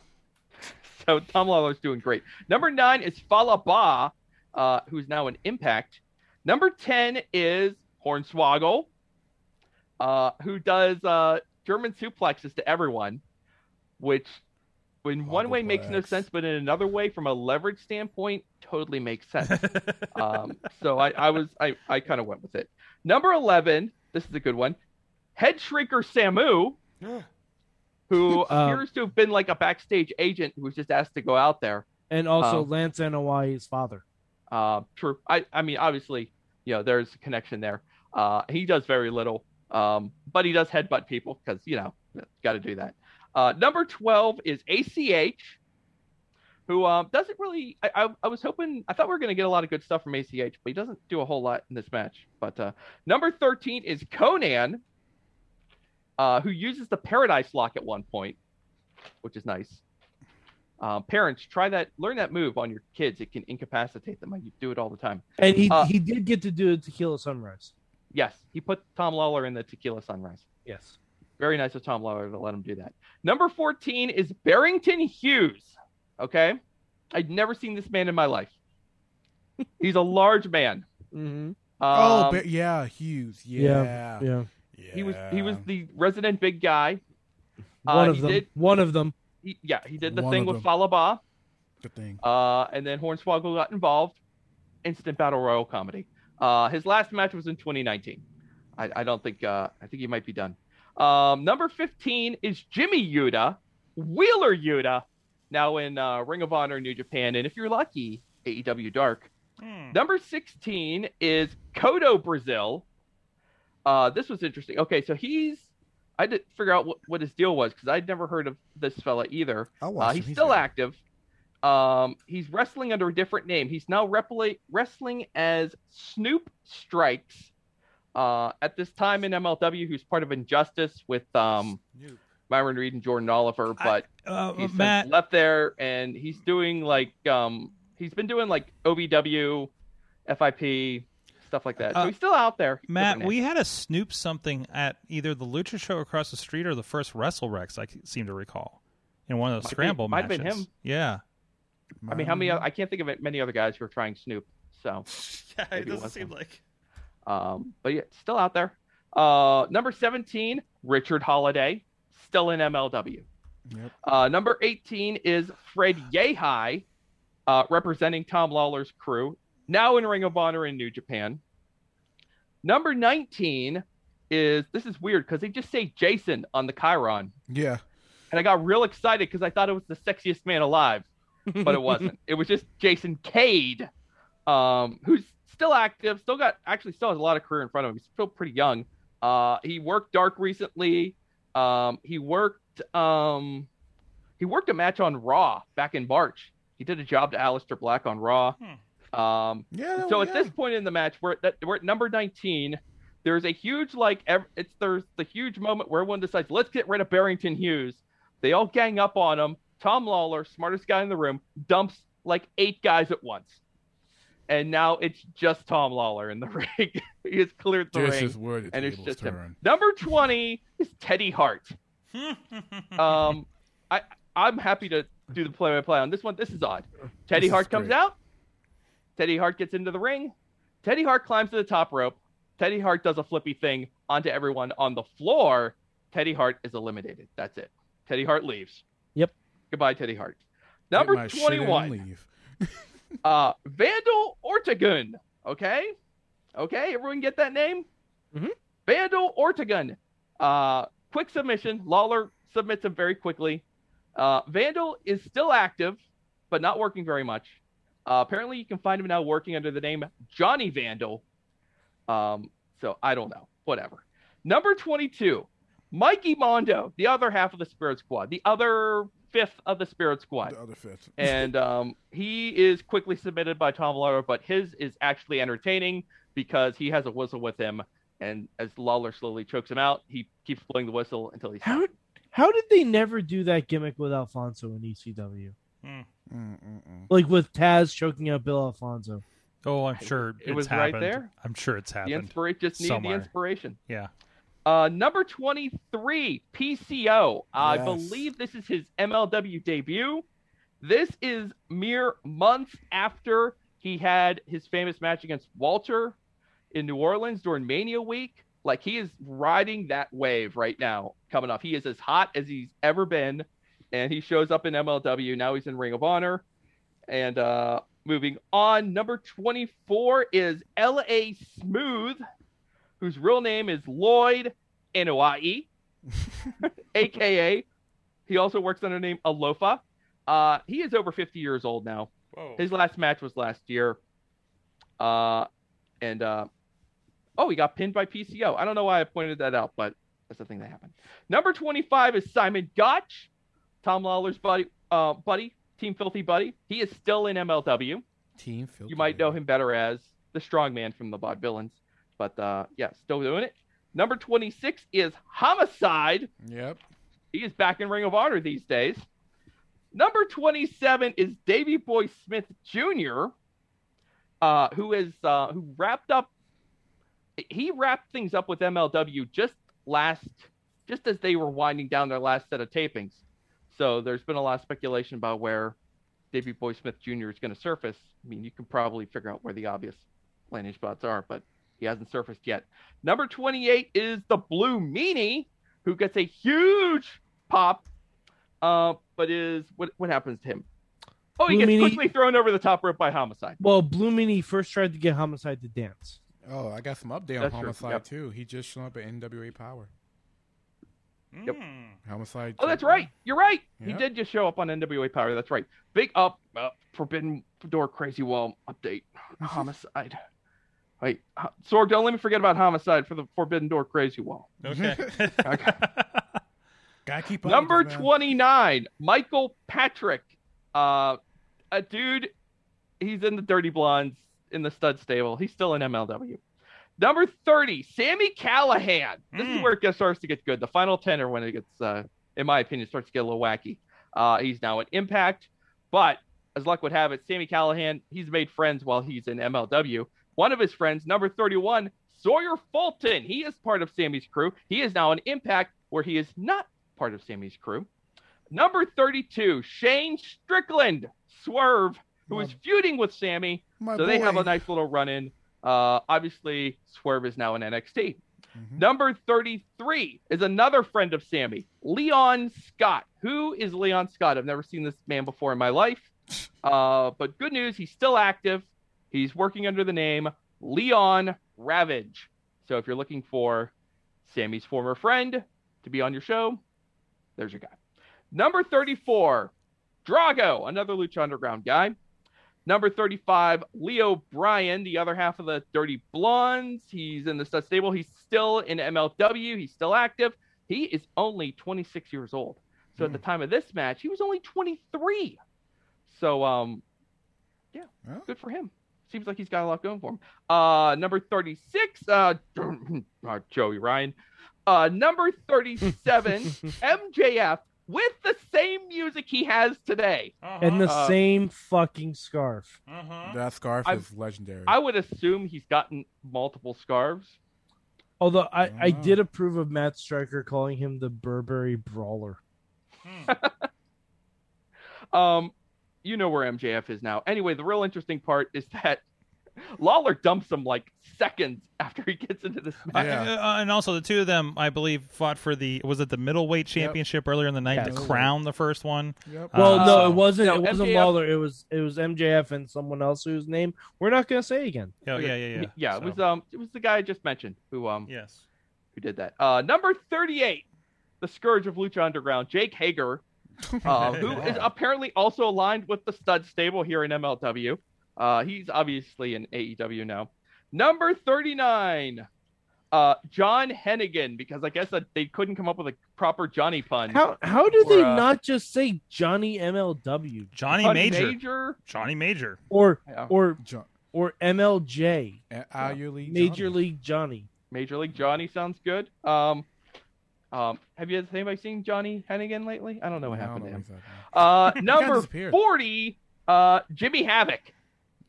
Speaker 7: so Tom Lawler's doing great. Number nine is Falaba, uh, who's now in Impact. Number ten is Hornswoggle, uh, who does uh, German suplexes to everyone, which in one way makes no
Speaker 11: Suplex.
Speaker 7: sense, but in another way, from a leverage standpoint, totally makes sense. um, so I, I was I, I kind of went with it. Number eleven, this is a good one. Head Shrinker Samu, who
Speaker 5: Um,
Speaker 7: appears to have been like a backstage agent who was just asked to go out there.
Speaker 5: And also
Speaker 7: Um,
Speaker 5: Lance Anawai's father.
Speaker 7: Uh, true. I I mean obviously you know there's a connection there. Uh, he does very little, um, but he does headbutt people because you know got to do that. Uh, number twelve is ACH. Who um, doesn't really? I, I, I was hoping. I thought we were going to get a lot of good stuff from ACH, but he doesn't do a whole lot in this match. But uh, Number 13 is Conan, uh, who uses the Paradise Lock at one point, which is nice. Uh, parents, try that, learn that move on your kids. It can incapacitate them. I do it all the time.
Speaker 5: And he
Speaker 7: uh,
Speaker 5: he did get to do a tequila sunrise.
Speaker 7: Yes, he put Tom Lawler in the Tequila Sunrise.
Speaker 5: Yes.
Speaker 7: Very nice of Tom Lawler to let him do that. Number 14 is Barrington Hughes. Okay. I'd never seen this man in my life. He's a large man.
Speaker 5: Mm-hmm.
Speaker 11: oh,
Speaker 7: Um,
Speaker 11: but yeah, Hughes.
Speaker 5: yeah,
Speaker 11: Yeah, yeah.
Speaker 5: Yeah.
Speaker 7: he was he was the resident big guy. Uh,
Speaker 5: One of
Speaker 7: he
Speaker 5: them.
Speaker 7: did-
Speaker 5: One of them.
Speaker 7: he- yeah, he did the
Speaker 11: One
Speaker 7: thing
Speaker 11: of
Speaker 7: with
Speaker 11: them.
Speaker 7: Falaba.
Speaker 11: the thing.
Speaker 7: Uh, and then Hornswoggle got involved. Instant battle royal comedy. Uh, his last match was in 2019. I, I don't think. Uh, I think he might be done. Um, number 15 is Jimmy Yuta, Wheeler Yuta, now in uh, Ring of Honor, New Japan, and if you're lucky, AEW Dark.
Speaker 2: Hmm.
Speaker 7: Number 16 is Kodo Brazil. Uh, this was interesting. Okay, so he's. I didn't figure out what, what his deal was because I'd never heard of this fella either.
Speaker 11: I watched
Speaker 7: Uh,
Speaker 11: him.
Speaker 7: he's still
Speaker 11: good.
Speaker 7: active. Um, he's wrestling under a different name. He's now repli- wrestling as Snoop Strikes. Uh, at this time in MLW, who's part of Injustice with um Myron Reed and Jordan Oliver, but
Speaker 2: Uh,
Speaker 7: he's since
Speaker 2: Matt,
Speaker 7: left there and he's doing like um he's been doing like OVW, FIP, stuff like that.
Speaker 2: Uh,
Speaker 7: so he's still out there.
Speaker 2: Matt,
Speaker 7: Different
Speaker 2: we
Speaker 7: name.
Speaker 2: had a snoop something at either the Lucha show across the street or the first Wrestle Rex. I seem to recall in one of
Speaker 7: Might
Speaker 2: those
Speaker 7: be-
Speaker 2: scramble
Speaker 7: might have
Speaker 2: matches.
Speaker 7: been him.
Speaker 2: Yeah,
Speaker 7: I mean, how
Speaker 11: um,
Speaker 7: many? I can't think of it, many other guys who are trying Snoop. So,
Speaker 2: yeah,
Speaker 7: Maybe it doesn't was seem him.
Speaker 2: like.
Speaker 7: um, but yeah, still out there. Uh, number seventeen, Richard Holiday, still in MLW.
Speaker 11: Yep.
Speaker 7: Uh, number eighteen is Fred Yehai, uh, representing Tom Lawler's crew, now in Ring of Honor in New Japan. Number nineteen is this is weird because they just say Jason on the Chiron.
Speaker 11: Yeah.
Speaker 7: and I got real excited because I thought it was the sexiest man alive, but it wasn't. it was just Jason Cade, um, who's still active, still got actually still has a lot of career in front of him. He's still pretty young. Uh, he worked dark recently. Um, he worked um, he worked a match on Raw back in March. He did a job to Aleister Black on Raw. Um,
Speaker 11: Yeah. that
Speaker 7: so
Speaker 11: was-
Speaker 7: at
Speaker 11: yeah.
Speaker 7: this point in the match, we're at, that, we're at number 19. There's a huge like ev- it's there's the huge moment where everyone decides let's get rid of Barrington Hughes. They all gang up on him. Tom Lawler, smartest guy in the room, dumps like eight guys at once, and now it's just Tom Lawler in the ring. he has cleared the
Speaker 11: This
Speaker 7: ring,
Speaker 11: is where the
Speaker 7: and it's
Speaker 11: tables
Speaker 7: just him.
Speaker 11: turn.
Speaker 7: Number 20 is Teddy Hart. Um, I I'm happy to do the play-by-play on this one. This is odd. Teddy
Speaker 11: This is
Speaker 7: Hart comes
Speaker 11: great.
Speaker 7: out. Teddy Hart gets into the ring. Teddy Hart climbs to the top rope. Teddy Hart does a flippy thing onto everyone on the floor. Teddy Hart is eliminated. That's it. Teddy Hart leaves.
Speaker 5: Yep.
Speaker 7: Goodbye, Teddy Hart.
Speaker 11: Get
Speaker 7: Number
Speaker 11: my shit and
Speaker 7: 21,
Speaker 11: leave.
Speaker 7: uh, Vandal Ortegun. Okay. Okay. Everyone get that name?
Speaker 5: Mhm.
Speaker 7: Vandal Ortegun. Uh, quick submission. Lawler submits him very quickly. Uh, Vandal is still active, but not working very much. Uh, apparently, you can find him now working under the name Johnny Vandal. Um, so I don't know. Whatever. Number 22, Mikey Mondo, the other half of the Spirit Squad, the other fifth of the Spirit Squad
Speaker 11: The other fifth.
Speaker 7: and um, he is quickly submitted by Tom Lawler, but his is actually entertaining because he has a whistle with him, and as Lawler slowly chokes him out, he keeps blowing the whistle until he's
Speaker 5: How how did they never do that gimmick with Alfonso in ECW?
Speaker 11: Mm, mm, mm.
Speaker 5: Like with Taz choking out Bill Alfonso.
Speaker 2: Oh, I'm sure
Speaker 7: It
Speaker 2: it's
Speaker 7: was right
Speaker 2: happened.
Speaker 7: there.
Speaker 2: I'm sure it's
Speaker 7: the
Speaker 2: happened.
Speaker 7: inspiration. Just needed
Speaker 2: somewhere.
Speaker 7: the inspiration.
Speaker 2: Yeah.
Speaker 7: Uh, number twenty-three, PCO. I
Speaker 11: Yes.
Speaker 7: believe this is his MLW debut. This is mere months after he had his famous match against Walter in New Orleans during Mania week. Like he is riding that wave right now coming off. He is as hot as he's ever been. And he shows up in MLW. Now he's in Ring of Honor. And uh moving on, number 24 is L.A. Smooth, whose real name is Lloyd Inouye, aka he also works under the name Alofa. Uh, he is over 50 years old now.
Speaker 4: Whoa.
Speaker 7: His last match was last year. Uh, and uh, oh, he got pinned by PCO. I don't know why I pointed that out, but that's the thing that happened. Number 25 is Simon Gotch, Tom Lawler's buddy, uh, buddy, Team Filthy buddy. He is still in MLW.
Speaker 11: Team Filthy.
Speaker 7: You might know him better as the strong man from the Bod Villains. But uh, yeah, still doing it. Number 26 is Homicide.
Speaker 11: Yep.
Speaker 7: He is back in Ring of Honor these days. Number 27 is Davy Boy Smith Jr., uh, who is uh, who wrapped up. He wrapped things up with MLW just last, just as they were winding down their last set of tapings. So there's been a lot of speculation about where Davy Boy Smith Jr. is going to surface. I mean, you can probably figure out where the obvious landing spots are, but he hasn't surfaced yet. Number 28 is the Blue Meanie who gets a huge pop, uh, but is what what happens to him? Oh, he
Speaker 5: Blue
Speaker 7: gets
Speaker 5: Meanie-
Speaker 7: quickly thrown over the top rope by homicide.
Speaker 5: Well, Blue Meanie first tried to get Homicide to dance.
Speaker 11: Oh, I got some update on
Speaker 7: That's true,
Speaker 11: Homicide
Speaker 7: yep.
Speaker 11: too. He just showed up at NWA Power.
Speaker 7: Yep.
Speaker 2: Mm.
Speaker 11: Homicide.
Speaker 7: Oh, that's right. You're right. He
Speaker 11: Yeah.
Speaker 7: did just show up on NWA Power. That's right. Big up, uh, Forbidden Door, Crazy Wall update. Homicide. Wait, ho- Sorg, don't let me forget about homicide for the Forbidden Door, Crazy Wall.
Speaker 2: Okay.
Speaker 11: Gotta keep up with
Speaker 7: Number
Speaker 11: this man.
Speaker 7: 29, Michael Patrick. Uh, a dude, he's in the Dirty Blondes in the stud stable. He's still in MLW. Number 30, Sammy Callahan. This
Speaker 2: Mm.
Speaker 7: Hmm.
Speaker 11: Hmm.
Speaker 7: is where it gets starts to get good. The final 10 are when it gets uh, in my opinion, starts to get a little wacky. Uh, he's now at Impact, but as luck would have it, Sammy Callahan, he's made friends while he's in MLW. One of his friends, number 31, Sawyer Fulton, he is part of Sammy's crew. He is now in Impact, where he is not part of Sammy's crew. Number 32, Shane Strickland, Swerve, who
Speaker 11: My-
Speaker 7: is feuding with Sammy.
Speaker 11: My
Speaker 7: so they have
Speaker 11: boy.
Speaker 7: a nice little run in. Uh, obviously, Swerve is now in NXT.
Speaker 4: Mm-hmm.
Speaker 11: Mhm.
Speaker 7: Number 33 is another friend of Sammy, Leon Scott. Who is Leon Scott? I've never seen this man before in my life. Uh, but good news, he's still active. He's working under the name Leon Ravage. So if you're looking for Sammy's former friend to be on your show, there's your guy. Number 34, Drago, another Lucha Underground guy. Number 35, Leo Bryan, the other half of the Dirty Blondes. He's in the stud stable. He's still in MLW. He's still active. He is only 26 years old. So at the time of this match, he was only 23. So, um, yeah,
Speaker 11: Yeah.
Speaker 7: good for him. Seems like he's got a lot going for him. Uh, number 36, uh, uh, Joey Ryan. Uh, number 37, MJF with the same music he has today.
Speaker 2: Uh-huh.
Speaker 5: and the
Speaker 7: Uh,
Speaker 5: same fucking scarf.
Speaker 2: uh-huh.
Speaker 11: That scarf
Speaker 7: I've-
Speaker 11: is legendary.
Speaker 7: I would assume he's gotten multiple scarves.
Speaker 5: Although I, I
Speaker 11: Wow.
Speaker 5: did approve of Matt Stryker calling him the Burberry Brawler.
Speaker 7: Um, you know where MJF is now. Anyway, the real interesting part is that Lawler dumps him like seconds after he gets into this match.
Speaker 2: I- uh, and also the two of them, I believe, fought for the was it the middleweight championship earlier in the night to
Speaker 11: Yes.
Speaker 2: crown the first one.
Speaker 11: Yep.
Speaker 2: Uh,
Speaker 5: Well, no,
Speaker 7: so-
Speaker 5: it wasn't.
Speaker 7: Um, no,
Speaker 5: it wasn't
Speaker 7: MJF
Speaker 5: Lawler. It was it was MJF and someone else whose name we're not gonna say again.
Speaker 2: Oh, yeah, yeah, yeah.
Speaker 7: yeah. It
Speaker 2: So,
Speaker 7: was um, it was the guy I just mentioned who um
Speaker 2: yes.
Speaker 7: who did that. Uh, number thirty-eight, the scourge of Lucha Underground, Jake Hager, uh, who is apparently also aligned with the stud stable here in MLW. Uh, he's obviously in AEW now. Number 39, uh, John Hennigan, because I guess that they couldn't come up with a proper Johnny pun.
Speaker 5: How how did they
Speaker 7: Or, uh,
Speaker 5: not just say Johnny MLW
Speaker 2: Johnny
Speaker 7: Pun
Speaker 2: Major.
Speaker 7: Major?
Speaker 2: Johnny Major.
Speaker 5: or
Speaker 7: Yeah.
Speaker 5: or
Speaker 11: John,
Speaker 5: or MLJ
Speaker 11: and Ayuli
Speaker 5: Major
Speaker 11: Johnny.
Speaker 5: League Johnny?
Speaker 7: Major League Johnny sounds good. Um, um, have you has anybody seen Johnny Hennigan lately? I don't know what
Speaker 11: I don't
Speaker 7: happened
Speaker 11: know
Speaker 7: to him.
Speaker 11: what he's up
Speaker 7: Uh,
Speaker 11: to. He kinda
Speaker 7: number
Speaker 11: disappeared.
Speaker 7: 40, uh, Jimmy Havoc.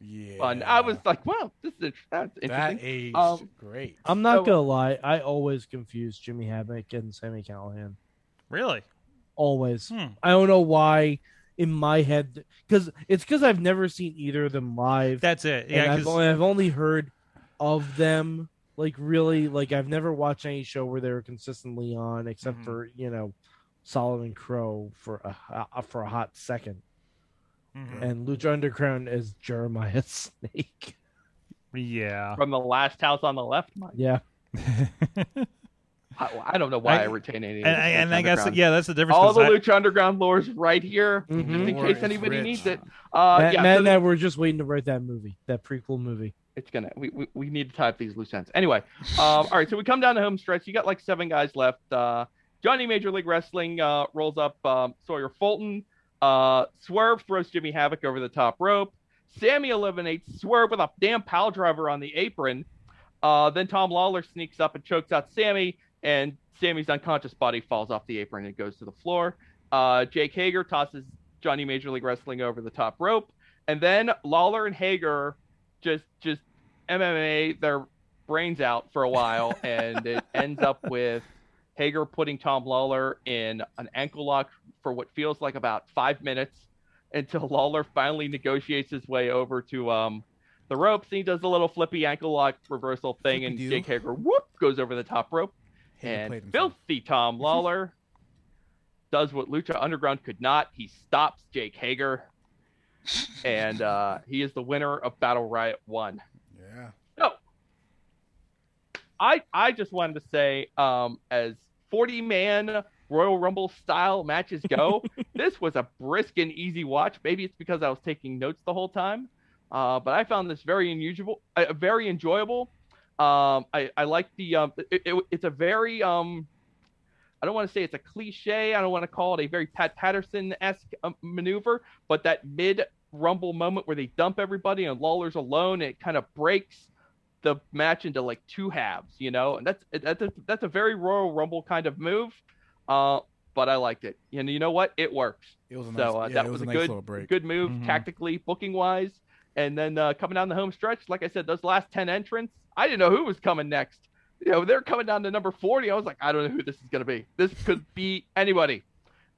Speaker 11: Yeah.
Speaker 7: Uh, Fun. I was like, wow, this is that's interesting.
Speaker 11: that age
Speaker 7: Um,
Speaker 11: great.
Speaker 5: I'm not
Speaker 7: So-
Speaker 5: gonna lie, I always confuse Jimmy Havoc and Sammy Callahan.
Speaker 2: Really?
Speaker 5: Always.
Speaker 2: Hmm.
Speaker 5: I don't know why in my head because it's because I've never seen either of them live.
Speaker 2: That's it.
Speaker 5: and
Speaker 2: Yeah,
Speaker 5: I've
Speaker 2: 'cause-
Speaker 5: only, I've only heard of them like really like I've never watched any show where they were consistently on except
Speaker 2: Mhm.
Speaker 5: for you know Solomon Crow for a ho- uh, for a hot second
Speaker 2: Mhm.
Speaker 5: and Lucha Underground is Jeremiah Snake.
Speaker 2: yeah.
Speaker 7: From the last house on the left, Mike.
Speaker 5: yeah,
Speaker 7: I, I don't know why I,
Speaker 2: I-
Speaker 7: retain any. of
Speaker 2: And,
Speaker 7: this
Speaker 2: I- and I
Speaker 7: Lucha
Speaker 2: guess
Speaker 7: Underground.
Speaker 2: yeah, that's the difference.
Speaker 7: all the
Speaker 2: 'cause I-
Speaker 7: Lucha Underground lore is right here,
Speaker 5: Mhm.
Speaker 7: just in
Speaker 11: Lore
Speaker 7: case
Speaker 11: is
Speaker 7: anybody
Speaker 11: rich.
Speaker 7: needs it. Uh,
Speaker 5: Matt,
Speaker 7: yeah,
Speaker 5: Matt
Speaker 7: so
Speaker 5: and
Speaker 7: the-
Speaker 5: I were just waiting to write that movie, that prequel movie.
Speaker 7: it's gonna. We, we, we need to tie up these loose ends. Anyway, um, all right. So we come down to home stretch. You got like seven guys left. Uh, Johnny Major League Wrestling uh, rolls up um, Sawyer Fulton. Uh, Swerve throws Jimmy Havoc over the top rope. Sammy eliminates Swerve with a damn pile driver on the apron. Uh, then Tom Lawler sneaks up and chokes out Sammy, and Sammy's unconscious body falls off the apron and goes to the floor. Uh, Jake Hager tosses Johnny Major League Wrestling over the top rope, and then Lawler and Hager just just MMA their brains out for a while, and it ends up with Hager putting Tom Lawler in an ankle lock for what feels like about five minutes until Lawler finally negotiates his way over to um, the ropes and he does a little flippy ankle lock reversal thing, and
Speaker 11: Flippy-doo.
Speaker 7: Jake Hager whoop goes over the top rope
Speaker 11: He played
Speaker 7: and
Speaker 11: himself.
Speaker 7: filthy Tom Lawler does what Lucha Underground could not. He stops Jake Hager, and uh, he is the winner of Battle Riot One.
Speaker 11: Yeah.
Speaker 7: I I just wanted to say, um, as forty man Royal Rumble style matches go, this was a brisk and easy watch. Maybe it's because I was taking notes the whole time, uh, but I found this very unusual, uh, very enjoyable. Um, I I like the um, it, it- it's a very um, I don't want to say it's a cliche. I don't want to call it a very Pat Patterson esque um, maneuver, but that mid Rumble moment where they dump everybody and Lawler's alone, it kind of breaks the match into like two halves, you know, and that's that's a, that's a very Royal Rumble kind of move. Uh, but I liked it. And you know what? It works.
Speaker 11: It was a nice,
Speaker 7: So uh,
Speaker 11: yeah,
Speaker 7: that
Speaker 11: it
Speaker 7: was,
Speaker 11: was,
Speaker 7: a
Speaker 11: nice
Speaker 7: good
Speaker 11: little break.
Speaker 7: good move
Speaker 2: Mhm.
Speaker 7: tactically, booking wise. And then uh, coming down the home stretch, like I said, those last ten entrants, I didn't know who was coming next. You know, they're coming down to number forty. I was like, I don't know who this is going to be. This could be anybody.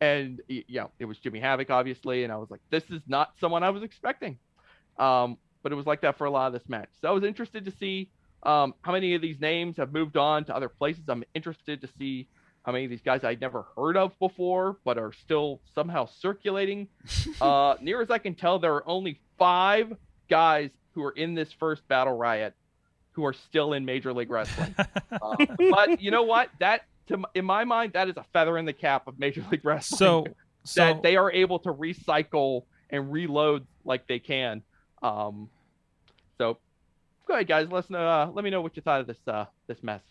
Speaker 7: And y- yeah, it was Jimmy Havoc, obviously. And I was like, this is not someone I was expecting. Um, but it was like that for a lot of this match. So I was interested to see um, how many of these names have moved on to other places. I'm interested to see how many of these guys I'd never heard of before, but are still somehow circulating. uh, near as I can tell, there are only five guys who are in this first battle riot who are still in Major League Wrestling. Uh, but you know what? That, to, m- in my mind, that is a feather in the cap of Major League Wrestling
Speaker 2: So, so
Speaker 7: that they are able to recycle and reload like they can. Um, so go ahead, guys. Let's know. Uh, let me know what you thought of this uh, this mess.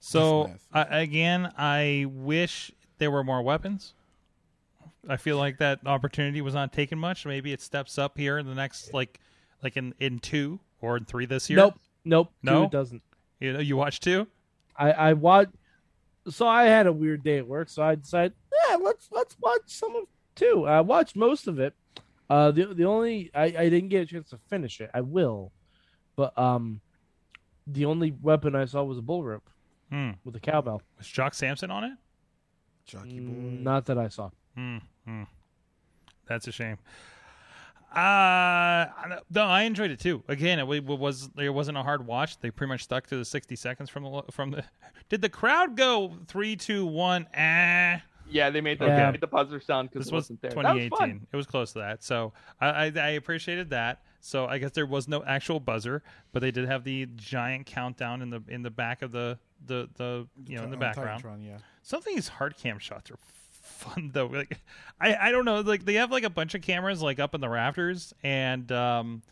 Speaker 2: So
Speaker 11: Listen,
Speaker 2: I, again, I wish there were more weapons. I feel like that opportunity was not taken much. Maybe it steps up here in the next like like in in two or in three this year.
Speaker 5: Nope. Nope.
Speaker 2: No?
Speaker 5: Dude, it doesn't.
Speaker 2: You know, you watch two.
Speaker 5: I I watch. So I had a weird day at work, so I decided, yeah, let's let's watch some of two. I watched most of it. Uh, the the only I, I didn't get a chance to finish it. I will, but um, the only weapon I saw was a bull rope
Speaker 2: Hmm.
Speaker 5: with a cowbell.
Speaker 2: Was Jock Sampson on it?
Speaker 11: Jockey boy.
Speaker 5: Mm, Not that I saw.
Speaker 2: Hmm. Hmm. That's a shame. Uh, I don't- no, I enjoyed it too. Again, it, wa- wa- was it wasn't a hard watch. They pretty much stuck to the sixty seconds from the lo- from the. Did the crowd go three, two, one? Ah,
Speaker 7: Yeah, they made the,
Speaker 5: Okay.
Speaker 7: made the buzzer sound because
Speaker 2: this
Speaker 7: it
Speaker 2: was
Speaker 7: wasn't there. That was fun.
Speaker 2: 2018. It was close to that, so I, I I appreciated that. So I guess there was no actual buzzer, but they did have the giant countdown in the in the back of the the the you know in the
Speaker 11: On
Speaker 2: background.
Speaker 11: Titantron, yeah.
Speaker 2: Some of these hard cam shots are fun though. Like, I I don't know. Like they have like a bunch of cameras like up in the rafters, and um,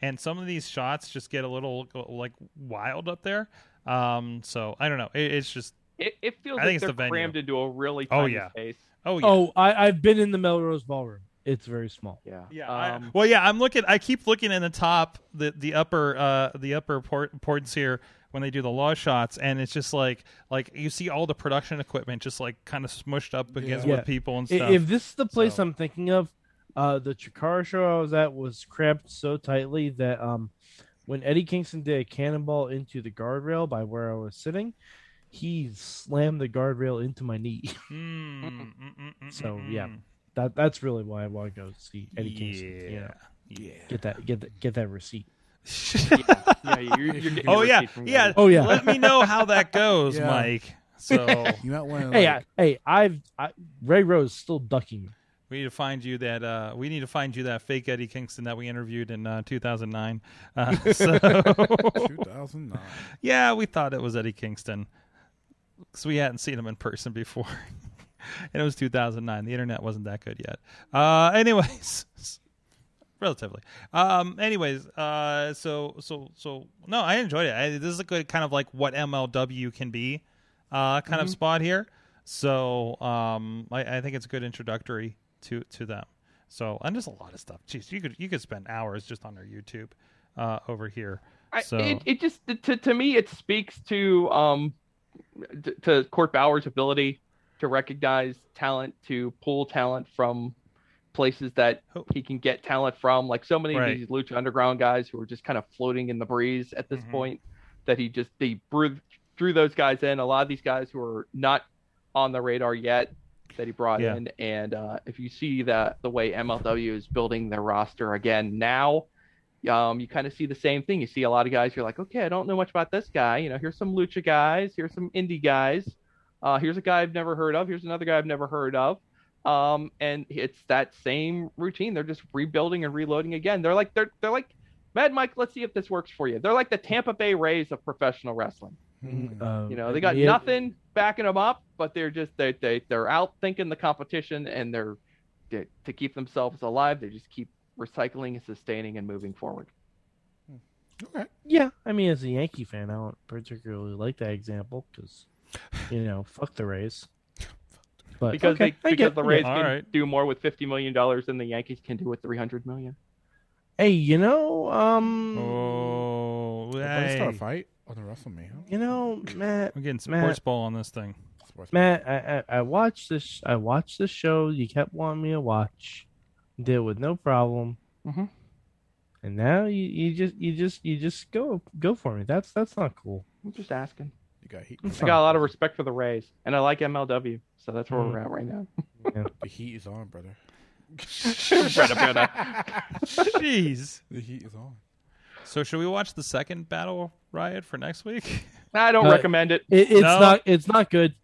Speaker 2: and some of these shots just get a little like wild up there. Um, so I don't know. It, it's just
Speaker 7: It, it feels
Speaker 2: I
Speaker 7: like
Speaker 2: think it's
Speaker 7: they're
Speaker 2: the venue.
Speaker 7: crammed into a really
Speaker 2: Oh,
Speaker 7: tiny
Speaker 2: yeah.
Speaker 7: space.
Speaker 2: oh yeah.
Speaker 5: Oh, I I've been in the Melrose Ballroom. It's very small.
Speaker 7: Yeah.
Speaker 2: Yeah. I-
Speaker 7: Um,
Speaker 2: well, yeah. I'm looking. I keep looking in the top, the the upper, uh, the upper port, ports here when they do the law shots, and it's just like like you see all the production equipment just like kind of smushed up against
Speaker 5: Yeah.
Speaker 2: with people and
Speaker 5: I-
Speaker 2: stuff.
Speaker 5: If this is the place
Speaker 2: So-
Speaker 5: I'm thinking of, uh, the Chikara show I was at was cramped so tightly that um, when Eddie Kingston did a cannonball into the guardrail by where I was sitting, he slammed the guardrail into my knee.
Speaker 2: Mm, mm, mm, mm,
Speaker 5: So,
Speaker 2: mm,
Speaker 5: yeah.
Speaker 2: mm.
Speaker 5: that that's really why I want to go see Eddie Kingston. You
Speaker 2: yeah.
Speaker 5: know, get that get that, get that receipt.
Speaker 7: yeah, yeah, you're, you're getting
Speaker 2: oh
Speaker 7: a
Speaker 2: yeah,
Speaker 7: receipt from
Speaker 2: yeah.
Speaker 5: Oh, yeah.
Speaker 2: Let me know how that goes,
Speaker 11: Yeah.
Speaker 2: Mike.
Speaker 7: Oh.
Speaker 2: So
Speaker 11: You might want to.
Speaker 5: Hey,
Speaker 11: like,
Speaker 5: I, hey, I've I, Ray Rose still ducking me.
Speaker 2: we need to find you that. Uh, we need to find you that fake Eddie Kingston that we interviewed in uh, 2009. Uh, so
Speaker 11: 2009.
Speaker 2: Yeah, we thought it was Eddie Kingston because we hadn't seen him in person before. and it was 2009. The internet wasn't that good yet. Uh, anyways, relatively. Um, anyways, uh, so so so no, I enjoyed it. I, this is a good kind of like what MLW can be, uh, kind of spot here. So um, I, I think it's a good introductory to to them. So and there's a lot of stuff. Jeez, you could you could spend hours just on their YouTube uh, over here.
Speaker 7: I,
Speaker 2: So-
Speaker 7: it, it just to, to me it speaks to um t- to Court Bauer's ability to recognize talent to pull talent from places that
Speaker 2: Who-
Speaker 7: he can get talent from like so many
Speaker 2: Oh. Right.
Speaker 7: of these lucha underground guys who are just kind of floating in the breeze at this
Speaker 2: Mhm.
Speaker 7: point that he just he brew, drew those guys in a lot of these guys who are not on the radar yet that he brought
Speaker 2: Yeah.
Speaker 7: in and uh, if you see that the way MLW is building their roster again now um, you kind of see the same thing. You see a lot of guys. You're like, okay, I don't know much about this guy. You know, here's some lucha guys. Here's some indie guys. Uh, here's a guy I've never heard of. Here's another guy I've never heard of. Um, and it's that same routine. They're just rebuilding and reloading again. They're like they're they're like Mad Mike. Let's see if this works for you. They're like the Tampa Bay Rays of professional wrestling.
Speaker 5: Um,
Speaker 4: Hmm.
Speaker 7: You know, they got
Speaker 5: yeah,
Speaker 7: nothing backing them up, but they're just they they they're out thinking the competition and they're they, to keep themselves alive. They just keep recycling and sustaining and moving forward.
Speaker 11: Okay.
Speaker 5: Yeah, I mean, as a Yankee fan, I don't particularly like that example because, you know, fuck the Rays. But
Speaker 7: because
Speaker 5: okay, I
Speaker 7: they, because
Speaker 5: get-
Speaker 7: the Rays
Speaker 5: yeah.
Speaker 7: can
Speaker 2: Alright.
Speaker 7: do more with fifty million dollars than the Yankees can do with three hundred million.
Speaker 5: Hey, you know, um,
Speaker 2: Oh,
Speaker 11: Let's
Speaker 2: hey.
Speaker 11: start a fight on the WrestleMania.
Speaker 5: you know, Matt,
Speaker 2: I'm getting
Speaker 5: Matt.
Speaker 2: sports ball on this thing.
Speaker 4: Sports
Speaker 5: Man, I, I I watched this. I watched this show. You kept wanting me to watch. Did with no problem.
Speaker 7: Mm-hmm.
Speaker 12: Mhm.
Speaker 5: And now you, you just you just you just go go for me. That's that's not cool.
Speaker 7: I'm just asking.
Speaker 4: You got heat.
Speaker 5: That's
Speaker 7: I
Speaker 5: not
Speaker 7: got a
Speaker 5: cool.
Speaker 7: lot of respect for the Rays, and I like MLW, so that's where
Speaker 5: Hmm.
Speaker 7: we're at right now.
Speaker 4: The heat is on, brother.
Speaker 7: Brother, brother.
Speaker 2: Jeez.
Speaker 4: The heat is on.
Speaker 2: So should we watch the second battle riot for next week?
Speaker 7: I don't
Speaker 5: Uh,
Speaker 7: recommend it.
Speaker 5: It, it's
Speaker 2: No.
Speaker 5: not it's not good.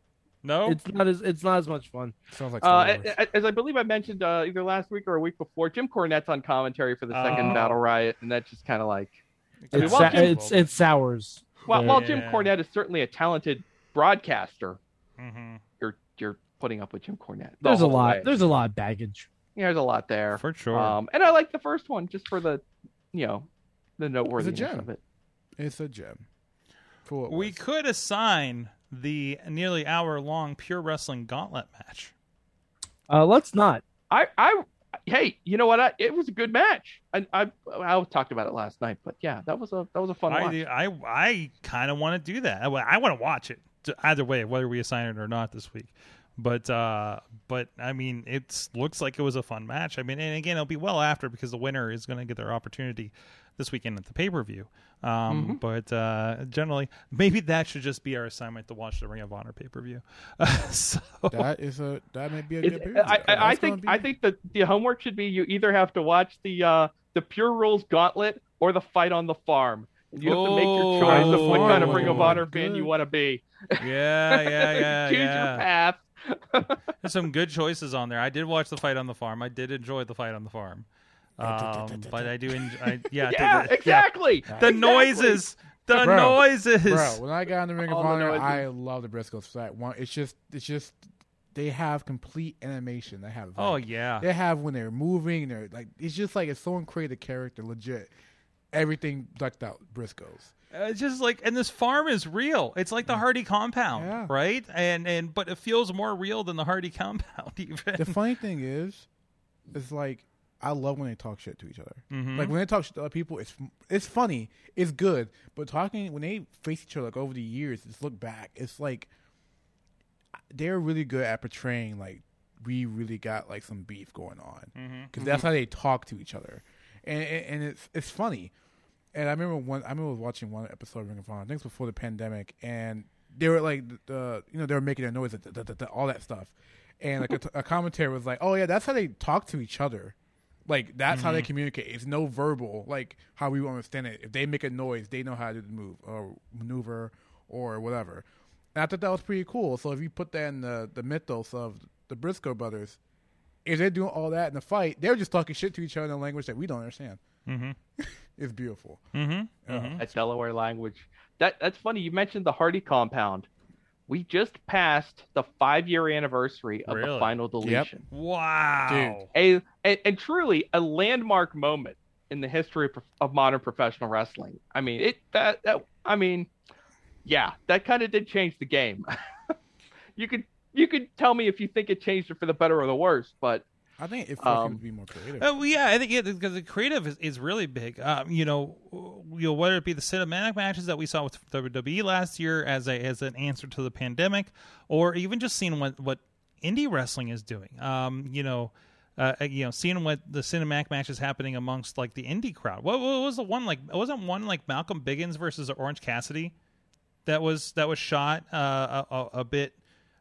Speaker 2: No.
Speaker 5: It's not as it's not as much fun.
Speaker 4: Sounds like
Speaker 7: Uh,
Speaker 4: Star Wars.
Speaker 7: a- a- as I believe I mentioned uh, either last week or a week before, Jim Cornette's on commentary for the second
Speaker 2: Oh.
Speaker 7: battle riot, and that's just kind of like, I mean,
Speaker 5: It's,
Speaker 7: while
Speaker 5: sa-
Speaker 7: Jim-
Speaker 5: it's it sours.
Speaker 7: well,
Speaker 5: the-
Speaker 7: while Jim
Speaker 2: Yeah.
Speaker 7: Cornette is certainly a talented broadcaster,
Speaker 2: mm-hmm.
Speaker 7: you're you're putting up with Jim Cornette. the
Speaker 5: there's a
Speaker 7: whole
Speaker 5: lot.
Speaker 7: way.
Speaker 5: There's a lot of baggage.
Speaker 7: Yeah, there's a lot there.
Speaker 2: For sure.
Speaker 7: Um, and I like the first one just for the, you know, the noteworthiness
Speaker 4: gem.
Speaker 7: of it.
Speaker 4: It's a gem. For what it
Speaker 2: we
Speaker 4: was.
Speaker 2: could assign the nearly hour long pure wrestling gauntlet match.
Speaker 5: Uh, let's not.
Speaker 7: I, I, hey, you know what? I, it was a good match. I, I, I talked about it last night, but yeah, that was a that was a fun watch.
Speaker 2: I I, I kind of want to do that. I, want to watch it t- either way, whether we assign it or not this week. But uh, but I mean, it looks like it was a fun match. I mean, and again, it'll be well after because the winner is going to get their opportunity this weekend at the pay per view.
Speaker 7: Mm-hmm.
Speaker 2: Um, But uh, generally, maybe that should just be our assignment to watch the Ring of Honor pay per view. so
Speaker 4: That is a that may be a
Speaker 7: It's- uh,
Speaker 4: good. period.
Speaker 7: I, I, I
Speaker 4: That's gonna
Speaker 7: think
Speaker 4: be-
Speaker 7: I think that the homework should be you either have to watch the uh, the Pure Rules Gauntlet or the Fight on the Farm. And you have to make your
Speaker 2: Oh,
Speaker 7: choice of what kind of Ring of
Speaker 4: Oh,
Speaker 7: Honor fan you
Speaker 4: good.
Speaker 7: want to be.
Speaker 2: yeah, yeah, yeah,
Speaker 7: Choose
Speaker 2: yeah.
Speaker 7: your path.
Speaker 2: There's some good choices on there. I did watch the fight on the farm. I did enjoy the fight on the farm. Um, but I do enjoy. I, yeah,
Speaker 7: Yeah,
Speaker 2: the-
Speaker 7: exactly.
Speaker 2: The
Speaker 7: Exactly.
Speaker 2: noises. The
Speaker 4: Bro.
Speaker 2: noises.
Speaker 4: Bro, when I got in the Ring of
Speaker 7: All the
Speaker 4: Honor,
Speaker 7: noises.
Speaker 4: I love the Briscoes for that one. It's just, it's just, they have complete animation. They have,
Speaker 2: Oh
Speaker 4: like,
Speaker 2: yeah.
Speaker 4: they have when they're moving. They're like, it's just like if someone created a character, legit, everything ducked out Briscoes.
Speaker 2: Uh, It's just like, and this farm is real. It's like the Hardy compound,
Speaker 4: Yeah.
Speaker 2: right? And and but it feels more real than the Hardy compound, even.
Speaker 4: The funny thing is, it's like I love when they talk shit to each other.
Speaker 2: Mhm.
Speaker 4: Like when they talk shit to other people, it's it's funny, it's good. But talking when they face each other like over the years, just look back, it's like they're really good at portraying like we really got like some beef going on because that's how they talk to each other, and and, and it's it's funny. And I remember one. I remember watching one episode of Ring of Honor. I think it was before the pandemic, and they were like the, the you know they were making their noise, the, the, the, the- all that stuff, and like a, t- a commentator was like, "Oh yeah, that's how they talk to each other. Like that's how they
Speaker 2: Mm-hmm.
Speaker 4: communicate. It's no verbal, like how we would understand it. If they make a noise, they know how to do the move or maneuver or whatever." And I thought that was pretty cool. So if you put that in the the mythos of the Briscoe brothers, if they're doing all that in the fight, they're just talking shit to each other in a language that we don't understand. Mm-hmm. it's beautiful.
Speaker 2: Mm-hmm.
Speaker 7: That Delaware language. That that's funny. You mentioned the Hardy compound. We just passed the five year anniversary of
Speaker 2: Really?
Speaker 7: the final deletion.
Speaker 2: Wow.
Speaker 7: a, a and truly a landmark moment in the history of, of modern professional wrestling. I mean, it that, that I mean, yeah, that kind of did change the game. you could you could tell me if you think it changed it for the better or the worse, but
Speaker 4: I think it
Speaker 7: Um,
Speaker 4: would be more creative.
Speaker 2: Oh, well, yeah, I think yeah, because the creative is, is really big. Um, you know, you know, whether it be the cinematic matches that we saw with WWE last year as a as an answer to the pandemic, or even just seeing what what indie wrestling is doing. Um, you know. Uh, you know, seeing what the cinematic matches happening amongst like the indie crowd. What, what was the one like? Wasn't one like Malcolm Biggins versus Orange Cassidy? that was that was shot uh, a, a, a bit,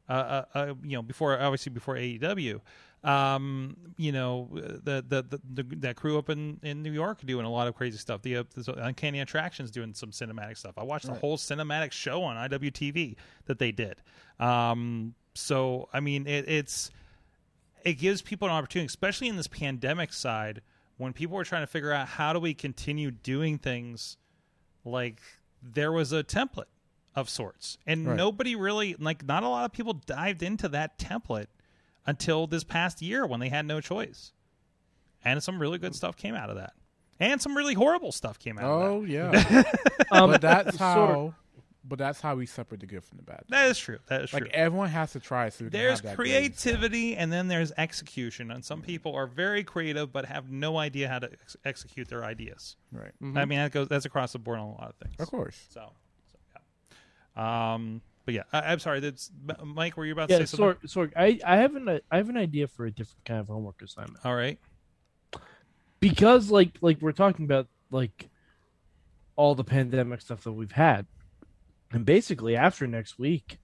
Speaker 2: uh, uh, uh, you know, before obviously before E AEW. Um, you know, the the, the the that crew up in, in New York doing a lot of crazy stuff. The, uh, the Uncanny Attractions doing some cinematic stuff. I watched the whole cinematic show on IWTV that they did. Um, so I mean, it, it's it gives people an opportunity, especially in this pandemic side, when people are trying to figure out how do we continue doing things like there was a template of sorts. And
Speaker 4: Right.
Speaker 2: nobody really like not a lot of people dived into that template until this past year when they had no choice. And some really
Speaker 4: Mm.
Speaker 2: good stuff came out of that. And some really horrible stuff came out of that.
Speaker 4: Oh yeah,
Speaker 5: Um,
Speaker 4: but that's how. But that's how we separate the good from the bad.
Speaker 2: That is true. That is
Speaker 4: like
Speaker 2: true.
Speaker 4: everyone has to try. So we can
Speaker 2: There's
Speaker 4: have that
Speaker 2: creativity and then there's execution. And some people are very creative but have no idea how to ex- execute their ideas.
Speaker 4: great- right?
Speaker 2: I mean, that goes that's across the board on a lot of things.
Speaker 4: Of course.
Speaker 2: So, so yeah. Um, But yeah, I, I'm sorry. That's M- Mike. Were you about to
Speaker 5: yeah,
Speaker 2: say something?
Speaker 5: Sorg, Sorg, I, I have an I have an idea for a different kind of homework assignment.
Speaker 2: All right.
Speaker 5: because like like we're talking about like all the pandemic stuff that we've had and basically after next week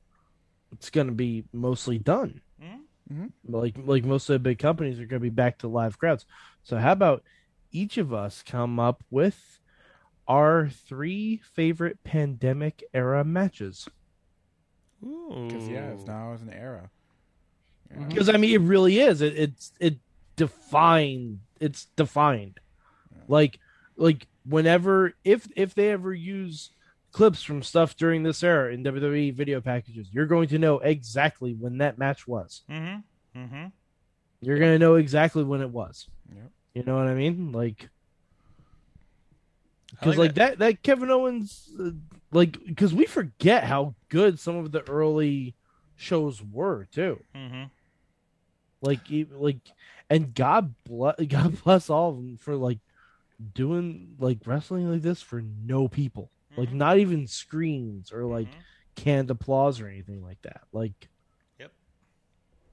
Speaker 5: it's going to be mostly done
Speaker 2: Mhm.
Speaker 4: Mhm.
Speaker 5: like like most of the big companies are going to be back to live crowds so how about each of us come up with our three favorite pandemic era matches
Speaker 4: Because yeah,
Speaker 2: Ooh.
Speaker 4: it's now it's an era. Yeah.
Speaker 5: because i mean it really is it, it's it defined it's defined like like whenever if if they ever use clips from stuff during this era in wwe video packages you're going to know exactly when that match was
Speaker 2: Mm-hmm. Mm-hmm.
Speaker 5: you're going to know exactly when it was
Speaker 4: Yep.
Speaker 5: you know what i mean like
Speaker 2: I
Speaker 5: because
Speaker 2: like
Speaker 5: like that. that kevin owens uh, like because we forget how good some of the early shows were too
Speaker 2: Mm-hmm.
Speaker 5: like e- like and god bless god bless all of them for like doing like wrestling like this for no people like
Speaker 2: Mhm.
Speaker 5: not even screens
Speaker 2: Mm-hmm.
Speaker 5: or like canned applause or anything like that like
Speaker 2: Yep.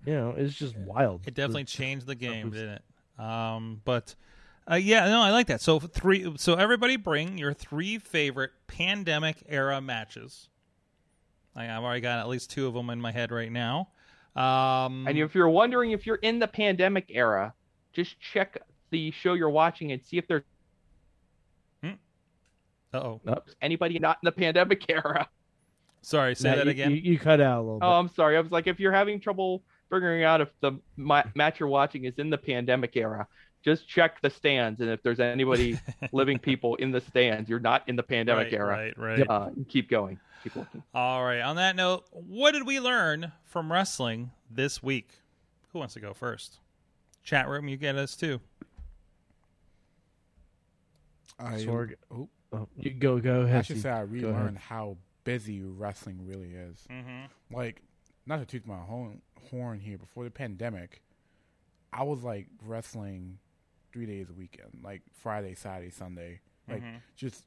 Speaker 5: you know it's just wild
Speaker 2: It definitely
Speaker 5: The-
Speaker 2: changed the game,
Speaker 5: was-
Speaker 2: didn't it? Um, but uh, yeah, no, I like that. So three. So everybody, bring your three favorite pandemic era matches. I, I've already got at least two of them in my head right now. Um,
Speaker 7: And if you're wondering if you're in the pandemic era, just check the show you're watching and see if there's
Speaker 2: oh,
Speaker 7: anybody not in the pandemic era.
Speaker 2: sorry, say
Speaker 5: Matt,
Speaker 2: that
Speaker 5: you-
Speaker 2: again.
Speaker 5: you, you cut out a little bit
Speaker 7: Oh, I'm sorry. I was like, if you're having trouble figuring out if the ma- match you're watching is in the pandemic era, just check the stands. And if there's anybody living people in the stands, you're not in the pandemic
Speaker 2: right,
Speaker 7: era.
Speaker 2: right, right.
Speaker 7: Uh, keep going. Keep looking.
Speaker 2: All right. On that note, what did we learn from wrestling this week? Who wants to go first? Chat room, you get us too.
Speaker 4: I,
Speaker 5: Sorg.
Speaker 4: oh,
Speaker 5: Oh, you go go ahead
Speaker 4: I should
Speaker 5: Steve.
Speaker 4: say I
Speaker 5: Go ahead.
Speaker 4: relearned how busy wrestling really is.
Speaker 2: Mm-hmm.
Speaker 4: Like, not to toot my horn, horn here, before the pandemic, I was like wrestling three days a weekend, like Friday, Saturday, Sunday,
Speaker 2: Mm-hmm.
Speaker 4: like just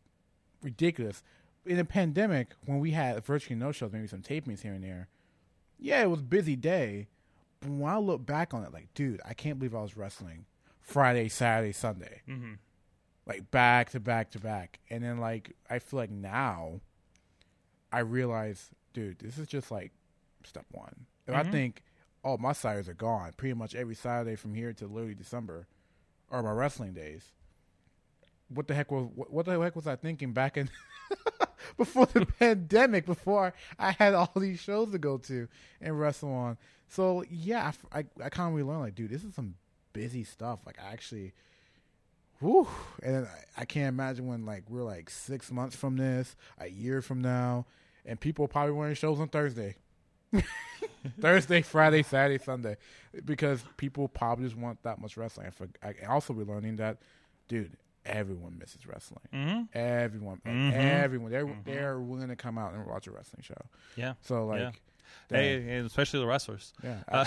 Speaker 4: ridiculous. In the pandemic, when we had virtually no shows, maybe some tapings here and there, yeah, it was a busy day. But when I look back on it, like, dude, I can't believe I was wrestling Friday, Saturday, Sunday
Speaker 2: Mm-hmm.
Speaker 4: like back to back to back. And then like I feel like now I realize, dude, this is just like step one. If I
Speaker 2: Mhm.
Speaker 4: think, oh, my Saturdays are gone pretty much every Saturday from here to literally December are my wrestling days. What the heck was what, what the heck was I thinking back in before the pandemic? Before I had all these shows to go to and wrestle on. So yeah, I f- I, I kind of relearned like, dude, this is some busy stuff. Like I actually Whew. And then I, I can't imagine when like we're like six months from this, a year from now, and people probably running shows on Thursday. Thursday, Friday, Saturday, Sunday, because people probably just want that much wrestling. I, for, I and also be learning that, dude, everyone misses wrestling.
Speaker 2: Mm-hmm.
Speaker 4: Everyone, like,
Speaker 2: Mhm.
Speaker 4: everyone, they're they're willing to come out and watch a wrestling show.
Speaker 2: Yeah.
Speaker 4: So like,
Speaker 2: Yeah.
Speaker 4: damn,
Speaker 2: Hey, and especially the wrestlers.
Speaker 4: yeah,
Speaker 2: Uh,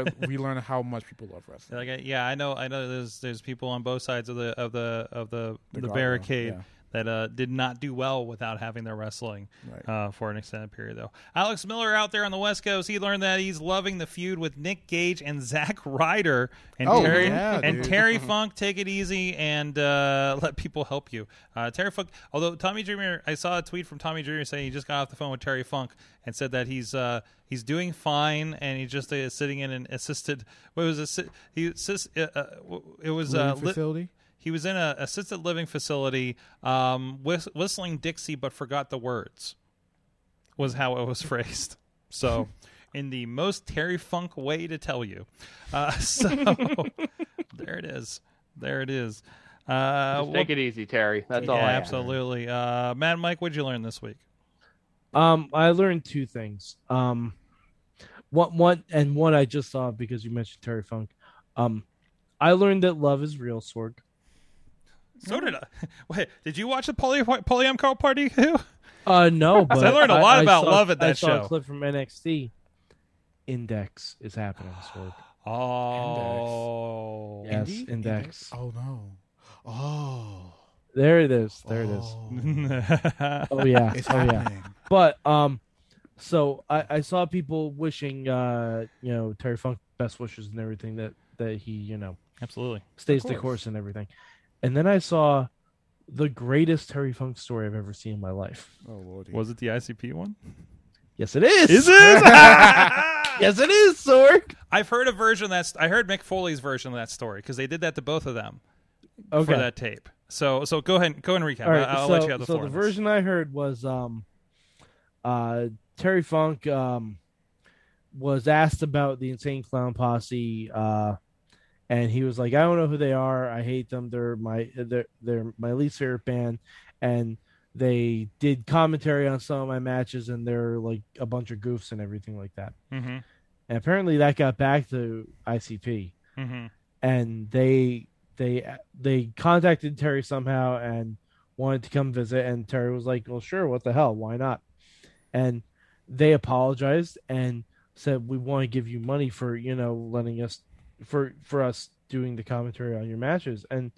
Speaker 4: I we learn how much people love wrestling.
Speaker 2: like I, yeah, I know, I know. There's there's people on both sides of the of the of the the,
Speaker 4: The guardrail,
Speaker 2: barricade
Speaker 4: yeah.
Speaker 2: that uh, did not do well without having their wrestling
Speaker 4: Right.
Speaker 2: uh, for an extended period, though. Alex Miller out there on the West Coast, he learned that he's loving the feud with Nick Gage and Zack Ryder and
Speaker 4: Oh,
Speaker 2: Terry
Speaker 4: yeah,
Speaker 2: and
Speaker 4: dude.
Speaker 2: Terry Funk. Take it easy and uh, let people help you. Uh, Terry Funk. Although Tommy Dreamer, I saw a tweet from Tommy Dreamer saying he just got off the phone with Terry Funk and said that he's uh, he's doing fine and he's just uh, sitting in an assisted. What was assi- he? Assist, uh, uh, w- it was uh,
Speaker 4: Living
Speaker 2: li-
Speaker 4: facility.
Speaker 2: he was in a assisted living facility, um, whis- whistling Dixie, but forgot the words. Was how it was phrased. So, in the most Terry Funk way to tell you. Uh, so there it is. There it is. Uh,
Speaker 7: Just take it easy, Terry. That's
Speaker 2: yeah,
Speaker 7: all I have.
Speaker 2: absolutely. Uh, Mad Mike, what'd you learn this week?
Speaker 5: Um, I learned two things. Um, what one and one I just saw because you mentioned Terry Funk. Um, I learned that love is real, Sorg.
Speaker 2: So did I. Wait, did you watch the poly polyam car party too?
Speaker 5: Uh, no, but
Speaker 2: I learned a lot about
Speaker 5: saw-
Speaker 2: love at
Speaker 5: I
Speaker 2: that
Speaker 5: saw
Speaker 2: show.
Speaker 5: A clip from NXT. Index is happening, Sorg.
Speaker 2: Oh,
Speaker 5: Yes,
Speaker 4: Indeed?
Speaker 5: index.
Speaker 4: Oh no. Oh.
Speaker 5: There it is. There it is.
Speaker 4: Oh.
Speaker 7: uh,
Speaker 5: Oh yeah.
Speaker 4: It's
Speaker 5: oh yeah.
Speaker 4: happening.
Speaker 5: But um, So I, I saw people wishing, uh, you know, Terry Funk best wishes and everything that that he, you know,
Speaker 2: Absolutely.
Speaker 5: stays
Speaker 4: Of
Speaker 5: the
Speaker 4: course.
Speaker 5: course and everything. And then I saw the greatest Terry Funk story I've ever seen in my life.
Speaker 11: Oh lordy.
Speaker 2: Was it the ICP one?
Speaker 5: Yes, it is.
Speaker 2: Is it?
Speaker 5: yes, it is, Sork.
Speaker 2: I've heard a version of that. St- I heard Mick Foley's version of that story because they did that to both of them
Speaker 5: Okay.
Speaker 2: for that tape. So, so go ahead, go and recap.
Speaker 5: All right,
Speaker 2: I- I'll
Speaker 5: so,
Speaker 2: let you have the
Speaker 5: so
Speaker 2: floor.
Speaker 5: the
Speaker 2: on this.
Speaker 5: version I heard was um, uh, Terry Funk um, was asked about the Insane Clown Posse, uh, and he was like, "I don't know who they are. I hate them. They're my they're they're my least favorite band." And they did commentary on some of my matches, and they're like a bunch of goofs and everything like that.
Speaker 2: Mhm,
Speaker 5: And apparently, that got back to ICP
Speaker 2: mhm.
Speaker 5: and they they they contacted Terry somehow and wanted to come visit and Terry was like, "Well, sure, what the hell? Why not?" And they apologized and said, "We want to give you money for, you know, letting us for for us doing the commentary on your matches." And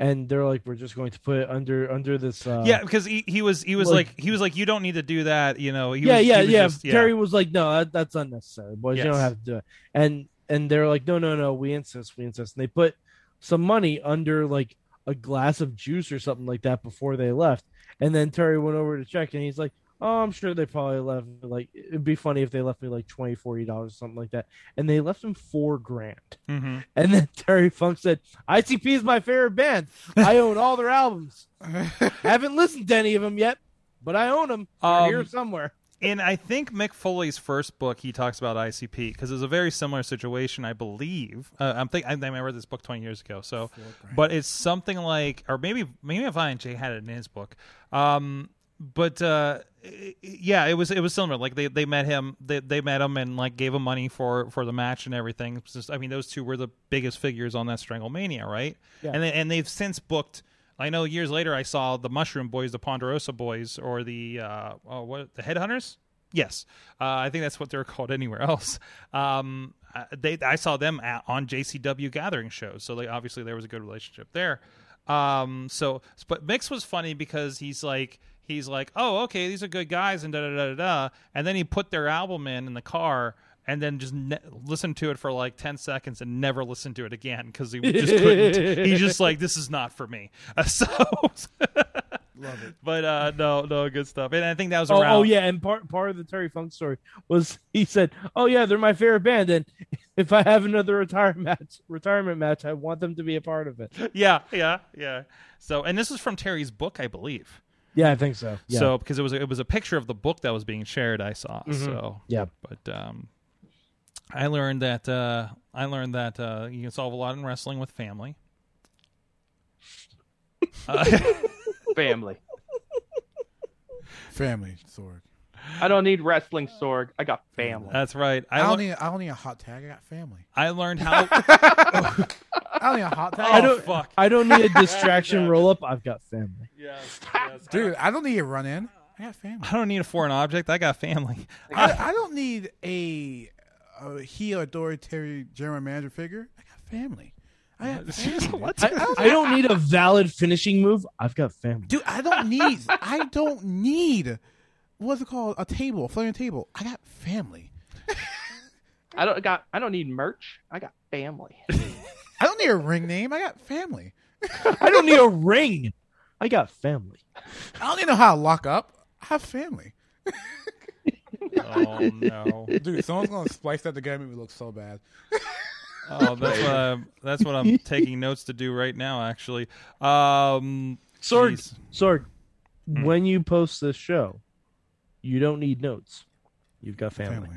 Speaker 5: and they're like, "We're just going to put it under under this uh
Speaker 2: yeah, because he, he was he was
Speaker 5: like-
Speaker 2: like, he was like you don't need to do that. You know. He
Speaker 5: yeah,
Speaker 2: was, he
Speaker 5: yeah,
Speaker 2: was
Speaker 5: yeah.
Speaker 2: just-
Speaker 5: Terry was like, "No, that, that's unnecessary. Boys, you don't
Speaker 2: Yes.
Speaker 5: have to do it." And and they're like, "No, no, no. We insist. We insist." And they put some money under like a glass of juice or something like that before they left. And then Terry went over to check, and he's like, "Oh, I'm sure they probably left. Like, it'd be funny if they left me like twenty, forty dollars, something like that." And they left him four grand.
Speaker 2: Mhm.
Speaker 5: And then Terry Funk said, "ICP is my favorite band. I own all their albums. Haven't listened to any of them yet, but I own them. They're
Speaker 2: Um,
Speaker 5: here somewhere."
Speaker 2: And I think Mick Foley's first book, he talks about ICP because it was a very similar situation, I believe. Uh, I'm think I, I mean, I read this book 20 years ago, so but it's something like, or maybe maybe if I and Jay had it in his book, um, but uh, i- i- yeah, it was it was similar. Like they, they met him, they, they met him and like gave him money for for the match and everything. It's just- I mean, those two were the biggest figures on that Stranglemania, right?
Speaker 5: Yeah.
Speaker 2: And they, and they've since booked. I know years later I saw the Mushroom Boys, the Ponderosa Boys, or the uh, oh, what the Headhunters. Yes, uh, I think that's what they're called anywhere else. Um, uh, they I saw them at, on JCW gathering shows, so they obviously there was a good relationship there. Um, so but Mix was funny because he's like he's like oh okay these are good guys and da da da da da, and then he put their album in in the car. And then just ne- listened to it for like ten seconds and never listened to it again because he just couldn't. He's just like, "This is not for me." Uh, so,
Speaker 11: Love it.
Speaker 2: but uh, no, no, good stuff. And I think that was
Speaker 5: Oh,
Speaker 2: around.
Speaker 5: oh yeah, and part part of the Terry Funk story was he said, "Oh yeah, they're my favorite band, and if I have another retirement match, retirement match, I want them to be a part of it."
Speaker 2: yeah, yeah, yeah. So, and this is from Terry's book, I believe.
Speaker 5: Yeah, I think so. Yeah. Mm-hmm.
Speaker 2: So, because it was it was a picture of the book that was being shared, I saw. So,
Speaker 5: yeah,
Speaker 2: but um, I learned that uh, I learned that uh, you can solve a lot in wrestling with family. Uh,
Speaker 7: Family.
Speaker 11: Family sword.
Speaker 7: I don't need wrestling, Sorg. I got family.
Speaker 2: that's right.
Speaker 11: I,
Speaker 2: I
Speaker 11: don't
Speaker 2: lear-
Speaker 11: need. I don't need a hot tag. I got family.
Speaker 2: I learned how.
Speaker 11: I
Speaker 5: Oh,
Speaker 11: don't need a hot tag.
Speaker 2: oh
Speaker 5: don't-
Speaker 2: fuck,
Speaker 5: I don't need a distraction roll up. I've got family.
Speaker 11: dude. I don't need a run in. I got family.
Speaker 2: I don't need a foreign object. I got family.
Speaker 11: I, I don't need a, a he authoritarian general manager figure. I got family. I got family. dude.
Speaker 2: What?
Speaker 5: I, I don't need a valid finishing move. I've got family.
Speaker 11: Dude, I don't need. I don't need. What's it called? A table, a floating table. I got family.
Speaker 7: I don't got. I don't need merch. I got family.
Speaker 11: I don't need a ring name. I got family.
Speaker 5: I don't need a ring. I got family.
Speaker 11: I don't need to know how to lock up. I have family.
Speaker 2: Oh no.
Speaker 11: Dude, someone's gonna splice that together. Make me look so bad.
Speaker 2: Oh, that's what I'm, that's what I'm taking notes to do right now. Actually, um,
Speaker 5: Sorg, Hmm.
Speaker 2: jeez.
Speaker 5: Sorg, when you post this show, you don't need notes. You've got family.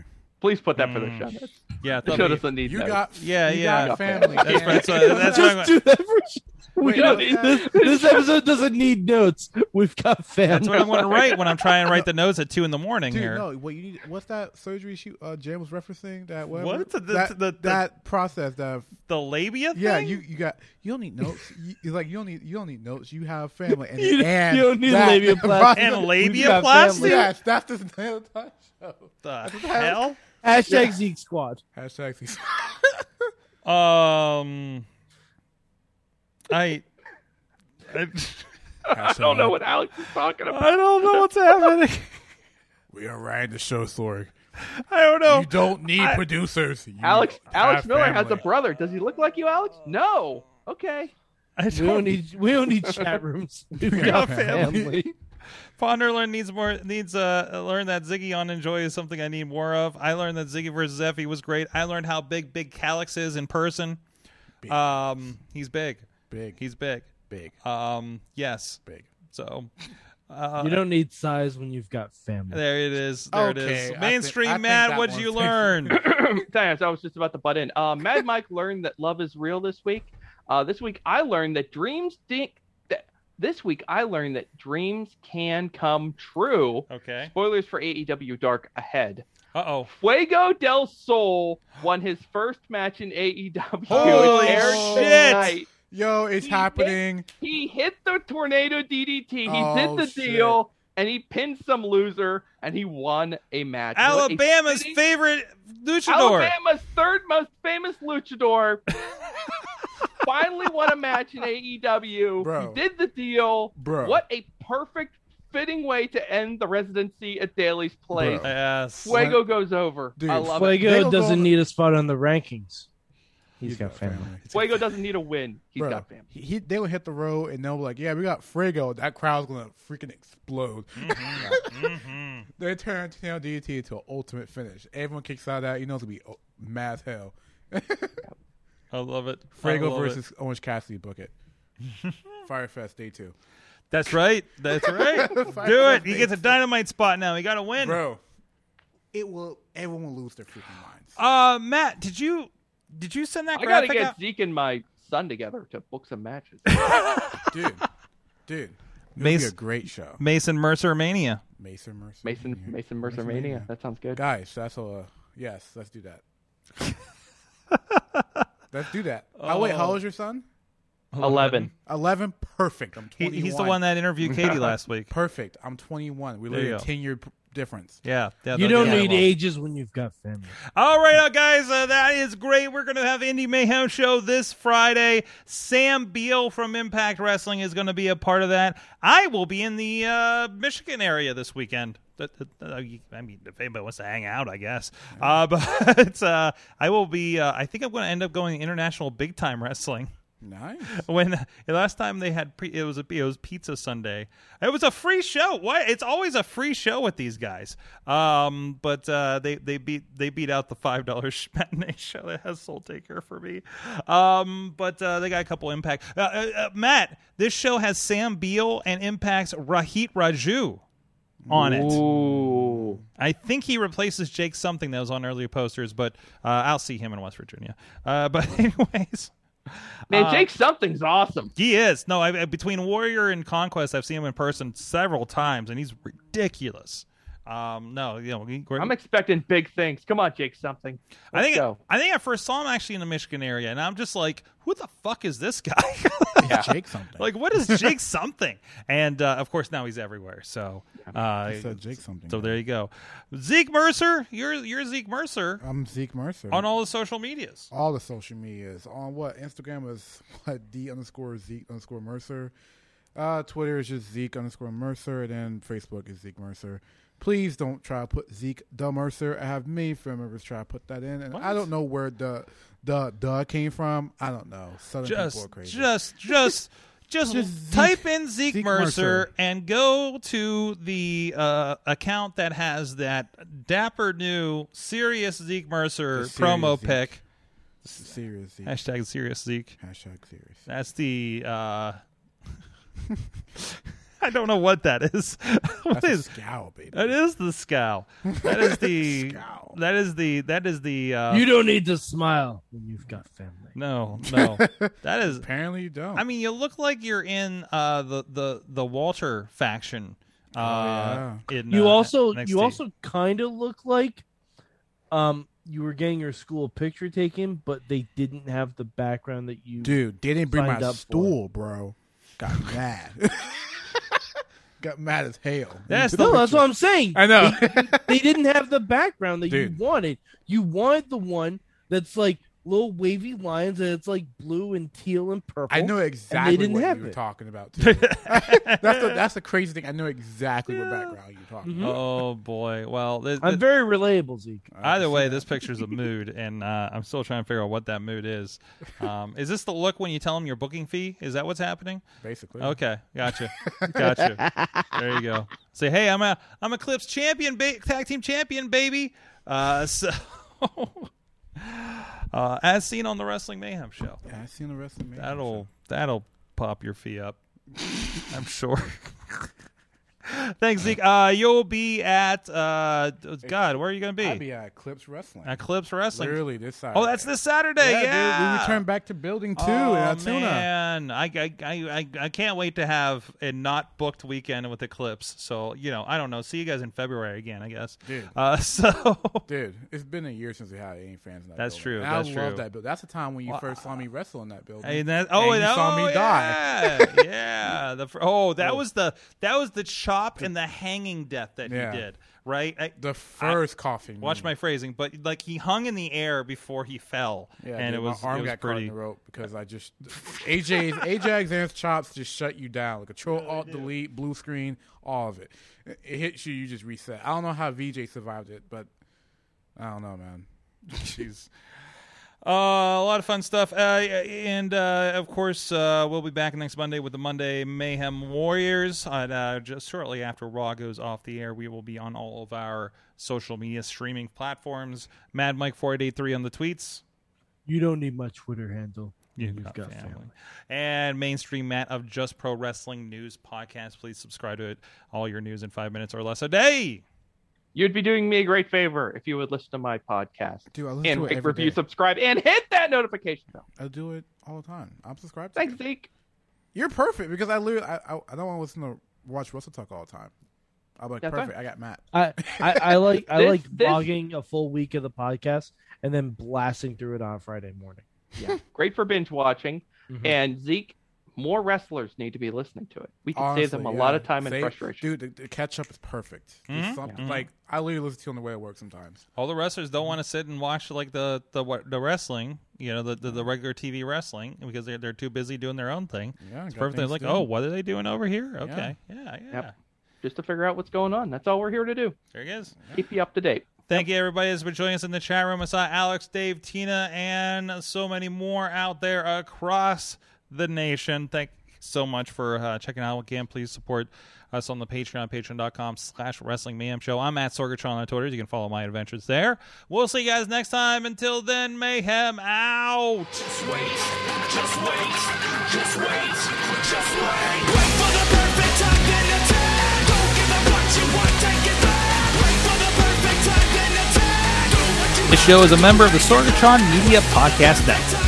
Speaker 7: Please put that for the show. notes.
Speaker 2: Yeah, I
Speaker 7: The
Speaker 2: thought
Speaker 7: show
Speaker 2: we-
Speaker 7: doesn't need
Speaker 11: You
Speaker 7: notes.
Speaker 11: got.
Speaker 2: Yeah,
Speaker 11: you
Speaker 2: yeah.
Speaker 11: Got family.
Speaker 2: That's right. So that's what I'm-
Speaker 5: Just do that for. We
Speaker 11: Wait,
Speaker 5: don't
Speaker 11: no,
Speaker 5: need this, this episode doesn't need notes. We've got
Speaker 2: That's
Speaker 5: fans.
Speaker 2: what I'm going to write when I'm trying to write the notes at two in the morning.
Speaker 11: Dude,
Speaker 2: here,
Speaker 11: no. What you need? What's that surgery she uh, Jam was referencing? That whatever,
Speaker 2: What? The- the-
Speaker 11: that,
Speaker 2: the- the-
Speaker 11: that process. That
Speaker 2: the labia.
Speaker 11: yeah.
Speaker 2: thing?
Speaker 11: You you got. You don't need notes. you, it's like you don't need. You don't need notes. You have family. And,
Speaker 5: You-
Speaker 11: and
Speaker 5: you don't need
Speaker 11: that-
Speaker 5: labiaplasty.
Speaker 2: and
Speaker 5: got
Speaker 2: labiaplasty.
Speaker 5: family.
Speaker 11: Yes, that's the nail touch show.
Speaker 2: The hell?
Speaker 5: Hashtag Zeke Squad.
Speaker 11: Hashtag. season-
Speaker 2: Um, I. I
Speaker 7: I don't know what Alex is talking about.
Speaker 2: I don't know what's happening.
Speaker 4: We are riding the show, Sorg.
Speaker 2: I don't know.
Speaker 4: You don't need
Speaker 7: I-
Speaker 4: producers. You
Speaker 7: Alex Alex
Speaker 4: have
Speaker 7: Miller has
Speaker 4: family.
Speaker 7: a brother. Does he look like you, Alex? No. Okay.
Speaker 2: I
Speaker 5: We don't need we don't need chat rooms. We've
Speaker 2: got
Speaker 5: got
Speaker 2: family.
Speaker 5: family.
Speaker 2: Ponderland needs more needs uh learn that Ziggy on Enjoy is something I need more of. I learned that Ziggy versus Effie was great. I learned how big Big Calix is in person. Um, he's big.
Speaker 4: Big.
Speaker 2: He's big.
Speaker 4: big,
Speaker 2: Um, yes.
Speaker 4: big.
Speaker 2: So. Uh,
Speaker 5: You don't need size when you've got family.
Speaker 2: there it is. There
Speaker 4: Okay, I
Speaker 2: it is.
Speaker 4: think-
Speaker 2: Mainstream
Speaker 4: I think
Speaker 2: Matt,
Speaker 4: that
Speaker 2: what'd you
Speaker 4: one's-
Speaker 2: learn?
Speaker 7: Diane, I was just about to butt in. Uh, Mad Mike learned that love is real this week. Uh, this week I learned that dreams think that this week I learned that dreams can come true.
Speaker 2: okay.
Speaker 7: Spoilers for AEW Dark ahead.
Speaker 2: Uh oh.
Speaker 7: Fuego del Sol won his first match in E AEW.
Speaker 2: Holy
Speaker 7: It aired
Speaker 2: shit.
Speaker 7: tonight.
Speaker 4: Yo, it's
Speaker 7: He
Speaker 4: happening.
Speaker 7: He hit the tornado DDT. He
Speaker 4: Oh,
Speaker 7: did the
Speaker 4: shit.
Speaker 7: deal, and he pinned some loser, and he won a match. What a
Speaker 2: Alabama's
Speaker 7: city-
Speaker 2: favorite luchador.
Speaker 7: Alabama's third most famous luchador. Finally won a match in AEW.
Speaker 4: Bro.
Speaker 7: He did the deal.
Speaker 4: Bro.
Speaker 7: What a perfect, fitting way to end the residency at Daly's Place.
Speaker 4: Bro.
Speaker 2: Yes.
Speaker 7: Fuego goes over.
Speaker 4: Dude,
Speaker 7: I love it.
Speaker 4: They'll
Speaker 5: Fuego
Speaker 4: go-
Speaker 5: doesn't need a spot on the rankings. He's got family.
Speaker 7: Fuego doesn't need a win. He's
Speaker 4: Bro,
Speaker 7: got family.
Speaker 4: He, he- they would hit the road and they'll be like, "Yeah, we got Frigo." That crowd's gonna freaking explode. Mm-hmm.
Speaker 2: Mhm.
Speaker 4: They turn Tail DDT to an ultimate finish. Everyone kicks out of that. You know it's gonna be oh, mad as hell.
Speaker 2: I love it. I
Speaker 4: Frigo
Speaker 2: love it.
Speaker 4: versus Orange Cassidy. Book it. Firefest day two,
Speaker 2: That's right. That's right. Do it. He gets a dynamite spot now. He got to win.
Speaker 4: bro. It will. Everyone will lose their freaking minds.
Speaker 2: Uh, Matt, did you did you send that
Speaker 7: I gotta
Speaker 2: graphic
Speaker 7: get
Speaker 2: out?
Speaker 7: Zeke and my son together to book some matches.
Speaker 4: dude, dude. It'll be
Speaker 2: Mace-
Speaker 4: a great show.
Speaker 2: Mason Mercer Mania.
Speaker 4: Mason Mercer.
Speaker 7: Mason
Speaker 4: Jr.
Speaker 7: Mason Mercer Mania. That sounds good.
Speaker 4: Guys, that's a yes. Let's do that. let's do that. Oh, wait, how old is your son?
Speaker 7: Eleven.
Speaker 4: Eleven. Perfect. I'm
Speaker 2: He,
Speaker 4: twenty.
Speaker 2: he's the one that interviewed Katie last week.
Speaker 4: Perfect. I'm 21. We
Speaker 2: There
Speaker 4: live
Speaker 2: you
Speaker 4: a
Speaker 2: go.
Speaker 4: 10 year p- difference.
Speaker 2: Yeah, yeah.
Speaker 5: You
Speaker 2: they'll
Speaker 5: don't
Speaker 2: get
Speaker 5: need
Speaker 2: along.
Speaker 5: ages when you've got family.
Speaker 2: All right, uh, guys, uh, that is great. We're going to have Indie Mayhem show this Friday. Sam Beal from Impact Wrestling is going to be a part of that. I will be in the uh, Michigan area this weekend. That- that- that- uh, you- I mean, if anybody wants to hang out, I guess. Uh, but uh, I will be. Uh, I think I'm going to end up going to international big time wrestling.
Speaker 4: Nice.
Speaker 2: When the last time they had pre- it was a it was Pizza Sunday. It was a free show. What? It's always a free show with these guys. Um, but uh, they they beat they beat out the five dollars matinee show that has Soul Taker for me. Um, but uh, they got a couple Impact. Uh, uh, uh, Matt, this show has Sam Beal and Impact's Rahit Raju on it.
Speaker 7: Ooh.
Speaker 2: I think he replaces Jake something that was on earlier posters, but uh, I'll see him in West Virginia. Uh, but anyways.
Speaker 7: Man, Jake something's awesome.
Speaker 2: He is. No, I, I- between Warrior and Conquest, I've seen him in person several times, and he's ridiculous. Um, no, you know, he, great.
Speaker 7: I'm expecting big things. Come on, Jake something.
Speaker 2: I
Speaker 7: Let's
Speaker 2: think
Speaker 7: go.
Speaker 2: I think I first saw him actually in the Michigan area, and I'm just like, who the fuck is this guy?
Speaker 4: Jake something.
Speaker 2: like, what is Jake something? And uh, of course, now he's everywhere. So, uh,
Speaker 4: I said Jake something.
Speaker 2: so there you go. Zeke Mercer, you're you're Zeke Mercer
Speaker 4: I'm Zeke Mercer.
Speaker 2: on all the social medias.
Speaker 4: All the social medias. On what? Instagram is what? D underscore Zeke underscore Mercer. Uh, Twitter is just Zeke underscore Mercer. And then Facebook is Zeke Mercer. Please don't try to put Zeke the Mercer. I have many family members try to put that in. And I don't know where the the the came from. I don't know. Southern people
Speaker 2: just
Speaker 4: are crazy.
Speaker 2: just just just,
Speaker 4: Just Zeke-
Speaker 2: type in Zeke,
Speaker 4: Zeke
Speaker 2: Mercer,
Speaker 4: Mercer.
Speaker 2: and go to the uh, account that has that dapper new serious Zeke Mercer
Speaker 4: The serious
Speaker 2: promo
Speaker 4: Zeke.
Speaker 2: pick.
Speaker 4: serious Zeke.
Speaker 2: Hashtag serious Zeke.
Speaker 4: Hashtag serious.
Speaker 2: That's the uh I don't know what that is. what
Speaker 4: That's a
Speaker 2: is
Speaker 4: scowl, baby.
Speaker 2: that is the scowl. That is the
Speaker 4: Scowl.
Speaker 2: that is the that is the uh
Speaker 5: You don't need to smile when you've got family.
Speaker 2: no, no. that is
Speaker 4: Apparently you don't.
Speaker 2: I mean, you look like you're in uh, the the the Walter faction.
Speaker 4: Oh,
Speaker 2: Uh, in,
Speaker 5: You
Speaker 2: uh,
Speaker 5: also
Speaker 2: NXT.
Speaker 5: you also kind of look like um you were getting your school picture taken, but they didn't have the background that you
Speaker 4: Dude, they didn't bring my
Speaker 5: Signed up for
Speaker 4: stool, bro. Got mad. Got mad as hell.
Speaker 2: That's
Speaker 5: No, that's what I'm saying.
Speaker 4: I know.
Speaker 5: They didn't have the background that
Speaker 4: Dude.
Speaker 5: you wanted. You wanted the one that's like little wavy lines, and it's like blue and teal and purple.
Speaker 4: I know exactly
Speaker 5: didn't
Speaker 4: what
Speaker 5: have
Speaker 4: you were
Speaker 5: it.
Speaker 4: talking about. Too. that's the that's the crazy thing. I know exactly what background you're talking
Speaker 5: Mhm.
Speaker 4: about.
Speaker 2: Oh boy. Well, th-
Speaker 5: I'm
Speaker 2: th-
Speaker 5: very relatable, Zeke.
Speaker 4: I can
Speaker 2: either
Speaker 4: see
Speaker 2: way,
Speaker 4: that.
Speaker 2: this picture's a mood, and uh, I'm still trying to figure out what that mood is. Um, is this the look when you tell them your booking fee? Is that what's happening?
Speaker 4: basically.
Speaker 2: Okay, gotcha, gotcha. There you go. Say, hey, I'm a I'm Eclipse champion, ba- tag team champion, baby. Uh, so, uh, as seen on the Wrestling Mayhem show,
Speaker 4: Yeah, I seen the rest of me.
Speaker 2: that'll that'll pop your fee up. I'm sure. Thanks, Zeke. Uh, you'll be at uh, God. Where are you going to
Speaker 4: I'll
Speaker 2: be?
Speaker 4: be at Eclipse Wrestling.
Speaker 2: Eclipse Wrestling.
Speaker 4: Literally this side.
Speaker 2: Oh, that's this Saturday. Yeah,
Speaker 4: dude, we return back to building two
Speaker 2: Oh
Speaker 4: in Altoona.
Speaker 2: man, I, I I I I can't wait to have a not booked weekend with Eclipse. So you know, I don't know. See you guys in February again, I guess.
Speaker 4: Dude.
Speaker 2: Uh, so
Speaker 4: Dude, it's been a year since we had any fans in that
Speaker 2: That's
Speaker 4: building.
Speaker 2: true,
Speaker 4: And
Speaker 2: that's
Speaker 4: I
Speaker 2: true.
Speaker 4: love that building. That's the time when you
Speaker 2: Well,
Speaker 4: first saw me wrestle in that building.
Speaker 2: and that, oh,
Speaker 4: and you
Speaker 2: and-
Speaker 4: saw me
Speaker 2: oh,
Speaker 4: die.
Speaker 2: Yeah, yeah. The fr- oh, that was the that was the chop and the hanging death that
Speaker 4: Yeah. Mm.
Speaker 2: he did. Right. I,
Speaker 4: The first coughing.
Speaker 2: watch my
Speaker 4: moment.
Speaker 2: phrasing, but like he hung in the air before he fell,
Speaker 4: Yeah,
Speaker 2: and
Speaker 4: dude,
Speaker 2: it was
Speaker 4: my arm
Speaker 2: it was
Speaker 4: got caught in
Speaker 2: pretty.
Speaker 4: the rope because I just AJ's AJ Alexander's chops just shut you down. Like control alt delete blue screen, all of it. It hits you, you just reset. I don't know how VJ survived it, but I don't know, man. She's
Speaker 2: Uh, a lot of fun stuff. Uh, and uh, of course, uh, we'll be back next Monday with the Monday Mayhem Warriors. And, uh, just shortly after Raw goes off the air, we will be on all of our social media streaming platforms. Mad Mike four eight eight three on the tweets.
Speaker 5: You don't need my Twitter handle.
Speaker 2: You've,
Speaker 5: You've
Speaker 2: got,
Speaker 5: got
Speaker 2: family.
Speaker 5: family.
Speaker 2: And mainstream Matt of Just Pro Wrestling News podcast. Please subscribe to it. All your news in five minutes or less a day.
Speaker 7: You'd be doing me a great favor if you would listen to my podcast
Speaker 4: dude, I listen
Speaker 7: and
Speaker 4: to it
Speaker 7: rate,
Speaker 4: every
Speaker 7: review,
Speaker 4: day.
Speaker 7: subscribe, and hit that notification bell.
Speaker 4: I do it all the time. I'm subscribed. To
Speaker 7: Thanks,
Speaker 4: it.
Speaker 7: Zeke.
Speaker 4: You're perfect because I literally I, I, I don't want to listen to watch Russell talk all the time. I'm like
Speaker 7: That's
Speaker 4: perfect. I got Matt.
Speaker 5: I, I, I like I
Speaker 7: This-
Speaker 5: like
Speaker 7: this-
Speaker 5: logging a full week of the podcast and then blasting through it on Friday morning.
Speaker 7: Yeah, great for binge watching.
Speaker 4: Mm-hmm.
Speaker 5: Mhm.
Speaker 7: And Zeke, more wrestlers need to be listening to it. We can save them a
Speaker 4: Honestly,
Speaker 7: lot
Speaker 4: yeah.
Speaker 7: of time and
Speaker 4: Save-
Speaker 7: frustration.
Speaker 4: Dude, the, the catch up is perfect. There's
Speaker 2: Mhm.
Speaker 4: something-
Speaker 2: Yeah.
Speaker 4: Like I literally listen to it on the way to work sometimes.
Speaker 2: All the wrestlers don't want to sit and watch like the the what- the wrestling, you know, the the, the regular TV wrestling because they're they're too busy doing their own thing.
Speaker 4: Yeah,
Speaker 2: It's
Speaker 4: got
Speaker 2: perfectly
Speaker 4: things
Speaker 2: like,
Speaker 4: to do.
Speaker 2: oh, what are they doing over here? Okay, yeah, yeah.
Speaker 7: Just to figure out what's going on. That's all we're here to do.
Speaker 2: There it is.
Speaker 7: Keep you up to date.
Speaker 2: Thank you, everybody, that's been joining us in the chat room. I saw Alex, Dave, Tina, and so many more out there across the nation. Thank you so much for uh, checking out again. Please support us on the Patreon, patreon.com slash wrestling mayhem show. I'm at Sorgatron on Twitter. You can follow my adventures there. We'll see you guys next time. Until then, mayhem out.
Speaker 1: Just wait, just wait, just wait, just wait. Wait for the perfect time, then attack. Don't give up what you want, take it back. Wait for the perfect time, then attack. Do what you
Speaker 2: The show is a member of the Sorgatron Media Podcast Network.